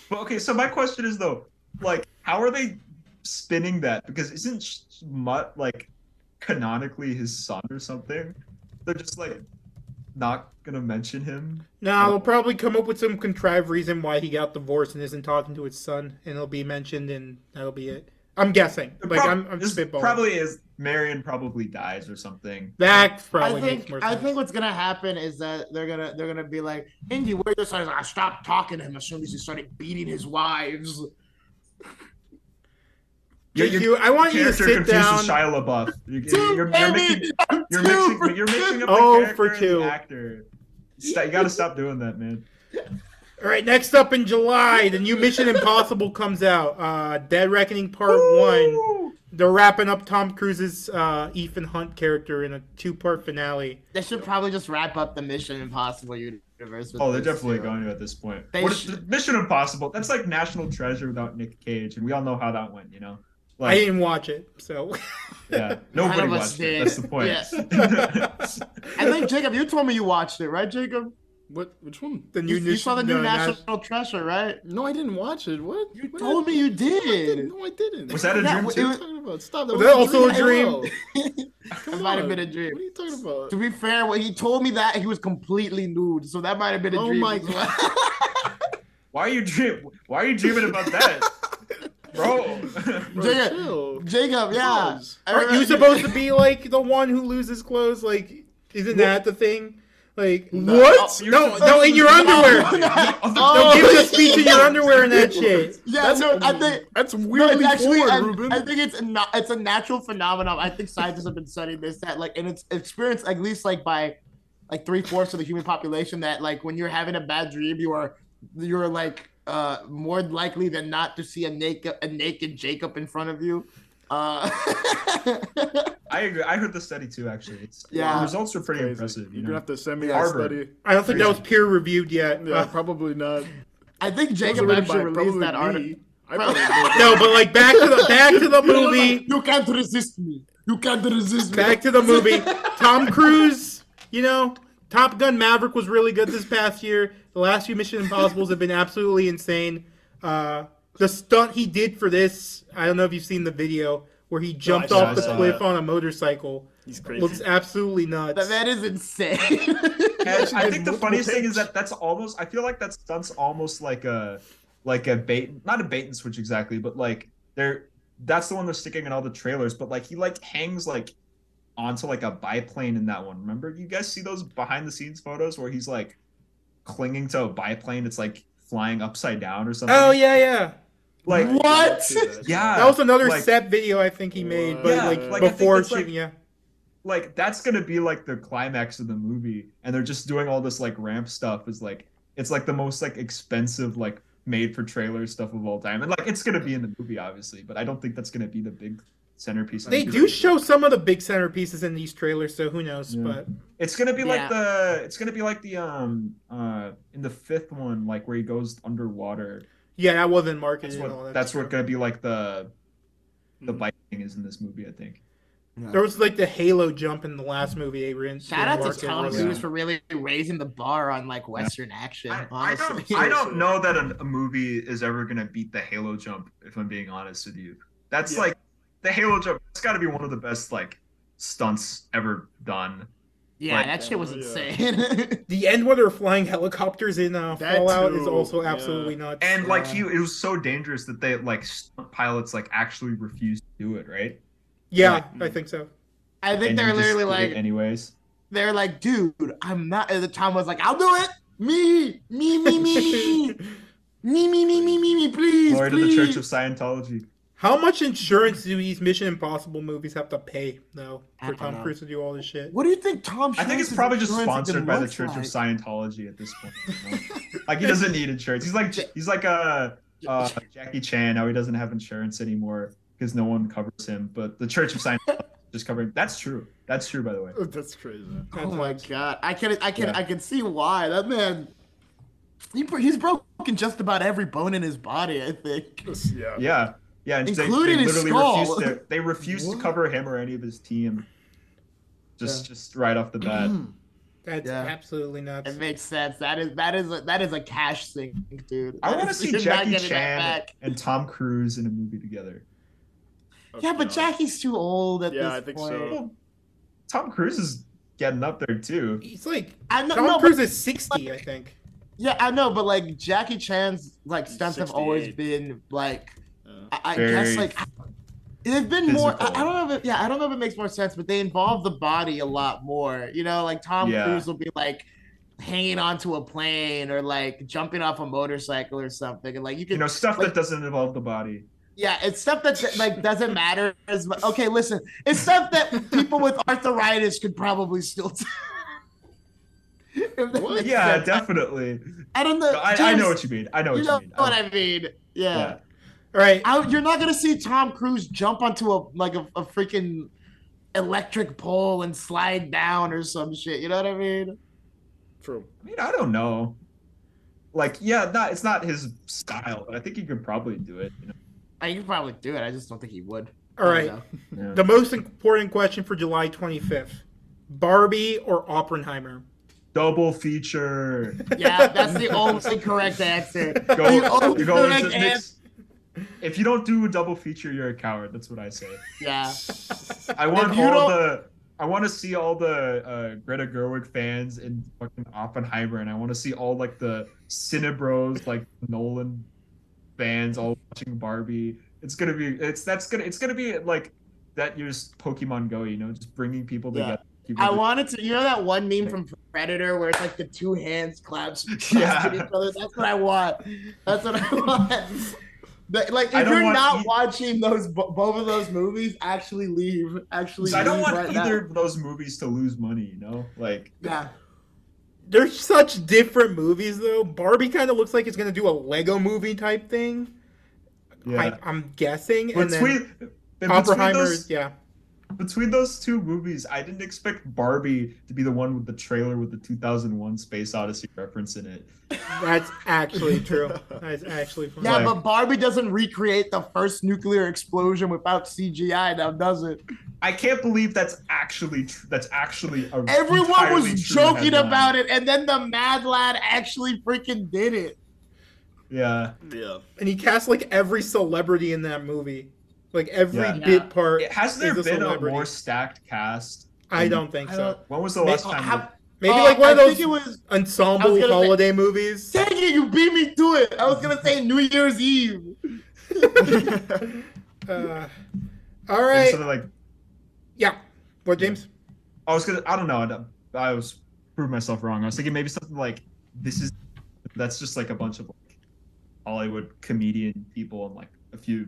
Speaker 2: But okay, so my question is though, like, how are they spinning that? Because isn't Sh- Mutt like canonically his son or something? They're just like not gonna mention him.
Speaker 3: Now they'll probably come up with some contrived reason why he got divorced and isn't talking to his son, and it'll be mentioned, and that'll be it. I'm guessing.
Speaker 2: It
Speaker 3: Like
Speaker 2: prob-
Speaker 3: I'm, I'm
Speaker 2: this
Speaker 3: spitballing.
Speaker 2: Probably is Marion probably dies or something.
Speaker 3: that
Speaker 6: I
Speaker 3: probably makes
Speaker 6: think
Speaker 3: more
Speaker 6: I
Speaker 3: sense.
Speaker 6: think what's gonna happen is that they're gonna they're gonna be like, Indy, where's your son? He's like, I stopped talking to him as soon as he started beating his wives.
Speaker 2: Your-
Speaker 3: JQ,
Speaker 2: your
Speaker 3: I want you to
Speaker 2: character
Speaker 3: sit
Speaker 2: confuses
Speaker 3: down.
Speaker 2: Shia LaBeouf. You're,
Speaker 6: Two,
Speaker 2: you're, you're
Speaker 6: baby!
Speaker 2: making You're
Speaker 6: Two
Speaker 2: mixing,
Speaker 6: for
Speaker 2: you're mixing up the
Speaker 3: Oh,
Speaker 2: character
Speaker 3: for
Speaker 2: and
Speaker 3: two.
Speaker 2: the actor. Stop, you gotta stop doing that, man.
Speaker 3: All right, next up in July, the new Mission Impossible comes out. Uh, Dead Reckoning Part One.
Speaker 2: Woo!
Speaker 3: They're wrapping up Tom Cruise's uh, Ethan Hunt character in a two-part finale.
Speaker 6: They should probably just wrap up the Mission Impossible universe. With
Speaker 2: Oh, they're
Speaker 6: this,
Speaker 2: definitely
Speaker 6: too.
Speaker 2: going to at this point.
Speaker 6: They
Speaker 2: What is-
Speaker 6: should-
Speaker 2: Mission Impossible. That's like National Treasure without Nick Cage, and we all know how that went, you know.
Speaker 3: I
Speaker 2: Like,
Speaker 3: didn't watch it, so [LAUGHS]
Speaker 2: yeah,
Speaker 6: None
Speaker 2: nobody
Speaker 6: of us
Speaker 2: watched it.
Speaker 6: did.
Speaker 2: That's the point.
Speaker 6: I think Jacob, you told me you watched it, right,
Speaker 3: [LAUGHS]
Speaker 6: Jacob?
Speaker 4: What? Which one?
Speaker 3: the
Speaker 6: You,
Speaker 3: new
Speaker 6: you saw the new
Speaker 3: no, Nas-
Speaker 6: National Treasure, right?
Speaker 4: No, I didn't watch it. What?
Speaker 6: You
Speaker 4: What
Speaker 6: told me
Speaker 4: happened?
Speaker 6: you
Speaker 4: No, I didn't.
Speaker 6: did.
Speaker 4: No, I
Speaker 2: [LAUGHS]
Speaker 4: didn't.
Speaker 2: Was that
Speaker 6: [LAUGHS]
Speaker 2: a
Speaker 6: Yeah,
Speaker 2: dream
Speaker 6: well,
Speaker 2: too?
Speaker 4: What
Speaker 6: it
Speaker 4: are you talking about? Stop. That
Speaker 3: Was
Speaker 4: was
Speaker 3: that also a
Speaker 4: hello.
Speaker 3: dream?
Speaker 4: Come
Speaker 6: It might have
Speaker 4: on.
Speaker 6: been a dream.
Speaker 4: What are you talking about?
Speaker 6: To be fair, when he told me that, he was completely nude, so that might have been a
Speaker 4: Oh
Speaker 6: dream.
Speaker 4: my
Speaker 6: as well.
Speaker 2: Why are you dream? Why are you dreaming about that, bro?
Speaker 4: Bro,
Speaker 6: Jigga,
Speaker 4: chill.
Speaker 6: [LAUGHS] Jacob, yeah.
Speaker 4: Jeez.
Speaker 6: I
Speaker 3: Aren't you
Speaker 6: remember- [LAUGHS]
Speaker 3: supposed to be like the one who loses clothes? Like, isn't that the thing? Like,
Speaker 2: [LAUGHS] What?
Speaker 3: No, no, in
Speaker 2: [LAUGHS]
Speaker 3: your
Speaker 6: No,
Speaker 3: underwear.
Speaker 6: no.
Speaker 3: No,
Speaker 6: Oh,
Speaker 3: give the speech in your underwear and
Speaker 6: [LAUGHS]
Speaker 3: that shit.
Speaker 6: Yeah, no, I think
Speaker 4: that's
Speaker 6: no,
Speaker 4: weirdly
Speaker 6: it's actually.
Speaker 4: forward,
Speaker 6: I,
Speaker 4: Ruben.
Speaker 6: I think it's not. It's a natural phenomenon. I think scientists have been studying this that like, and it's experienced at least like by like three fourths of the human population that like when you're having a bad dream, you are you're like uh more likely than not to see a naked a naked Jacob in front of you. Uh, [LAUGHS]
Speaker 2: I agree. I heard the study too. Actually, it's,
Speaker 6: Yeah.
Speaker 2: the results are pretty
Speaker 4: Crazy.
Speaker 2: impressive. You
Speaker 4: You're gonna
Speaker 2: know?
Speaker 4: have to send me
Speaker 6: Yeah.
Speaker 4: that
Speaker 2: Harvard.
Speaker 4: study.
Speaker 3: I don't think that was peer reviewed yet.
Speaker 2: [LAUGHS]
Speaker 4: Yeah,
Speaker 3: Uh,
Speaker 4: probably not.
Speaker 6: I think Jacob
Speaker 4: Wasn't
Speaker 6: actually
Speaker 4: written by
Speaker 6: released that
Speaker 4: probably
Speaker 6: article.
Speaker 4: me. I
Speaker 6: [LAUGHS]
Speaker 4: probably did.
Speaker 3: no, but like back to the back to the movie.
Speaker 6: You can't resist me. You can't resist me.
Speaker 3: Back to the movie. Tom Cruise, you know, Top Gun Maverick was really good this past year. The last few Mission Impossibles have been absolutely insane. Uh, the stunt he did for this, I don't know if you've seen the video where he jumped
Speaker 4: saw
Speaker 3: off the
Speaker 2: that.
Speaker 3: cliff on a motorcycle.
Speaker 4: He's
Speaker 3: Looks
Speaker 4: crazy.
Speaker 3: absolutely
Speaker 6: That,
Speaker 3: nuts.
Speaker 6: that
Speaker 2: [LAUGHS]
Speaker 6: is
Speaker 2: And
Speaker 6: insane.
Speaker 2: I
Speaker 4: did
Speaker 2: think the
Speaker 4: multiple
Speaker 2: funniest thing is
Speaker 4: takes.
Speaker 2: that that's almost. I feel like that stunt's almost like a, like a bait, not a bait and switch exactly, but like they're that's the one they're sticking in all the trailers. But like he like hangs like onto like a biplane in that one. Remember, you guys see those behind the scenes photos where he's like clinging to a biplane. It's like flying upside down or something.
Speaker 3: Oh yeah, yeah.
Speaker 2: Like
Speaker 6: What?
Speaker 2: yeah.
Speaker 3: That was another
Speaker 2: like-
Speaker 3: set video I think he made, but
Speaker 2: Yeah,
Speaker 3: like,
Speaker 2: like, I think
Speaker 3: before
Speaker 2: it's, like-
Speaker 3: shooting. yeah.
Speaker 2: like that's gonna be like the climax of the movie and they're just doing all this like ramp stuff is like it's like the most like expensive like made for trailer stuff of all time and like it's gonna be in the movie obviously but i don't think that's gonna be the big centerpiece of
Speaker 3: They
Speaker 2: the
Speaker 3: do
Speaker 2: movie.
Speaker 3: show some of the big centerpieces in these trailers, so who knows?
Speaker 2: Yeah.
Speaker 3: But
Speaker 2: it's gonna be
Speaker 6: Yeah.
Speaker 2: like the it's gonna be like the um uh in the fifth one like where he goes underwater
Speaker 3: yeah, that wasn't marketed.
Speaker 2: that's
Speaker 3: and all
Speaker 2: what
Speaker 3: that
Speaker 2: that's
Speaker 3: stuff.
Speaker 2: what gonna be like the the
Speaker 4: Mhm.
Speaker 2: bike thing is in this movie i think
Speaker 3: There was like the Halo jump in the last movie. Adrian.
Speaker 6: Shout out to
Speaker 3: marketed
Speaker 6: Tom
Speaker 3: really
Speaker 6: Cruise
Speaker 2: Cruise
Speaker 6: for really raising the bar on like Western action.
Speaker 2: I, I
Speaker 6: honestly,
Speaker 1: [LAUGHS]
Speaker 2: don't, I don't know that a, a movie is ever going to beat the Halo jump, if I'm being honest with you. That's
Speaker 4: Yeah.
Speaker 2: like the Halo jump, it's got to be one of the best like stunts ever done.
Speaker 6: [LAUGHS] Yeah,
Speaker 2: Like,
Speaker 6: that shit was
Speaker 4: yeah.
Speaker 6: insane. [LAUGHS]
Speaker 3: The end where they're flying helicopters in uh,
Speaker 4: That
Speaker 3: Fallout
Speaker 4: too,
Speaker 3: is also
Speaker 4: yeah.
Speaker 3: absolutely nuts.
Speaker 2: And like
Speaker 3: Uh,
Speaker 2: he it was so dangerous that they like stunt pilots like actually refused to do it, right?
Speaker 3: yeah,
Speaker 4: Yeah.
Speaker 3: I think
Speaker 6: [LAUGHS]
Speaker 3: so.
Speaker 6: I think
Speaker 2: And
Speaker 6: they're
Speaker 2: you just
Speaker 6: literally
Speaker 2: did it
Speaker 6: like,
Speaker 2: anyways.
Speaker 6: they're like, dude, I'm not. And the Tom was like, I'll do it. Me, me, me, me, me, me, me, me, me, me, me, please,
Speaker 2: Glory to
Speaker 6: please.
Speaker 2: the Church of Scientology.
Speaker 3: [LAUGHS] How much insurance do these Mission Impossible movies have to pay though
Speaker 6: I
Speaker 3: for
Speaker 6: don't
Speaker 3: Tom
Speaker 6: know.
Speaker 3: Cruise to do all this shit?
Speaker 6: What do you think, Tom?
Speaker 2: I think it's
Speaker 6: Cruise's
Speaker 2: probably just
Speaker 6: insurance even
Speaker 2: sponsored by the
Speaker 6: looks
Speaker 2: Church of
Speaker 6: like?
Speaker 2: Scientology at this
Speaker 6: [LAUGHS]
Speaker 2: point. you know? like he doesn't need insurance. He's like he's like a uh, Jackie Chan. Now he doesn't have insurance anymore because no one covers him. But the Church of Scientology just covering. That's true. That's true, by the way.
Speaker 4: That's crazy.
Speaker 6: Oh my god, I can, I can,
Speaker 2: Yeah.
Speaker 6: I can see why that man. He, bro- he's broken just about every bone in his body. I think.
Speaker 4: That's- yeah.
Speaker 2: Yeah, yeah. And they,
Speaker 6: Including
Speaker 2: they
Speaker 6: his
Speaker 2: literally
Speaker 6: skull.
Speaker 2: refused to. They
Speaker 6: [CLEARS THROAT]
Speaker 2: refused to cover him or any of his team. Just, just right off the bat.
Speaker 3: That's
Speaker 6: Yeah.
Speaker 3: absolutely nuts.
Speaker 6: It makes sense. That is that is a, that is a cash sink, dude.
Speaker 2: I want to
Speaker 6: Honestly,
Speaker 2: see
Speaker 6: you're not
Speaker 2: Jackie
Speaker 6: getting that
Speaker 2: Chan
Speaker 6: back.
Speaker 2: and Tom Cruise in a movie together.
Speaker 6: Yeah, but
Speaker 4: Okay.
Speaker 6: Jackie's too old at
Speaker 4: Yeah,
Speaker 6: this
Speaker 4: I think
Speaker 6: point.
Speaker 4: so.
Speaker 2: Well, Tom Cruise is getting up there too.
Speaker 3: He's like
Speaker 6: I know,
Speaker 3: Tom
Speaker 6: no,
Speaker 3: Cruise
Speaker 6: but,
Speaker 3: is sixty, I think.
Speaker 6: yeah, I know, but like Jackie Chan's like
Speaker 4: He's
Speaker 6: stunts have always
Speaker 4: 68.
Speaker 6: been like
Speaker 4: Uh,
Speaker 6: I, I
Speaker 2: Very
Speaker 6: guess like I- there's been more. I, I
Speaker 2: physical.
Speaker 6: don't know if it, yeah, I don't know if it makes more sense, but they involve the body a lot more. You know, like Tom
Speaker 2: Yeah.
Speaker 6: Cruise will be like hanging onto a plane or like jumping off a motorcycle or something, and like you can
Speaker 2: You know, stuff
Speaker 6: like-
Speaker 2: that doesn't involve the body.
Speaker 6: Yeah, it's stuff that like doesn't matter as much. Okay, listen, it's stuff that people with arthritis could probably still do. [LAUGHS] If that makes
Speaker 2: Yeah,
Speaker 6: sense. [LAUGHS]
Speaker 2: definitely.
Speaker 6: I don't know.
Speaker 2: I, I know what you mean. I know what
Speaker 6: You
Speaker 2: you,
Speaker 6: know
Speaker 2: mean.
Speaker 6: what I mean? Yeah,
Speaker 2: yeah.
Speaker 3: All right.
Speaker 6: I, you're not gonna see Tom Cruise jump onto a like a, a freaking electric pole and slide down or some shit. You know what I mean?
Speaker 4: true.
Speaker 2: I mean, I don't know. Like, yeah, not it's not his style, but I think he could probably do it. You
Speaker 6: I could probably do it. I just don't think he would.
Speaker 3: All
Speaker 6: I don't
Speaker 3: right.
Speaker 6: know.
Speaker 2: know? Yeah.
Speaker 3: The most important question for July 25th Barbie or Oppenheimer?
Speaker 2: Double
Speaker 6: [LAUGHS]
Speaker 2: feature.
Speaker 6: Yeah,
Speaker 3: [LAUGHS]
Speaker 6: that's the only correct answer.
Speaker 2: Go,
Speaker 6: The only
Speaker 2: you go
Speaker 6: correct
Speaker 2: into mix.
Speaker 6: answer.
Speaker 2: If you don't do a double feature, you're a coward. That's what I say.
Speaker 6: Yeah.
Speaker 2: I want
Speaker 6: If you
Speaker 2: all
Speaker 6: don't-
Speaker 2: the. I want to see all the uh, Greta Gerwig fans in fucking Oppenheimer, and I want to see all like the Cinebros, like Nolan fans, all watching Barbie. It's gonna be. It's that's gonna. It's gonna be like that year's Pokemon Go. You know, just bringing people
Speaker 6: Yeah.
Speaker 2: together. people
Speaker 6: I
Speaker 2: to-
Speaker 6: wanted to, you know, that one meme from Predator where it's like the two hands claps
Speaker 2: Yeah.
Speaker 6: yeah. each other. That's what I want. That's what I [LAUGHS] want. But, like, if
Speaker 2: I don't
Speaker 6: you're
Speaker 2: want
Speaker 6: not
Speaker 2: e-
Speaker 6: watching those bo- both of those movies, actually leave. Actually,
Speaker 2: So I don't
Speaker 6: leave
Speaker 2: want
Speaker 6: right now.
Speaker 2: either of those movies to lose money. You know, like
Speaker 6: Yeah,
Speaker 3: [LAUGHS] They're such different movies, though. Barbie kind of looks like it's going to do a Lego movie type thing.
Speaker 2: yeah.
Speaker 3: I, I'm guessing. And then
Speaker 2: Between, between
Speaker 3: Oppenheimer,
Speaker 2: those
Speaker 3: yeah.
Speaker 2: between those two movies, I didn't expect Barbie to be the one with the trailer with the 2001 Space Odyssey reference in it.
Speaker 3: That's actually true. That's actually funny.
Speaker 6: yeah,
Speaker 2: Like-
Speaker 6: but Barbie doesn't recreate the first nuclear explosion without CGI. Now, does it?
Speaker 2: I can't believe that's actually tr- that's actually a
Speaker 6: Everyone was
Speaker 2: entirely true
Speaker 6: joking
Speaker 2: headline.
Speaker 6: about it, and then the Mad Lad actually freaking did it.
Speaker 2: Yeah,
Speaker 4: Yeah.
Speaker 3: And he cast like every celebrity in that movie. Like every
Speaker 2: Yeah.
Speaker 6: Yeah.
Speaker 3: bit part.
Speaker 2: has there
Speaker 3: is a
Speaker 2: been a
Speaker 3: celebrity.
Speaker 2: more stacked cast?
Speaker 3: I don't think
Speaker 6: I
Speaker 3: so.
Speaker 6: don't-
Speaker 2: When was the last time?
Speaker 6: How-
Speaker 3: Maybe
Speaker 6: uh,
Speaker 3: like one of
Speaker 6: I
Speaker 3: those
Speaker 6: think it was I
Speaker 3: ensemble
Speaker 6: was gonna say-
Speaker 3: holiday movies.
Speaker 6: Dang it, you beat me to it. I was gonna say New Year's Eve.
Speaker 3: Uh, all
Speaker 2: and
Speaker 3: right.
Speaker 2: something like
Speaker 3: Yeah. What, James?
Speaker 2: I was gonna. I don't know. I don't- I was proved myself wrong. I was thinking maybe something like this is that's just like a bunch of like Hollywood comedian people and like a few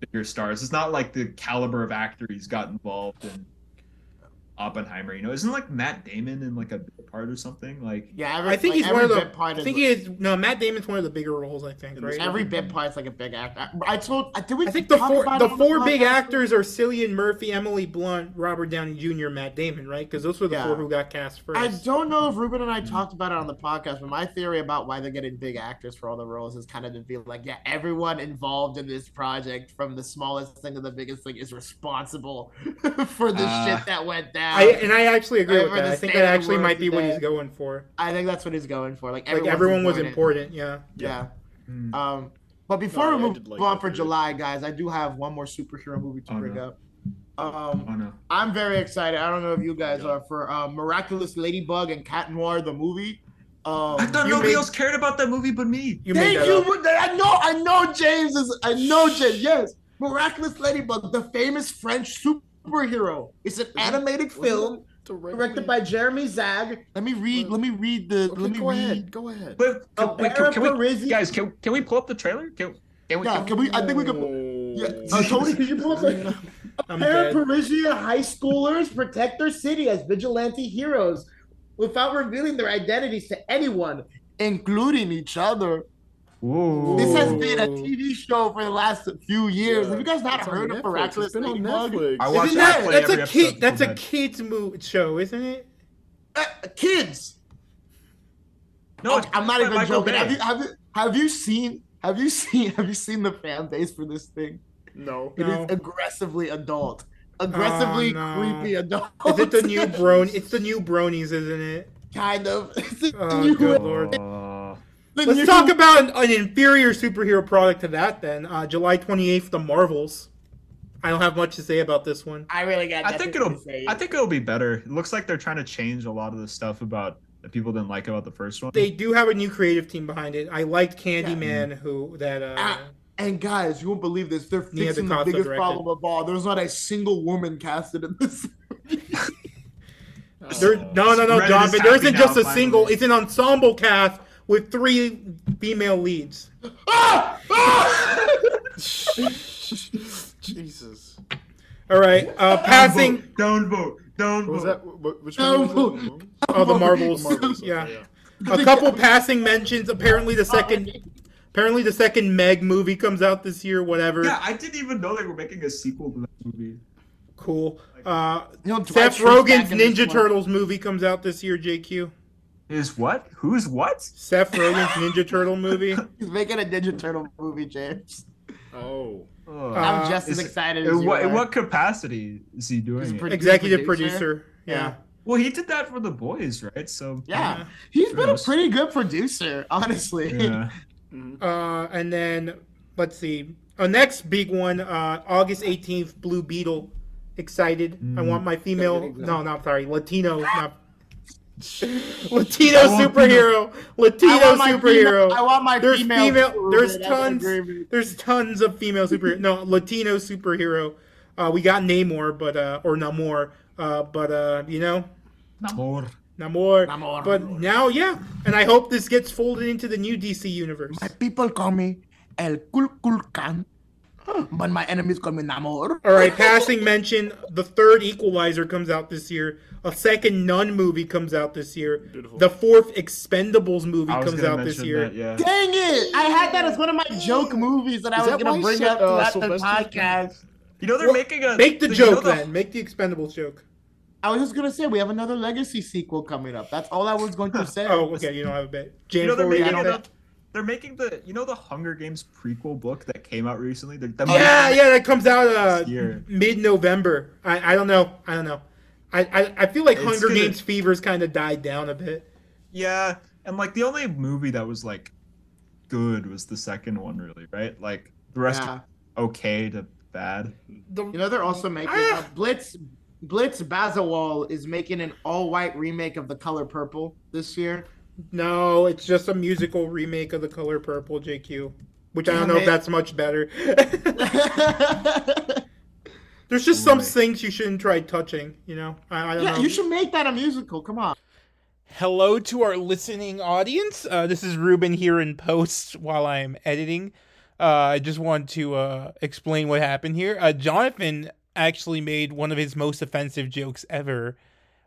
Speaker 2: bigger stars. It's not like the caliber of actor he's got involved in Oppenheimer. You know, isn't like Matt Damon in like a bit part or something like.
Speaker 6: Yeah, every,
Speaker 3: I think
Speaker 6: like,
Speaker 3: he's one of
Speaker 6: every
Speaker 3: the.
Speaker 6: bit part
Speaker 3: I
Speaker 6: is-
Speaker 3: think he is. No, Matt Damon's one of the bigger roles. I think.
Speaker 4: In this
Speaker 3: Right.
Speaker 6: every bit part's like a big act. I, I told. I- Did we?
Speaker 3: I think the
Speaker 6: talk
Speaker 3: four
Speaker 6: about
Speaker 3: the
Speaker 6: it on
Speaker 3: four big
Speaker 6: podcast?
Speaker 3: actors are Cillian Murphy, Emily Blunt, Robert Downey Jr., Matt Damon, right? Because those were the
Speaker 6: Yeah.
Speaker 3: four who got cast first.
Speaker 6: I don't know if Ruben and I
Speaker 2: Mhm.
Speaker 6: talked about it on the podcast, but my theory about why they're getting big actors for all the roles is kind of to be like, yeah, everyone involved in this project, from the smallest thing to the biggest thing, is responsible [LAUGHS] for the
Speaker 2: Uh,
Speaker 6: shit that went down.
Speaker 3: I- and I actually agree
Speaker 6: I
Speaker 3: with
Speaker 6: remember
Speaker 3: that. I
Speaker 6: the
Speaker 3: think
Speaker 6: state
Speaker 3: that
Speaker 6: of the
Speaker 3: actually
Speaker 6: world
Speaker 3: might be what
Speaker 6: today.
Speaker 3: he's going for.
Speaker 6: I think that's what he's going for. Like,
Speaker 3: Like
Speaker 6: everyone's
Speaker 3: everyone was
Speaker 6: important.
Speaker 3: important. Yeah.
Speaker 6: Yeah.
Speaker 2: Hmm.
Speaker 6: Um, but before
Speaker 4: No, I
Speaker 6: we move
Speaker 4: did like
Speaker 6: on
Speaker 4: that
Speaker 6: for
Speaker 4: theory.
Speaker 6: July, guys, I do have one more superhero movie to
Speaker 2: Oh,
Speaker 6: bring
Speaker 2: no.
Speaker 6: up. Um,
Speaker 2: Oh no.
Speaker 6: I'm very excited. I don't know if you guys
Speaker 4: Yeah.
Speaker 6: are for um, Miraculous Ladybug and Cat Noir the movie. Um,
Speaker 2: I thought
Speaker 3: you
Speaker 2: nobody
Speaker 3: made-
Speaker 2: else cared about that movie but me.
Speaker 3: You made
Speaker 6: thank
Speaker 3: that
Speaker 6: you.
Speaker 3: up.
Speaker 6: Ru- I know. I know. James is. I know. James. Yes. Miraculous Ladybug, the famous French superhero. It's an animated
Speaker 4: wasn't
Speaker 6: film
Speaker 4: Directly-
Speaker 6: directed by Jeremy Zag. Let me read. Let me read the.
Speaker 4: Okay,
Speaker 6: let me
Speaker 4: go
Speaker 6: read.
Speaker 4: ahead. Go ahead.
Speaker 2: But
Speaker 6: Oh,
Speaker 2: wait, can, can we
Speaker 6: Parisi-
Speaker 2: guys can, can we pull up the trailer? Can, can we? Oh.
Speaker 6: Yeah, can we? I think we can.
Speaker 4: Oh.
Speaker 6: Yeah. Uh, Tony, could you pull up? the-
Speaker 3: I'm
Speaker 6: pair of
Speaker 3: dead.
Speaker 6: Parisian high schoolers protect their city as vigilante heroes without revealing their identities to anyone, including each other.
Speaker 2: Whoa.
Speaker 6: This has
Speaker 3: Ooh.
Speaker 6: been a TV show for the last few years. Have you guys not
Speaker 4: It's on
Speaker 6: heard of
Speaker 4: Netflix.
Speaker 6: Miraculous
Speaker 4: It's been on
Speaker 6: Ladybug?
Speaker 4: Netflix.
Speaker 2: I watched-
Speaker 3: Isn't
Speaker 2: Watch
Speaker 3: that
Speaker 2: Apple
Speaker 3: that's
Speaker 2: every
Speaker 3: a kid
Speaker 2: episode
Speaker 3: that's a
Speaker 2: before
Speaker 3: kids mo- show, isn't it?
Speaker 6: Uh, kids.
Speaker 2: No,
Speaker 6: Okay, I'm not
Speaker 2: it's
Speaker 6: even
Speaker 2: Michael
Speaker 6: joking.
Speaker 2: Bay.
Speaker 6: Have you, have you have you [LAUGHS] seen have you seen have you seen the fan base for this thing? [LAUGHS]
Speaker 4: No. [LAUGHS]
Speaker 6: It is
Speaker 3: No.
Speaker 6: aggressively adult. aggressively
Speaker 3: no.
Speaker 6: creepy adult.
Speaker 3: Is it the
Speaker 6: [LAUGHS]
Speaker 3: new brony? It's the new bronies, isn't it?
Speaker 6: kind of? [LAUGHS] Is it the
Speaker 3: Oh,
Speaker 6: new,
Speaker 3: good
Speaker 6: the
Speaker 3: lord.
Speaker 2: Uh,
Speaker 6: new-
Speaker 3: Let's talk about an, an inferior superhero product to that then. Uh, July 28th, The Marvels. I don't have much to say about this one.
Speaker 6: I really got.
Speaker 2: I think
Speaker 6: nothing
Speaker 2: it'll.
Speaker 6: to say.
Speaker 2: I think it'll be better. It looks like they're trying to change a lot of the stuff about that people didn't like about the first one.
Speaker 3: They do have a new creative team behind it. I liked Candyman, who that uh,
Speaker 6: Ah. And guys, you won't believe this. They're
Speaker 3: Nia
Speaker 6: fixing the
Speaker 3: DaCosta
Speaker 6: biggest
Speaker 3: directed.
Speaker 6: problem of all. There's not a single woman casted in this.
Speaker 3: [LAUGHS] There, no, no, no,
Speaker 2: Reddit
Speaker 3: John.
Speaker 2: is
Speaker 3: But there
Speaker 2: happy
Speaker 3: isn't
Speaker 2: now,
Speaker 3: just a
Speaker 2: finally.
Speaker 3: single. It's an ensemble cast with three female leads.
Speaker 6: Ah! Ah!
Speaker 4: Jesus.
Speaker 3: All right, uh, passing.
Speaker 2: Don't vote. Don't
Speaker 4: What was
Speaker 2: vote.
Speaker 4: that? What, which
Speaker 6: No.
Speaker 4: one was that?
Speaker 3: Oh, the Marvels.
Speaker 4: [LAUGHS] Marvels, okay,
Speaker 3: Yeah,
Speaker 6: [LAUGHS]
Speaker 3: a couple passing mentions. Apparently, the second. Apparently, the second Meg movie comes out this year. Whatever.
Speaker 2: Yeah, I didn't even know they were making a sequel to that movie.
Speaker 3: Cool. Uh,
Speaker 6: You know, Dwight
Speaker 3: Seth
Speaker 6: Schrute's back
Speaker 3: Rogen's
Speaker 6: in this
Speaker 3: Ninja
Speaker 6: one.
Speaker 3: Turtles movie comes out this year. JQ.
Speaker 2: Is what? Who's what?
Speaker 3: Seth Rogen's Ninja Turtle movie.
Speaker 6: He's making a Ninja Turtle movie, James.
Speaker 4: Oh.
Speaker 2: Oh.
Speaker 3: Uh,
Speaker 6: I'm just
Speaker 2: is
Speaker 6: as
Speaker 2: it-
Speaker 6: excited as
Speaker 2: in
Speaker 6: you
Speaker 2: what, in
Speaker 6: are.
Speaker 2: what capacity is he doing
Speaker 4: He's a
Speaker 2: it?
Speaker 4: pretty-
Speaker 3: Executive
Speaker 4: Producer?
Speaker 3: producer. Yeah.
Speaker 2: Well, he did that for the boys, right? So
Speaker 6: Yeah, he's been a
Speaker 2: Yes.
Speaker 6: pretty good producer, honestly.
Speaker 3: [LAUGHS]
Speaker 2: yeah.
Speaker 3: Uh, and then let's see. Our next big one, uh, August 18th, Blue Beetle. Excited. I
Speaker 2: Mm.
Speaker 3: want my female.
Speaker 4: Excited.
Speaker 3: No, not sorry. Latino.
Speaker 6: [LAUGHS]
Speaker 3: Not, Latino
Speaker 2: I want
Speaker 3: superhero.
Speaker 6: [LAUGHS] I
Speaker 3: Latino
Speaker 6: want my
Speaker 3: superhero.
Speaker 6: Female, I want my
Speaker 3: there's
Speaker 6: female.
Speaker 3: female.
Speaker 6: crew,
Speaker 3: There's
Speaker 6: that's what I
Speaker 3: tons.
Speaker 6: agree with.
Speaker 3: There's tons of female superhero. no, Latino superhero. Uh, we got Namor, but uh, or Namor, uh, but uh, you know,
Speaker 2: More.
Speaker 3: Namor.
Speaker 6: Namor.
Speaker 3: But now, yeah, and I hope this gets folded into the new DC universe.
Speaker 6: My people call me El Kul Kul Khan, but my enemies call me Namor.
Speaker 3: All right, passing mention. The third Equalizer comes out this year. A second Nun movie comes out this year.
Speaker 4: Beautiful.
Speaker 3: The fourth Expendables movie
Speaker 2: I was
Speaker 3: comes
Speaker 2: gonna
Speaker 3: out this
Speaker 2: mention
Speaker 3: year.
Speaker 2: that. Yeah.
Speaker 6: Dang it! I had that as one of my joke movies that I
Speaker 4: Is
Speaker 6: was
Speaker 4: that why
Speaker 6: gonna
Speaker 4: you
Speaker 6: bring
Speaker 4: said,
Speaker 6: up throughout
Speaker 4: uh,
Speaker 6: the
Speaker 4: Sylvester
Speaker 6: podcast.
Speaker 2: You know they're
Speaker 3: Well,
Speaker 2: making a
Speaker 3: Make the
Speaker 2: you know
Speaker 3: joke
Speaker 2: the-
Speaker 3: then. Make the Expendables joke.
Speaker 6: I was just gonna say we have another Legacy sequel coming up. That's all I was going
Speaker 4: [LAUGHS]
Speaker 6: to say.
Speaker 3: Oh, okay. You don't have a bit.
Speaker 2: You
Speaker 3: James,
Speaker 2: know they're
Speaker 3: what were you
Speaker 2: making
Speaker 3: gonna
Speaker 2: the,
Speaker 3: say?
Speaker 2: they're making the you know the Hunger Games prequel book that came out recently. They're, they're
Speaker 3: yeah,
Speaker 2: making
Speaker 3: yeah, that comes out uh,
Speaker 2: This year.
Speaker 3: mid-November. I, I don't know. I don't know. I, I, I feel like
Speaker 2: It's
Speaker 3: Hunger
Speaker 2: gonna-
Speaker 3: Games fever's kind of died down a bit.
Speaker 2: Yeah, and like the only movie that was like good was the second one, really, right? Like the rest
Speaker 6: Yeah.
Speaker 2: okay to bad.
Speaker 6: You know they're also making
Speaker 4: Ah!
Speaker 6: uh, Blitz. Blitz Bazawal is making an all-white remake of The Color Purple this year. [LAUGHS]
Speaker 3: No, it's just a musical remake of The Color Purple, JQ. Which I don't
Speaker 6: Damn
Speaker 3: know if
Speaker 6: it.
Speaker 3: that's much better. [LAUGHS]
Speaker 6: yeah,
Speaker 3: There's just some
Speaker 2: Right.
Speaker 3: things you shouldn't try touching, you know? I, I don't know.
Speaker 6: you should make that a musical. Come on.
Speaker 1: Hello to our listening audience. Uh, this is Ruben here in post while I'm editing. Uh, I just want to uh, explain what happened here. Uh, Jonathan actually made one of his most offensive jokes ever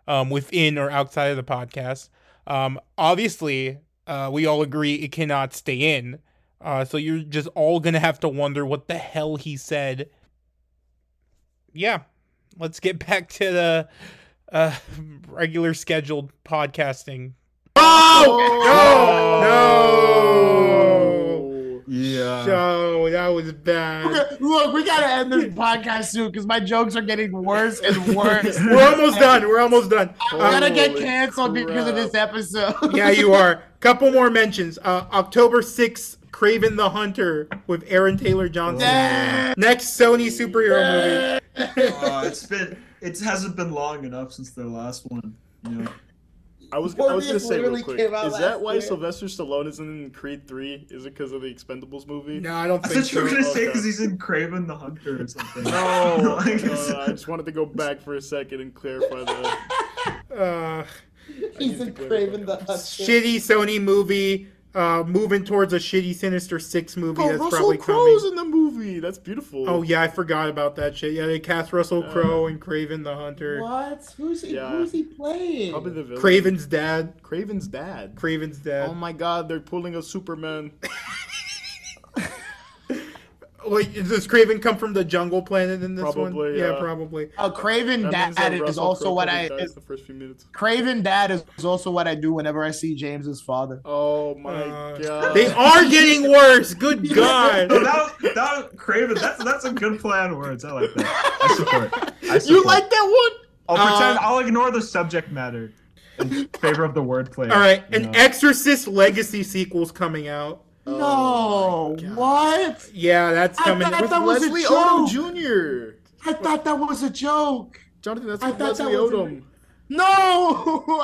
Speaker 1: um, within or outside of the podcast. Um, obviously, uh, we all agree it cannot stay in. Uh, so you're just all going to have to wonder what the hell he said. Yeah, let's get [LAUGHS] back to the uh, [LAUGHS] regular scheduled podcasting.
Speaker 4: Oh,
Speaker 3: No! No!
Speaker 2: Yeah.
Speaker 3: So Oh, that was bad.
Speaker 6: Okay, Look, we gotta end this podcast soon because my jokes are getting worse and
Speaker 4: [LAUGHS]
Speaker 6: worse.
Speaker 3: We're almost done. We're almost done. Um,
Speaker 6: I'm gonna get
Speaker 4: Holy
Speaker 6: canceled because of this episode.
Speaker 3: Yeah, you are. Couple more mentions. Uh, October 6th, Craven the Hunter with Aaron Taylor Johnson.
Speaker 6: Yeah.
Speaker 3: Next Sony superhero
Speaker 2: Uh, it's been it hasn't been long enough since their last one. You know?
Speaker 4: I was, I was
Speaker 6: Morbius
Speaker 4: gonna say
Speaker 6: literally
Speaker 4: real quick.
Speaker 6: came out
Speaker 4: Is
Speaker 6: last
Speaker 4: that why
Speaker 6: year.
Speaker 4: Sylvester Stallone is in Creed Three? Is it because of the Expendables movie?
Speaker 3: movie.
Speaker 4: [LAUGHS]
Speaker 3: No, I don't
Speaker 2: I
Speaker 3: think
Speaker 2: thought you were
Speaker 3: so.
Speaker 2: gonna say
Speaker 4: okay.
Speaker 2: because he's in Craven the Hunter or something.
Speaker 3: [LAUGHS]
Speaker 4: No,
Speaker 2: [LAUGHS] Like, it's-
Speaker 4: no, Oh, I just wanted to go back for a second and clarify that.
Speaker 3: Uh,
Speaker 6: [LAUGHS] He's a Craven the Hunter.
Speaker 3: shitty Sony movie. Uh, moving towards a shitty Sinister Six movie
Speaker 4: Oh,
Speaker 3: that's
Speaker 4: Russell
Speaker 3: probably
Speaker 4: Crowe's
Speaker 3: coming.
Speaker 4: in the movie. That's beautiful.
Speaker 3: Oh yeah, I forgot about that shit. Yeah, they cast Russell Crowe and Craven the Hunter.
Speaker 6: What? Who's he?
Speaker 4: Yeah.
Speaker 6: Who's he playing?
Speaker 4: probably the villain.
Speaker 3: Craven's dad.
Speaker 4: Craven's dad.
Speaker 3: Craven's dad.
Speaker 4: Oh my God, they're pulling a Superman.
Speaker 3: Like, does Craven come from the jungle planet in this one?
Speaker 4: Probably,
Speaker 3: yeah,
Speaker 4: uh,
Speaker 3: probably.
Speaker 6: Uh, Craven
Speaker 4: That
Speaker 6: Dad
Speaker 4: means that
Speaker 6: is
Speaker 4: Russell
Speaker 6: also
Speaker 4: Crowe
Speaker 6: what
Speaker 4: probably
Speaker 6: I
Speaker 4: dies
Speaker 6: is,
Speaker 4: the first few minutes.
Speaker 6: Craven Dad is also what I do whenever I see James's father.
Speaker 4: Oh my
Speaker 3: Uh,
Speaker 4: god.
Speaker 3: They are getting worse. Good God.
Speaker 2: So that was, that was Craven. That's that's a good play on words. I like that. I support. I support.
Speaker 4: You like that one?
Speaker 2: I'll pretend.
Speaker 3: Uh,
Speaker 2: I'll ignore the subject matter in favor of the wordplay.
Speaker 3: All right,
Speaker 2: you know?
Speaker 3: an Exorcist Legacy sequel's coming out.
Speaker 4: Oh
Speaker 6: no,
Speaker 4: my God.
Speaker 6: what?
Speaker 3: Yeah, that's
Speaker 6: I
Speaker 3: coming.
Speaker 6: thought
Speaker 3: With-
Speaker 6: that was a
Speaker 4: Leslie
Speaker 6: joke.
Speaker 4: Odom Jr.
Speaker 6: I thought that was a joke. [LAUGHS]
Speaker 4: Jonathan, that's
Speaker 6: I
Speaker 4: with
Speaker 6: thought that
Speaker 4: Leslie
Speaker 6: was a-
Speaker 4: Odom.
Speaker 6: No,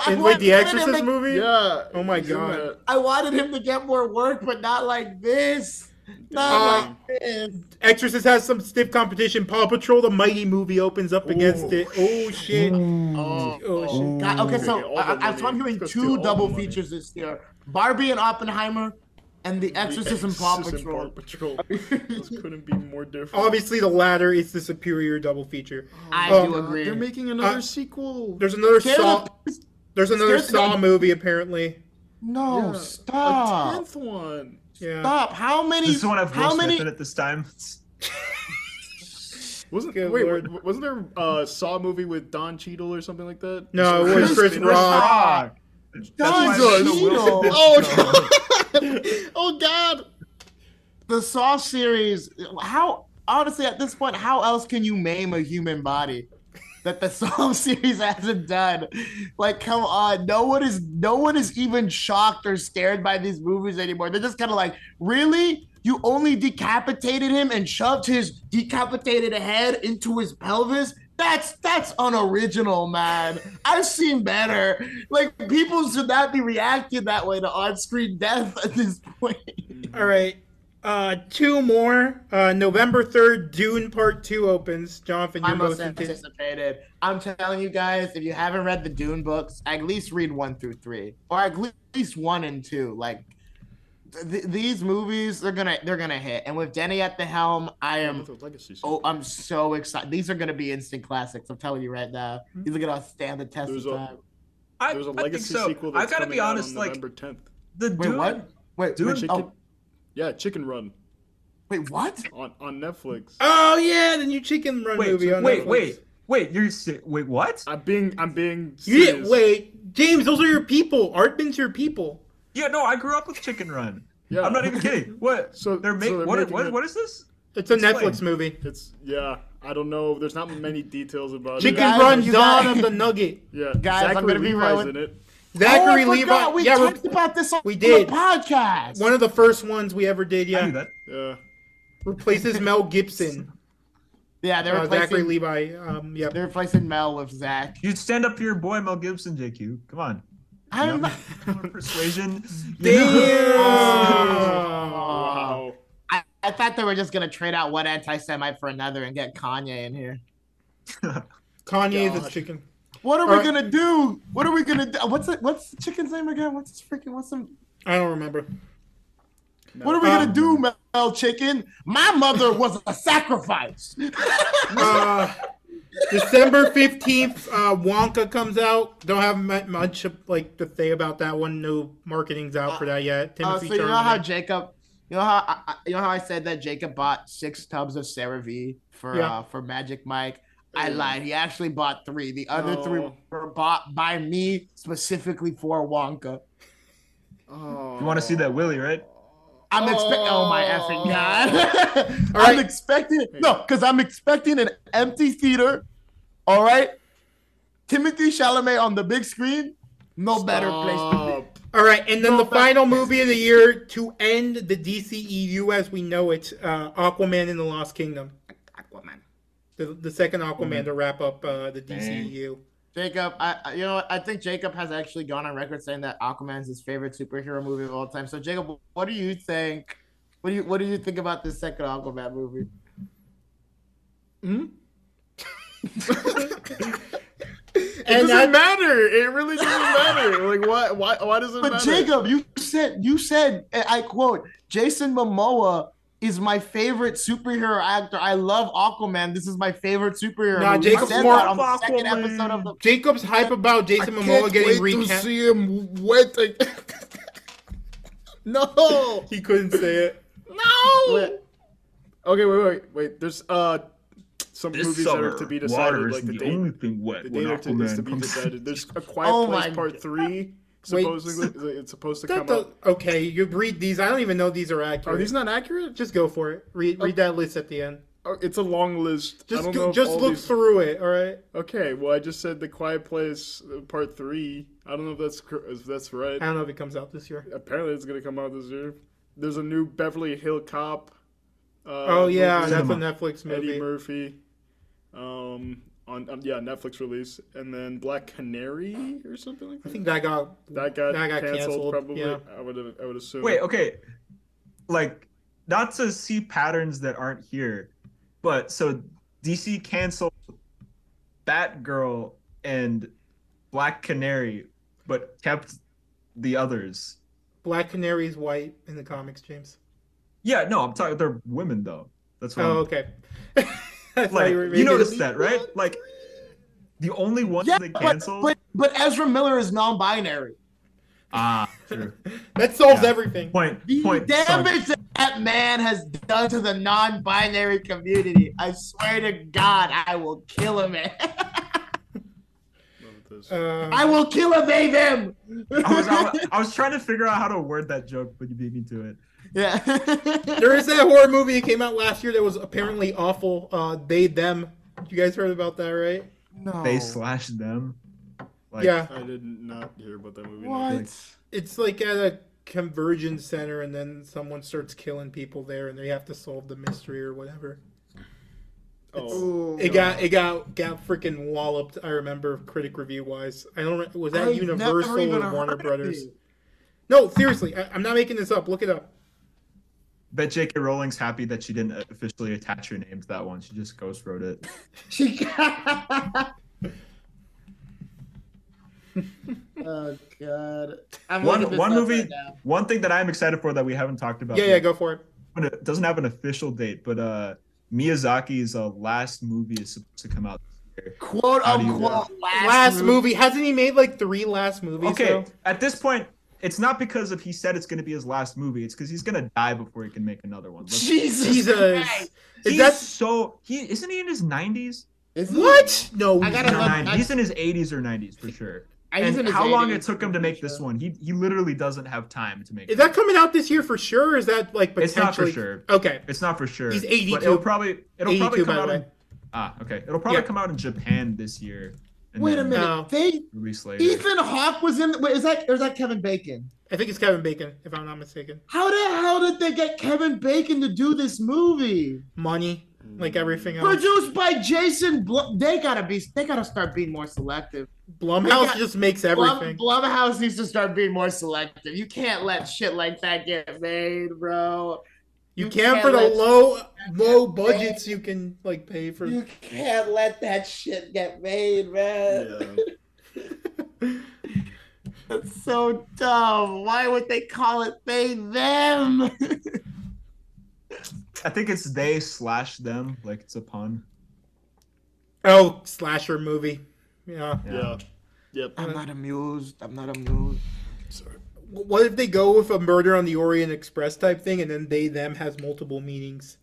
Speaker 6: I
Speaker 3: in, wait, the
Speaker 6: wanted him to
Speaker 3: Exorcist
Speaker 6: make-
Speaker 3: movie?
Speaker 4: Yeah.
Speaker 3: Oh my
Speaker 4: he's in
Speaker 3: God.
Speaker 4: that.
Speaker 6: I wanted him to get more work, but not like this.
Speaker 4: Um,
Speaker 6: Not
Speaker 3: Uh,
Speaker 6: like this.
Speaker 3: Exorcist has some stiff competition. Paw Patrol, the mighty movie, opens up against it. Oh shit!
Speaker 4: Oh,
Speaker 3: Oh, shit.
Speaker 4: oh.
Speaker 6: God, okay,
Speaker 4: Okay,
Speaker 6: so
Speaker 4: all
Speaker 6: I,
Speaker 4: the
Speaker 6: I, so
Speaker 4: money.
Speaker 6: I'm hearing
Speaker 4: Let's
Speaker 6: two
Speaker 4: do all
Speaker 6: double
Speaker 4: the money.
Speaker 6: features this year: Barbie and Oppenheimer, and The Exorcist and Paw
Speaker 4: Exorcist
Speaker 6: Patrol.
Speaker 4: and Paw
Speaker 6: [LAUGHS]
Speaker 4: Patrol. Those couldn't be more different.
Speaker 3: Obviously, the latter is the superior double feature.
Speaker 6: I
Speaker 3: Oh,
Speaker 6: do
Speaker 3: God,
Speaker 6: agree.
Speaker 4: They're making another
Speaker 3: Uh,
Speaker 4: sequel.
Speaker 3: There's another
Speaker 6: Scared
Speaker 3: Saw.
Speaker 6: of-
Speaker 3: There's another
Speaker 6: scared of-
Speaker 3: Saw movie apparently.
Speaker 6: no,
Speaker 4: Yeah, A
Speaker 6: stop,
Speaker 4: tenth one.
Speaker 3: Yeah.
Speaker 6: stop. How many?
Speaker 2: Does someone have Will
Speaker 6: how
Speaker 2: Smith
Speaker 6: many?
Speaker 2: in it this time?
Speaker 4: Wasn't
Speaker 3: Good
Speaker 4: wait,
Speaker 3: lord.
Speaker 4: wa- wasn't there a Saw movie with Don Cheadle or something like that?
Speaker 3: No, it was Chris
Speaker 6: Chris
Speaker 3: Rock.
Speaker 6: Rock.
Speaker 2: That's
Speaker 6: Don
Speaker 2: why I'm saying Will [LAUGHS]
Speaker 6: Cheadle.
Speaker 2: Smith.
Speaker 4: Oh god! oh god!
Speaker 6: The Saw series. How honestly, at this point, how else can you name a human body? That the [LAUGHS] Saw series hasn't done, like, come on, no one is, no one is even shocked or scared by these movies anymore. They're just kind of like, really, you only decapitated him and shoved his decapitated head into his pelvis. That's that's unoriginal, man. I've seen better. Like people should not be reacting that way to on-screen death at this [LAUGHS] point.
Speaker 3: All right. Uh, two more. Uh, November third, Dune Part Two opens. Jonathan, you're
Speaker 6: I'm most
Speaker 3: most anti-
Speaker 6: anticipated. I'm telling you guys, if you haven't read the Dune books, at least read one through three, or at least one and two. Like th- th- these movies, they're gonna they're gonna hit. And with Denny at the helm, I am
Speaker 4: Legacy
Speaker 6: oh I'm so excited. These are gonna be instant classics. I'm telling you right now.
Speaker 3: Hmm?
Speaker 6: These are gonna stand the test
Speaker 4: There's
Speaker 6: of
Speaker 4: a-
Speaker 6: time.
Speaker 2: I,
Speaker 4: There's a
Speaker 2: I think
Speaker 4: legacy
Speaker 2: so.
Speaker 4: sequel
Speaker 2: I
Speaker 4: that's
Speaker 2: gotta
Speaker 4: coming
Speaker 2: be honest.
Speaker 4: out on
Speaker 2: Like
Speaker 4: November 10th.
Speaker 2: the dude.
Speaker 6: Wait, what? Wait,
Speaker 2: Dune-
Speaker 6: wait, oh,
Speaker 4: Yeah, Chicken Run
Speaker 6: wait, what?
Speaker 4: on, on Netflix.
Speaker 3: Oh yeah, the new Chicken Run
Speaker 2: Wait,
Speaker 3: movie. On
Speaker 2: wait,
Speaker 3: Netflix.
Speaker 2: wait, wait. You're si- wait. What?
Speaker 4: I'm being I'm being
Speaker 3: You
Speaker 4: serious.
Speaker 3: didn't wait, James. Those are your people. Artman's your people.
Speaker 2: Yeah, no. I grew up with Chicken Run.
Speaker 4: Yeah.
Speaker 2: I'm not even
Speaker 4: [LAUGHS]
Speaker 2: kidding. What?
Speaker 4: So-
Speaker 2: they're, make,
Speaker 4: so they're
Speaker 2: what,
Speaker 4: making
Speaker 2: what,
Speaker 4: it-
Speaker 2: what is this?
Speaker 3: It's a
Speaker 2: Explain.
Speaker 3: Netflix movie.
Speaker 4: It's yeah. I don't know. There's not many details about
Speaker 3: Chicken
Speaker 4: it.
Speaker 6: guys-
Speaker 3: Run
Speaker 6: you
Speaker 3: Dawn
Speaker 6: guys-
Speaker 3: of the Nugget.
Speaker 6: [LAUGHS]
Speaker 4: Yeah,
Speaker 6: Guys, I'm
Speaker 4: Zachary
Speaker 6: gonna be real
Speaker 4: Levi's
Speaker 6: with-
Speaker 4: in it.
Speaker 3: Zachary
Speaker 6: oh, I
Speaker 3: Levi.
Speaker 6: forgot. We
Speaker 3: yeah,
Speaker 6: talked
Speaker 3: we-
Speaker 6: about this on
Speaker 3: we
Speaker 6: the
Speaker 3: did.
Speaker 6: podcast.
Speaker 3: one of the first ones we ever did.
Speaker 2: I knew
Speaker 3: Yeah,
Speaker 2: that.
Speaker 4: Yeah.
Speaker 6: [LAUGHS]
Speaker 3: replaces Mel Gibson.
Speaker 6: yeah, they're
Speaker 3: Uh, Zachary
Speaker 6: replacing
Speaker 3: Levi. Um, yeah.
Speaker 6: they're replacing Mel with Zach.
Speaker 2: You'd stand up for your boy Mel Gibson, JQ. Come on.
Speaker 6: I'm
Speaker 2: Yep. [LAUGHS]
Speaker 6: not- [LAUGHS]
Speaker 2: Persuasion. You know?
Speaker 3: Damn.
Speaker 4: Wow.
Speaker 6: I, I thought they were just gonna trade out one anti-Semite for another and get Kanye in here.
Speaker 3: Kanye the
Speaker 4: God.
Speaker 3: chicken.
Speaker 6: What are we
Speaker 3: Alright.
Speaker 6: gonna do? What are we gonna do? What's it, what's the chicken's name again? What's his freaking what's some?
Speaker 3: I don't remember.
Speaker 6: What are we gonna
Speaker 3: Um,
Speaker 6: do, Mel- Mel Chicken? My mother was a [LAUGHS] sacrifice.
Speaker 3: Uh, December fifteenth, uh, Wonka comes out. Don't have mu- much like to say about that one. No marketing's out for that yet.
Speaker 6: Uh,
Speaker 3: Timothy
Speaker 6: so you know
Speaker 3: Chalamet.
Speaker 6: how Jacob, you know how I, I- you know how I said that Jacob bought six tubs of Sarah V for
Speaker 3: Yeah.
Speaker 6: uh, for Magic Mike. I
Speaker 4: Yeah.
Speaker 6: lied. He actually bought three. The other three
Speaker 4: No.
Speaker 6: were bought by me specifically for Wonka.
Speaker 4: Oh.
Speaker 2: You want to see that Willie, right?
Speaker 6: I'm expecting. Oh my effing [LAUGHS] god!
Speaker 3: All
Speaker 6: I'm
Speaker 3: right.
Speaker 6: expecting no, because I'm expecting an empty theater. All right, Timothy Chalamet on the big screen. No better place to be.
Speaker 4: Stop.
Speaker 3: All right, and then the final movie of the year to end the DCEU as we know it, uh, Aquaman and the Lost Kingdom. Aquaman. The, the second Aquaman to wrap up uh, the DCEU.
Speaker 6: Jacob, I I- you know what? I think Jacob has actually gone on record saying that Aquaman's his favorite superhero movie of all time. So Jacob, what do you think? What do you what do you think about this second Aquaman movie?
Speaker 4: It
Speaker 3: And
Speaker 4: doesn't
Speaker 3: that,
Speaker 4: matter. It really doesn't matter. Like why why why does it
Speaker 6: But
Speaker 4: matter?
Speaker 6: Jacob, you said you said and I quote Jason Momoa is my favorite superhero actor. I love Aquaman. This is my favorite superhero.
Speaker 3: Nah,
Speaker 6: movie." You
Speaker 3: Jacob's
Speaker 6: said
Speaker 3: more
Speaker 6: that on the second
Speaker 2: Aquaman.
Speaker 6: episode of the.
Speaker 3: Jacob's hype about Jason Momoa getting recast.
Speaker 4: see him wet. [LAUGHS] no.
Speaker 3: He couldn't say it.
Speaker 4: No.
Speaker 6: Wait,
Speaker 4: Okay, wait, wait, wait. There's uh some
Speaker 2: This
Speaker 4: movies
Speaker 2: summer,
Speaker 4: that are to be decided,
Speaker 2: water is
Speaker 4: like
Speaker 2: the,
Speaker 4: the date,
Speaker 2: only thing wet
Speaker 4: the
Speaker 2: when
Speaker 4: date are to, is to
Speaker 2: Aquaman
Speaker 4: be
Speaker 2: comes.
Speaker 4: decided.
Speaker 3: [LAUGHS]
Speaker 4: There's a Quiet
Speaker 6: Oh my
Speaker 4: Place Part Three. Supposedly, it's supposed to
Speaker 3: That
Speaker 4: come
Speaker 3: do-
Speaker 4: out.
Speaker 3: okay, you read these. I don't even know these are accurate.
Speaker 4: Are these not accurate?
Speaker 3: Just go for it. Read read that list at the end.
Speaker 4: Oh, It's a long list. I
Speaker 3: Just
Speaker 4: don't
Speaker 3: go,
Speaker 4: know if
Speaker 3: just
Speaker 4: all
Speaker 3: look
Speaker 4: these-
Speaker 3: through it. All right.
Speaker 4: Okay, well, I just said the Quiet Place uh, Part Three. I don't know if that's cor- if that's right.
Speaker 3: I don't know if it comes out this year.
Speaker 4: Apparently, it's gonna come out this year. There's a new Beverly Hill Cop. Uh,
Speaker 3: Oh yeah,
Speaker 4: movie.
Speaker 3: that's a
Speaker 2: Cinema.
Speaker 3: Netflix
Speaker 4: Eddie
Speaker 3: movie.
Speaker 4: Murphy. Um, on um, yeah, Netflix release, and then Black Canary or something like
Speaker 3: I
Speaker 4: that.
Speaker 3: think that got
Speaker 4: that got,
Speaker 3: that got
Speaker 4: canceled,
Speaker 3: canceled,
Speaker 4: probably.
Speaker 3: yeah.
Speaker 4: I would I would assume.
Speaker 2: [LAUGHS] Wait, okay. Like, not to see patterns that aren't here, but so DC canceled Batgirl and Black Canary, but kept the others.
Speaker 3: Black Canary's white in the comics, James.
Speaker 2: Yeah, no, I'm talking. They're women though. That's what.
Speaker 3: Oh
Speaker 2: I'm,
Speaker 3: okay. [LAUGHS] I thought
Speaker 2: like,
Speaker 3: were
Speaker 2: you,
Speaker 3: making-
Speaker 2: noticed that, right?
Speaker 4: [LAUGHS]
Speaker 2: Like, the only ones
Speaker 6: Yeah,
Speaker 2: they
Speaker 6: but,
Speaker 2: canceled.
Speaker 6: but but Ezra Miller is non-binary.
Speaker 2: Ah,
Speaker 6: [LAUGHS]
Speaker 2: true.
Speaker 3: That solves
Speaker 2: Yeah.
Speaker 3: everything.
Speaker 2: Point.
Speaker 6: The
Speaker 2: Point. son.
Speaker 6: damage that that man has done to the non-binary community. I swear to God, I will kill a man. [LAUGHS]
Speaker 4: None of this.
Speaker 3: Uh,
Speaker 6: I will kill a they them.
Speaker 2: [LAUGHS] I was, I, was, I was trying to figure out how to word that joke, but you beat me to it.
Speaker 6: yeah.
Speaker 3: [LAUGHS]
Speaker 6: [LAUGHS]
Speaker 3: There is that horror movie that came out last year that was apparently awful. Uh, they them. You guys heard about that, right?
Speaker 6: no.
Speaker 2: They slash them. Like,
Speaker 3: Oh. yeah.
Speaker 4: I did not hear about that movie. no.
Speaker 6: What?
Speaker 3: It's like at a conversion center, and then someone starts killing people there, and they have to solve the mystery or whatever.
Speaker 4: Oh,
Speaker 3: It got it got got freaking walloped. I remember critic review wise. I don't. re- Was that
Speaker 6: I've
Speaker 3: Universal
Speaker 6: never even
Speaker 3: or Warner
Speaker 6: heard of
Speaker 3: Brothers?
Speaker 6: it.
Speaker 3: No, seriously, I, I'm not making this up. Look it up.
Speaker 2: Bet J.K. Rowling's happy that she didn't officially attach her name to that one. She just ghost wrote it.
Speaker 6: She got. [LAUGHS] oh God! I'm
Speaker 2: One-
Speaker 6: looking this
Speaker 2: one
Speaker 6: up
Speaker 2: movie-
Speaker 6: right now.
Speaker 2: One thing that I'm excited for that we haven't talked about.
Speaker 3: Yeah, yeah,
Speaker 2: yet,
Speaker 3: go for it.
Speaker 2: but it doesn't have an official date, but uh, Miyazaki's uh, last movie is supposed to come out. this year.
Speaker 6: quote
Speaker 2: How do you-
Speaker 6: unquote [LAUGHS] last,
Speaker 3: Last
Speaker 6: movie.
Speaker 3: movie. Hasn't he made like three last movies?
Speaker 2: Okay,
Speaker 3: though?
Speaker 2: at this point, it's not because if he said it's going to be his last movie. It's because he's going to die before he can make another
Speaker 3: [LAUGHS]
Speaker 2: one. Let's-
Speaker 6: [LAUGHS] Jesus,
Speaker 3: Jesus.
Speaker 6: Christ.
Speaker 3: Is
Speaker 2: He's
Speaker 3: that
Speaker 2: so he isn't he in his 90s?
Speaker 3: what? No.
Speaker 6: I
Speaker 3: he's
Speaker 6: gotta
Speaker 2: No,
Speaker 3: not.
Speaker 6: look-
Speaker 2: 90s. He's in his 80s or 90s for sure.
Speaker 6: I
Speaker 2: And
Speaker 6: was in his
Speaker 2: how long
Speaker 6: 80s,
Speaker 2: it took him to
Speaker 6: I'm
Speaker 2: make
Speaker 6: sure.
Speaker 2: this one? He he literally doesn't have time to make.
Speaker 3: Is
Speaker 2: it.
Speaker 3: that coming out this year for sure? Or is that like potentially?
Speaker 2: It's not for sure.
Speaker 3: Okay.
Speaker 2: It's not for sure.
Speaker 3: He's
Speaker 2: but
Speaker 3: 82.
Speaker 2: It'll probably it'll probably
Speaker 3: 82,
Speaker 2: come
Speaker 3: by
Speaker 2: out
Speaker 3: the
Speaker 2: in,
Speaker 3: way.
Speaker 2: ah okay. It'll probably
Speaker 3: Yeah.
Speaker 2: come out in Japan this year. and
Speaker 6: Wait a
Speaker 2: then
Speaker 6: minute.
Speaker 3: No.
Speaker 6: They
Speaker 2: Release later.
Speaker 6: Ethan Hawke was in. Wait, is that or is that Kevin Bacon?
Speaker 3: I think it's Kevin Bacon, if I'm not mistaken.
Speaker 6: How the hell did they get Kevin Bacon to do this movie?
Speaker 3: Money, like everything else.
Speaker 6: Produced by Jason Blum. They gotta be. They gotta start being more selective.
Speaker 3: Blumhouse
Speaker 6: Yeah.
Speaker 3: just makes
Speaker 6: Blum,
Speaker 3: everything.
Speaker 6: Blumhouse needs to start being more selective. You can't let shit like that get made, bro.
Speaker 3: you
Speaker 6: you
Speaker 3: can
Speaker 6: can't
Speaker 3: for the
Speaker 6: let-
Speaker 3: low low budgets. You can like pay for.
Speaker 6: [LAUGHS] You can't let that shit get made, man.
Speaker 4: yeah.
Speaker 6: That's so dumb. Why would they call it they them?
Speaker 2: I think it's they slash them. Like it's a pun.
Speaker 3: Oh, slasher movie. Yeah.
Speaker 2: [LAUGHS] Yeah.
Speaker 4: yeah, yep.
Speaker 6: I'm not amused. I'm not amused.
Speaker 4: Sorry.
Speaker 3: W- What if they go with a Murder on the Orient Express type thing, and then they them has multiple meanings?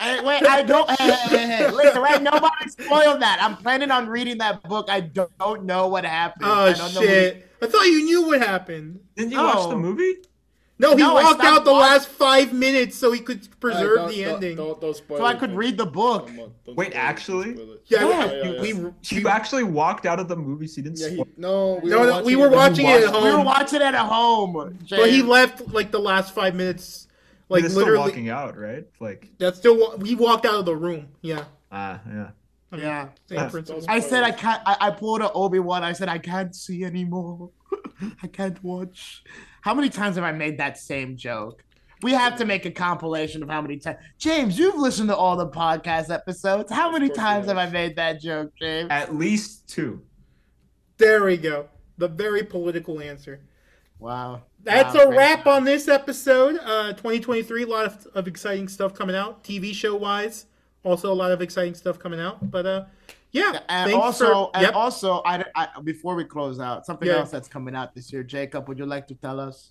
Speaker 6: Hey, wait, I don't. Hey, hey, hey, hey. Listen, right? Nobody spoiled that. I'm planning on reading that book. I don't, don't know what happened. I
Speaker 3: Oh
Speaker 6: don't
Speaker 3: shit! I thought you knew what happened.
Speaker 2: Didn't you watch
Speaker 6: Oh.
Speaker 2: the movie?
Speaker 3: No, he
Speaker 6: No, I
Speaker 3: walked
Speaker 6: stopped
Speaker 3: out the
Speaker 6: watching.
Speaker 3: last five minutes so he could preserve
Speaker 4: Alright, don't-
Speaker 3: the
Speaker 4: don't-
Speaker 3: ending.
Speaker 4: Don't, don't spoil
Speaker 6: Know, so I
Speaker 4: it,
Speaker 6: could
Speaker 4: don't-
Speaker 6: read the book.
Speaker 4: don't- don't
Speaker 2: Wait,
Speaker 4: spoil it, don't
Speaker 2: actually?
Speaker 4: spoil it.
Speaker 3: Yeah,
Speaker 6: Yeah,
Speaker 3: we-
Speaker 4: yeah,
Speaker 3: we,
Speaker 4: yeah.
Speaker 2: You actually walked out of the movie. So you didn't.
Speaker 4: Yeah, he,
Speaker 2: spoil-
Speaker 4: no, we
Speaker 3: No,
Speaker 4: were
Speaker 3: no,
Speaker 4: watching
Speaker 3: we were
Speaker 4: it-
Speaker 3: watching it at
Speaker 4: watched
Speaker 3: home.
Speaker 6: We were watching it at home.
Speaker 3: But he
Speaker 6: James.
Speaker 3: left like the last five minutes, like
Speaker 2: but it's still
Speaker 3: literally.
Speaker 2: walking out, right? Like
Speaker 3: That's still wa- he walked out of the room. Yeah,
Speaker 2: ah yeah.
Speaker 6: Yeah.
Speaker 3: same
Speaker 2: That's-
Speaker 3: principle.
Speaker 6: I said I can't. I, I pulled an Obi Wan. I said I can't see anymore. [LAUGHS] I can't watch. How many times have I made that same joke? We have to make a compilation of how many times. James, you've listened to all the podcast episodes. How
Speaker 4: Of
Speaker 6: many
Speaker 4: course he
Speaker 6: times have I
Speaker 4: has.
Speaker 6: made that joke, James?
Speaker 2: At least two.
Speaker 3: There we go. The very political answer.
Speaker 6: Wow.
Speaker 3: That's
Speaker 6: Wow,
Speaker 3: a
Speaker 6: great.
Speaker 3: wrap on this episode. Uh, 2023, a lot of, of exciting stuff coming out, TV show wise. Also, a lot of exciting stuff coming out. But uh, yeah,
Speaker 6: And
Speaker 3: thanks
Speaker 6: also,
Speaker 3: for-
Speaker 6: and
Speaker 3: yep.
Speaker 6: also, I, I before we close out, something
Speaker 3: Yeah.
Speaker 6: else that's coming out this year. Jacob, would you like to tell us?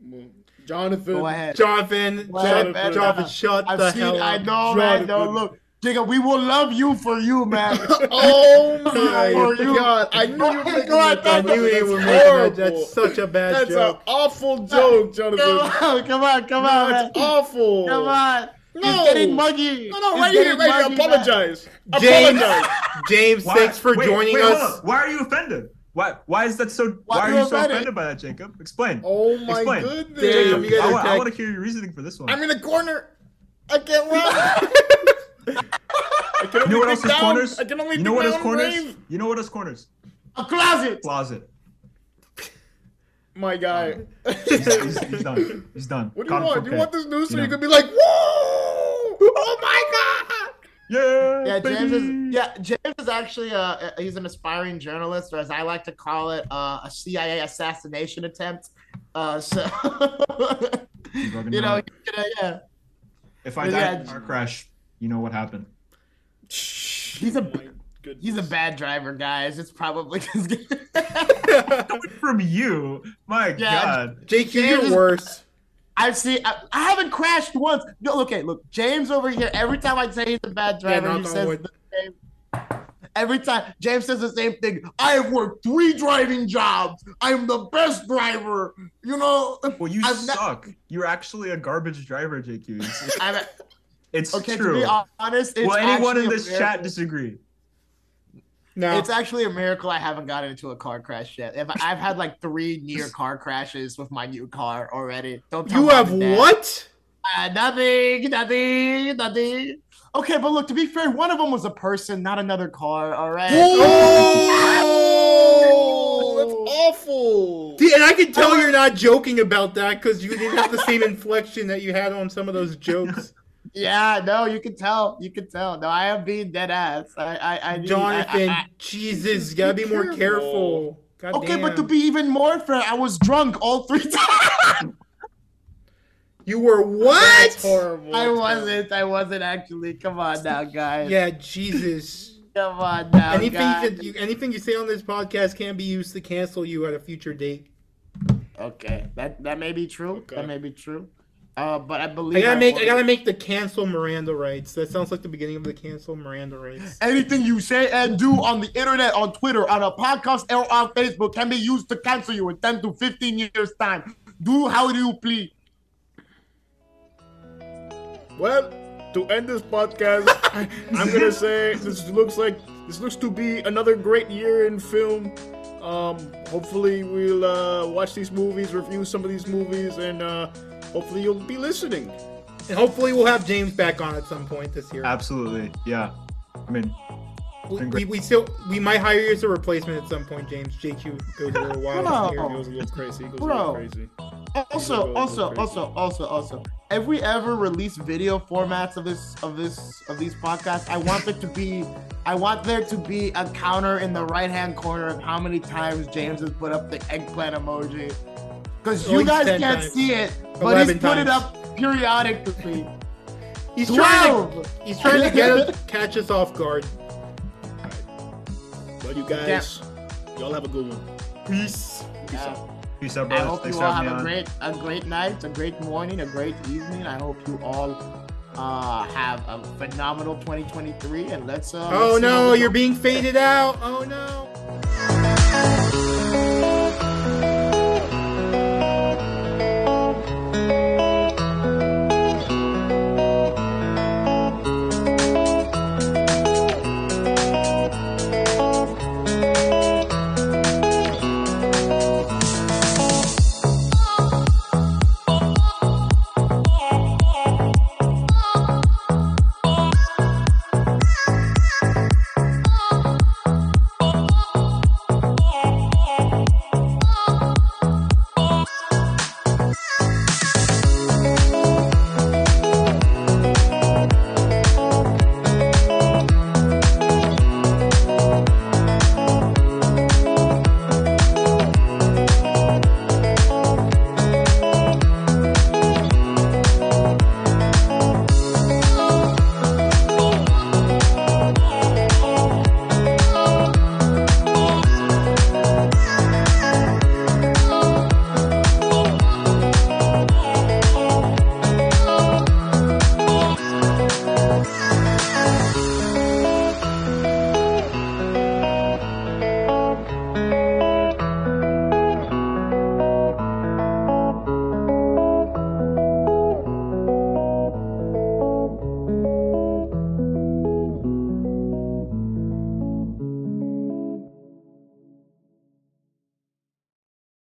Speaker 4: Well, Jonathan.
Speaker 6: Go ahead.
Speaker 3: Jonathan,
Speaker 6: Well,
Speaker 3: Jonathan,
Speaker 6: man,
Speaker 3: Jonathan,
Speaker 6: uh,
Speaker 3: shut
Speaker 6: I've
Speaker 3: the
Speaker 6: seen.
Speaker 3: hell up.
Speaker 6: I know, man. No,
Speaker 4: Jonathan.
Speaker 6: look, Jacob, we will love you for
Speaker 4: [LAUGHS]
Speaker 6: you, man.
Speaker 4: [LAUGHS] Oh
Speaker 6: Who are
Speaker 4: my
Speaker 6: you?
Speaker 4: god! I knew you were
Speaker 6: Oh my
Speaker 4: making
Speaker 6: God,
Speaker 4: that.
Speaker 6: that
Speaker 4: I
Speaker 3: I
Speaker 6: was-
Speaker 4: knew
Speaker 3: knew
Speaker 4: you
Speaker 3: you
Speaker 4: were
Speaker 3: were
Speaker 4: making
Speaker 3: making that.
Speaker 4: that.
Speaker 3: That's such a bad
Speaker 4: That's an
Speaker 3: joke.
Speaker 4: awful joke, Jonathan.
Speaker 6: come on, come on, come on, man.
Speaker 4: That's awful.
Speaker 6: Come on.
Speaker 4: No.
Speaker 6: It's getting muggy.
Speaker 4: No, no,
Speaker 6: It's
Speaker 4: right here,
Speaker 6: getting
Speaker 4: right here.
Speaker 6: muggy,
Speaker 4: Apologize.
Speaker 3: James,
Speaker 4: Apologize.
Speaker 3: James,
Speaker 2: Why-
Speaker 3: thanks for
Speaker 2: wait,
Speaker 3: joining
Speaker 2: wait, hold
Speaker 3: us.
Speaker 2: up. Why are you offended? Why why is that so
Speaker 6: Why
Speaker 2: why,
Speaker 6: are
Speaker 2: are
Speaker 6: you
Speaker 2: you so
Speaker 6: offended?
Speaker 2: offended by that, Jacob? Explain.
Speaker 4: Oh my
Speaker 2: Explain.
Speaker 4: goodness.
Speaker 3: Damn, you guys
Speaker 2: I,
Speaker 3: are
Speaker 2: wa- I
Speaker 3: tech-
Speaker 2: want to hear your reasoning for this one.
Speaker 4: I'm in a corner. I can't run. I can
Speaker 2: you know
Speaker 4: only
Speaker 2: what else
Speaker 4: dig
Speaker 2: is
Speaker 4: down-
Speaker 2: corners?
Speaker 4: I can only
Speaker 2: You know what
Speaker 4: dig
Speaker 2: is
Speaker 4: down
Speaker 2: corners?
Speaker 4: grave.
Speaker 2: You know what is corners?
Speaker 6: man. A closet.
Speaker 2: Closet.
Speaker 4: My guy.
Speaker 6: Um,
Speaker 2: He's, he's done. He's done.
Speaker 4: What do you
Speaker 2: Caught him
Speaker 4: want?
Speaker 2: for
Speaker 4: Do you
Speaker 2: a
Speaker 4: want
Speaker 2: pit.
Speaker 4: this news so
Speaker 2: You
Speaker 4: you
Speaker 2: know.
Speaker 4: could be like, whoa! Oh my god!
Speaker 2: Yeah.
Speaker 6: Yeah, James
Speaker 2: baby.
Speaker 6: is yeah, James is actually uh he's an aspiring journalist, or as I like to call it, uh, a CIA assassination attempt. Uh, so [LAUGHS]
Speaker 2: You fucking
Speaker 6: you
Speaker 2: know
Speaker 6: know,
Speaker 2: it.
Speaker 6: he's gonna- yeah,
Speaker 2: If I
Speaker 6: yeah,
Speaker 2: died in a
Speaker 6: J-
Speaker 2: car crash, you know what happened.
Speaker 6: He's a-
Speaker 4: Oh my goodness.
Speaker 6: he's a bad driver, guys. It's probably [LAUGHS] just
Speaker 2: Coming from you, my
Speaker 6: Yeah,
Speaker 2: God.
Speaker 3: Jake, you
Speaker 6: James
Speaker 3: did
Speaker 6: is-
Speaker 3: worse.
Speaker 6: I've seen I, I haven't crashed once. No, okay, look, James over here. Every time I say he's a bad
Speaker 3: Yeah,
Speaker 6: driver,
Speaker 3: knock
Speaker 6: he
Speaker 3: on
Speaker 6: says
Speaker 3: wood.
Speaker 6: the same. Every time James says the same thing. I have worked three driving jobs. I'm the best driver. You know, [LAUGHS]
Speaker 2: Well, you
Speaker 6: I've ne-
Speaker 2: suck. You're actually a garbage driver, JQ. It's,
Speaker 6: I'm,
Speaker 2: it's
Speaker 6: okay.
Speaker 2: true.
Speaker 6: To be honest, it's
Speaker 2: Will anyone in
Speaker 6: actually a
Speaker 2: this
Speaker 6: miracle.
Speaker 2: chat disagree?
Speaker 3: No.
Speaker 6: It's actually a miracle I haven't gotten into a car crash yet. If I've had like three near car crashes with my new car already. Don't tell
Speaker 3: You
Speaker 6: mom
Speaker 3: have
Speaker 6: and dad.
Speaker 3: what?
Speaker 6: Uh, nothing, nothing, nothing. Okay, but look, to be fair, one of them was a person, not another car. All right.
Speaker 3: Oh!
Speaker 4: That's awful.
Speaker 3: Dude, and I can tell you're not joking about that because you didn't have the same inflection that you had on some of those jokes.
Speaker 6: Yeah, no, you can tell. You can tell. No, I am being dead ass. I, [LAUGHS] I, I need- I-
Speaker 3: Jonathan,
Speaker 6: I- I-
Speaker 3: Jesus, you gotta be more careful.
Speaker 4: careful.
Speaker 3: God
Speaker 6: okay, but to
Speaker 3: damn.
Speaker 6: be even more fair, I was drunk all
Speaker 3: [LAUGHS]
Speaker 6: three times.
Speaker 3: you were what?
Speaker 4: That's horrible.
Speaker 6: I wasn't. I wasn't actually.
Speaker 3: [LAUGHS]
Speaker 6: Come on now, guys.
Speaker 3: Yeah, Jesus.
Speaker 6: Come on now,
Speaker 3: anything
Speaker 6: guys.
Speaker 3: you, could, you anything you say on this podcast can be used to cancel you at a future date.
Speaker 6: Okay, that that may be true.
Speaker 4: Okay.
Speaker 6: That may be true. Uh, but I believe
Speaker 3: I gotta make I
Speaker 6: was-
Speaker 3: gotta make the cancel Miranda rights. That sounds like the beginning of the cancel Miranda rights.
Speaker 6: anything you say and do on the internet, on Twitter, on a podcast, or on Facebook can be used to cancel you in ten to fifteen years' time. Do how do you please?
Speaker 4: Well, to end this podcast,
Speaker 6: [LAUGHS]
Speaker 4: I'm gonna say this looks like this looks to be another great year in film. Um, hopefully we'll uh, watch these movies, review some of these movies, and uh, hopefully you'll be listening.
Speaker 3: And hopefully we'll have James back on at some point this year.
Speaker 2: Absolutely. Yeah. I mean,
Speaker 3: We, we, we still we might hire you as a replacement at some point, James. JQ goes a little wild
Speaker 6: No.
Speaker 3: here.
Speaker 4: It goes a little crazy. It goes
Speaker 6: Bro.
Speaker 4: a little crazy.
Speaker 6: Also,
Speaker 4: Go- go
Speaker 6: also,
Speaker 4: crazy.
Speaker 6: also, also, also. If we ever release video formats of this, of this, of these podcasts, I want there to be, I want there to be a counter in the right-hand corner of how many times James has put up the eggplant emoji, because
Speaker 3: At
Speaker 6: you
Speaker 3: least
Speaker 6: guys
Speaker 3: 10
Speaker 6: can't
Speaker 3: Oh, times.
Speaker 6: see it, but he's
Speaker 3: 11
Speaker 6: put it
Speaker 3: times.
Speaker 6: up periodically.
Speaker 3: He's trying to
Speaker 6: Twelve.
Speaker 3: he's trying to get
Speaker 6: [LAUGHS]
Speaker 3: us, catch us off guard.
Speaker 4: Well, you guys, y'all have a good one.
Speaker 3: Peace.
Speaker 4: Peace out.
Speaker 2: peace out,
Speaker 6: I
Speaker 2: brothers.
Speaker 6: hope
Speaker 2: Thanks
Speaker 6: you
Speaker 2: for
Speaker 6: all
Speaker 2: having me
Speaker 6: have a
Speaker 2: on.
Speaker 6: great, a great night, a great morning, a great evening. I hope you all uh, have a phenomenal 2023, and let's. Uh,
Speaker 3: Oh
Speaker 6: let's see
Speaker 3: no,
Speaker 6: how we go.
Speaker 3: you're being faded out. Oh no.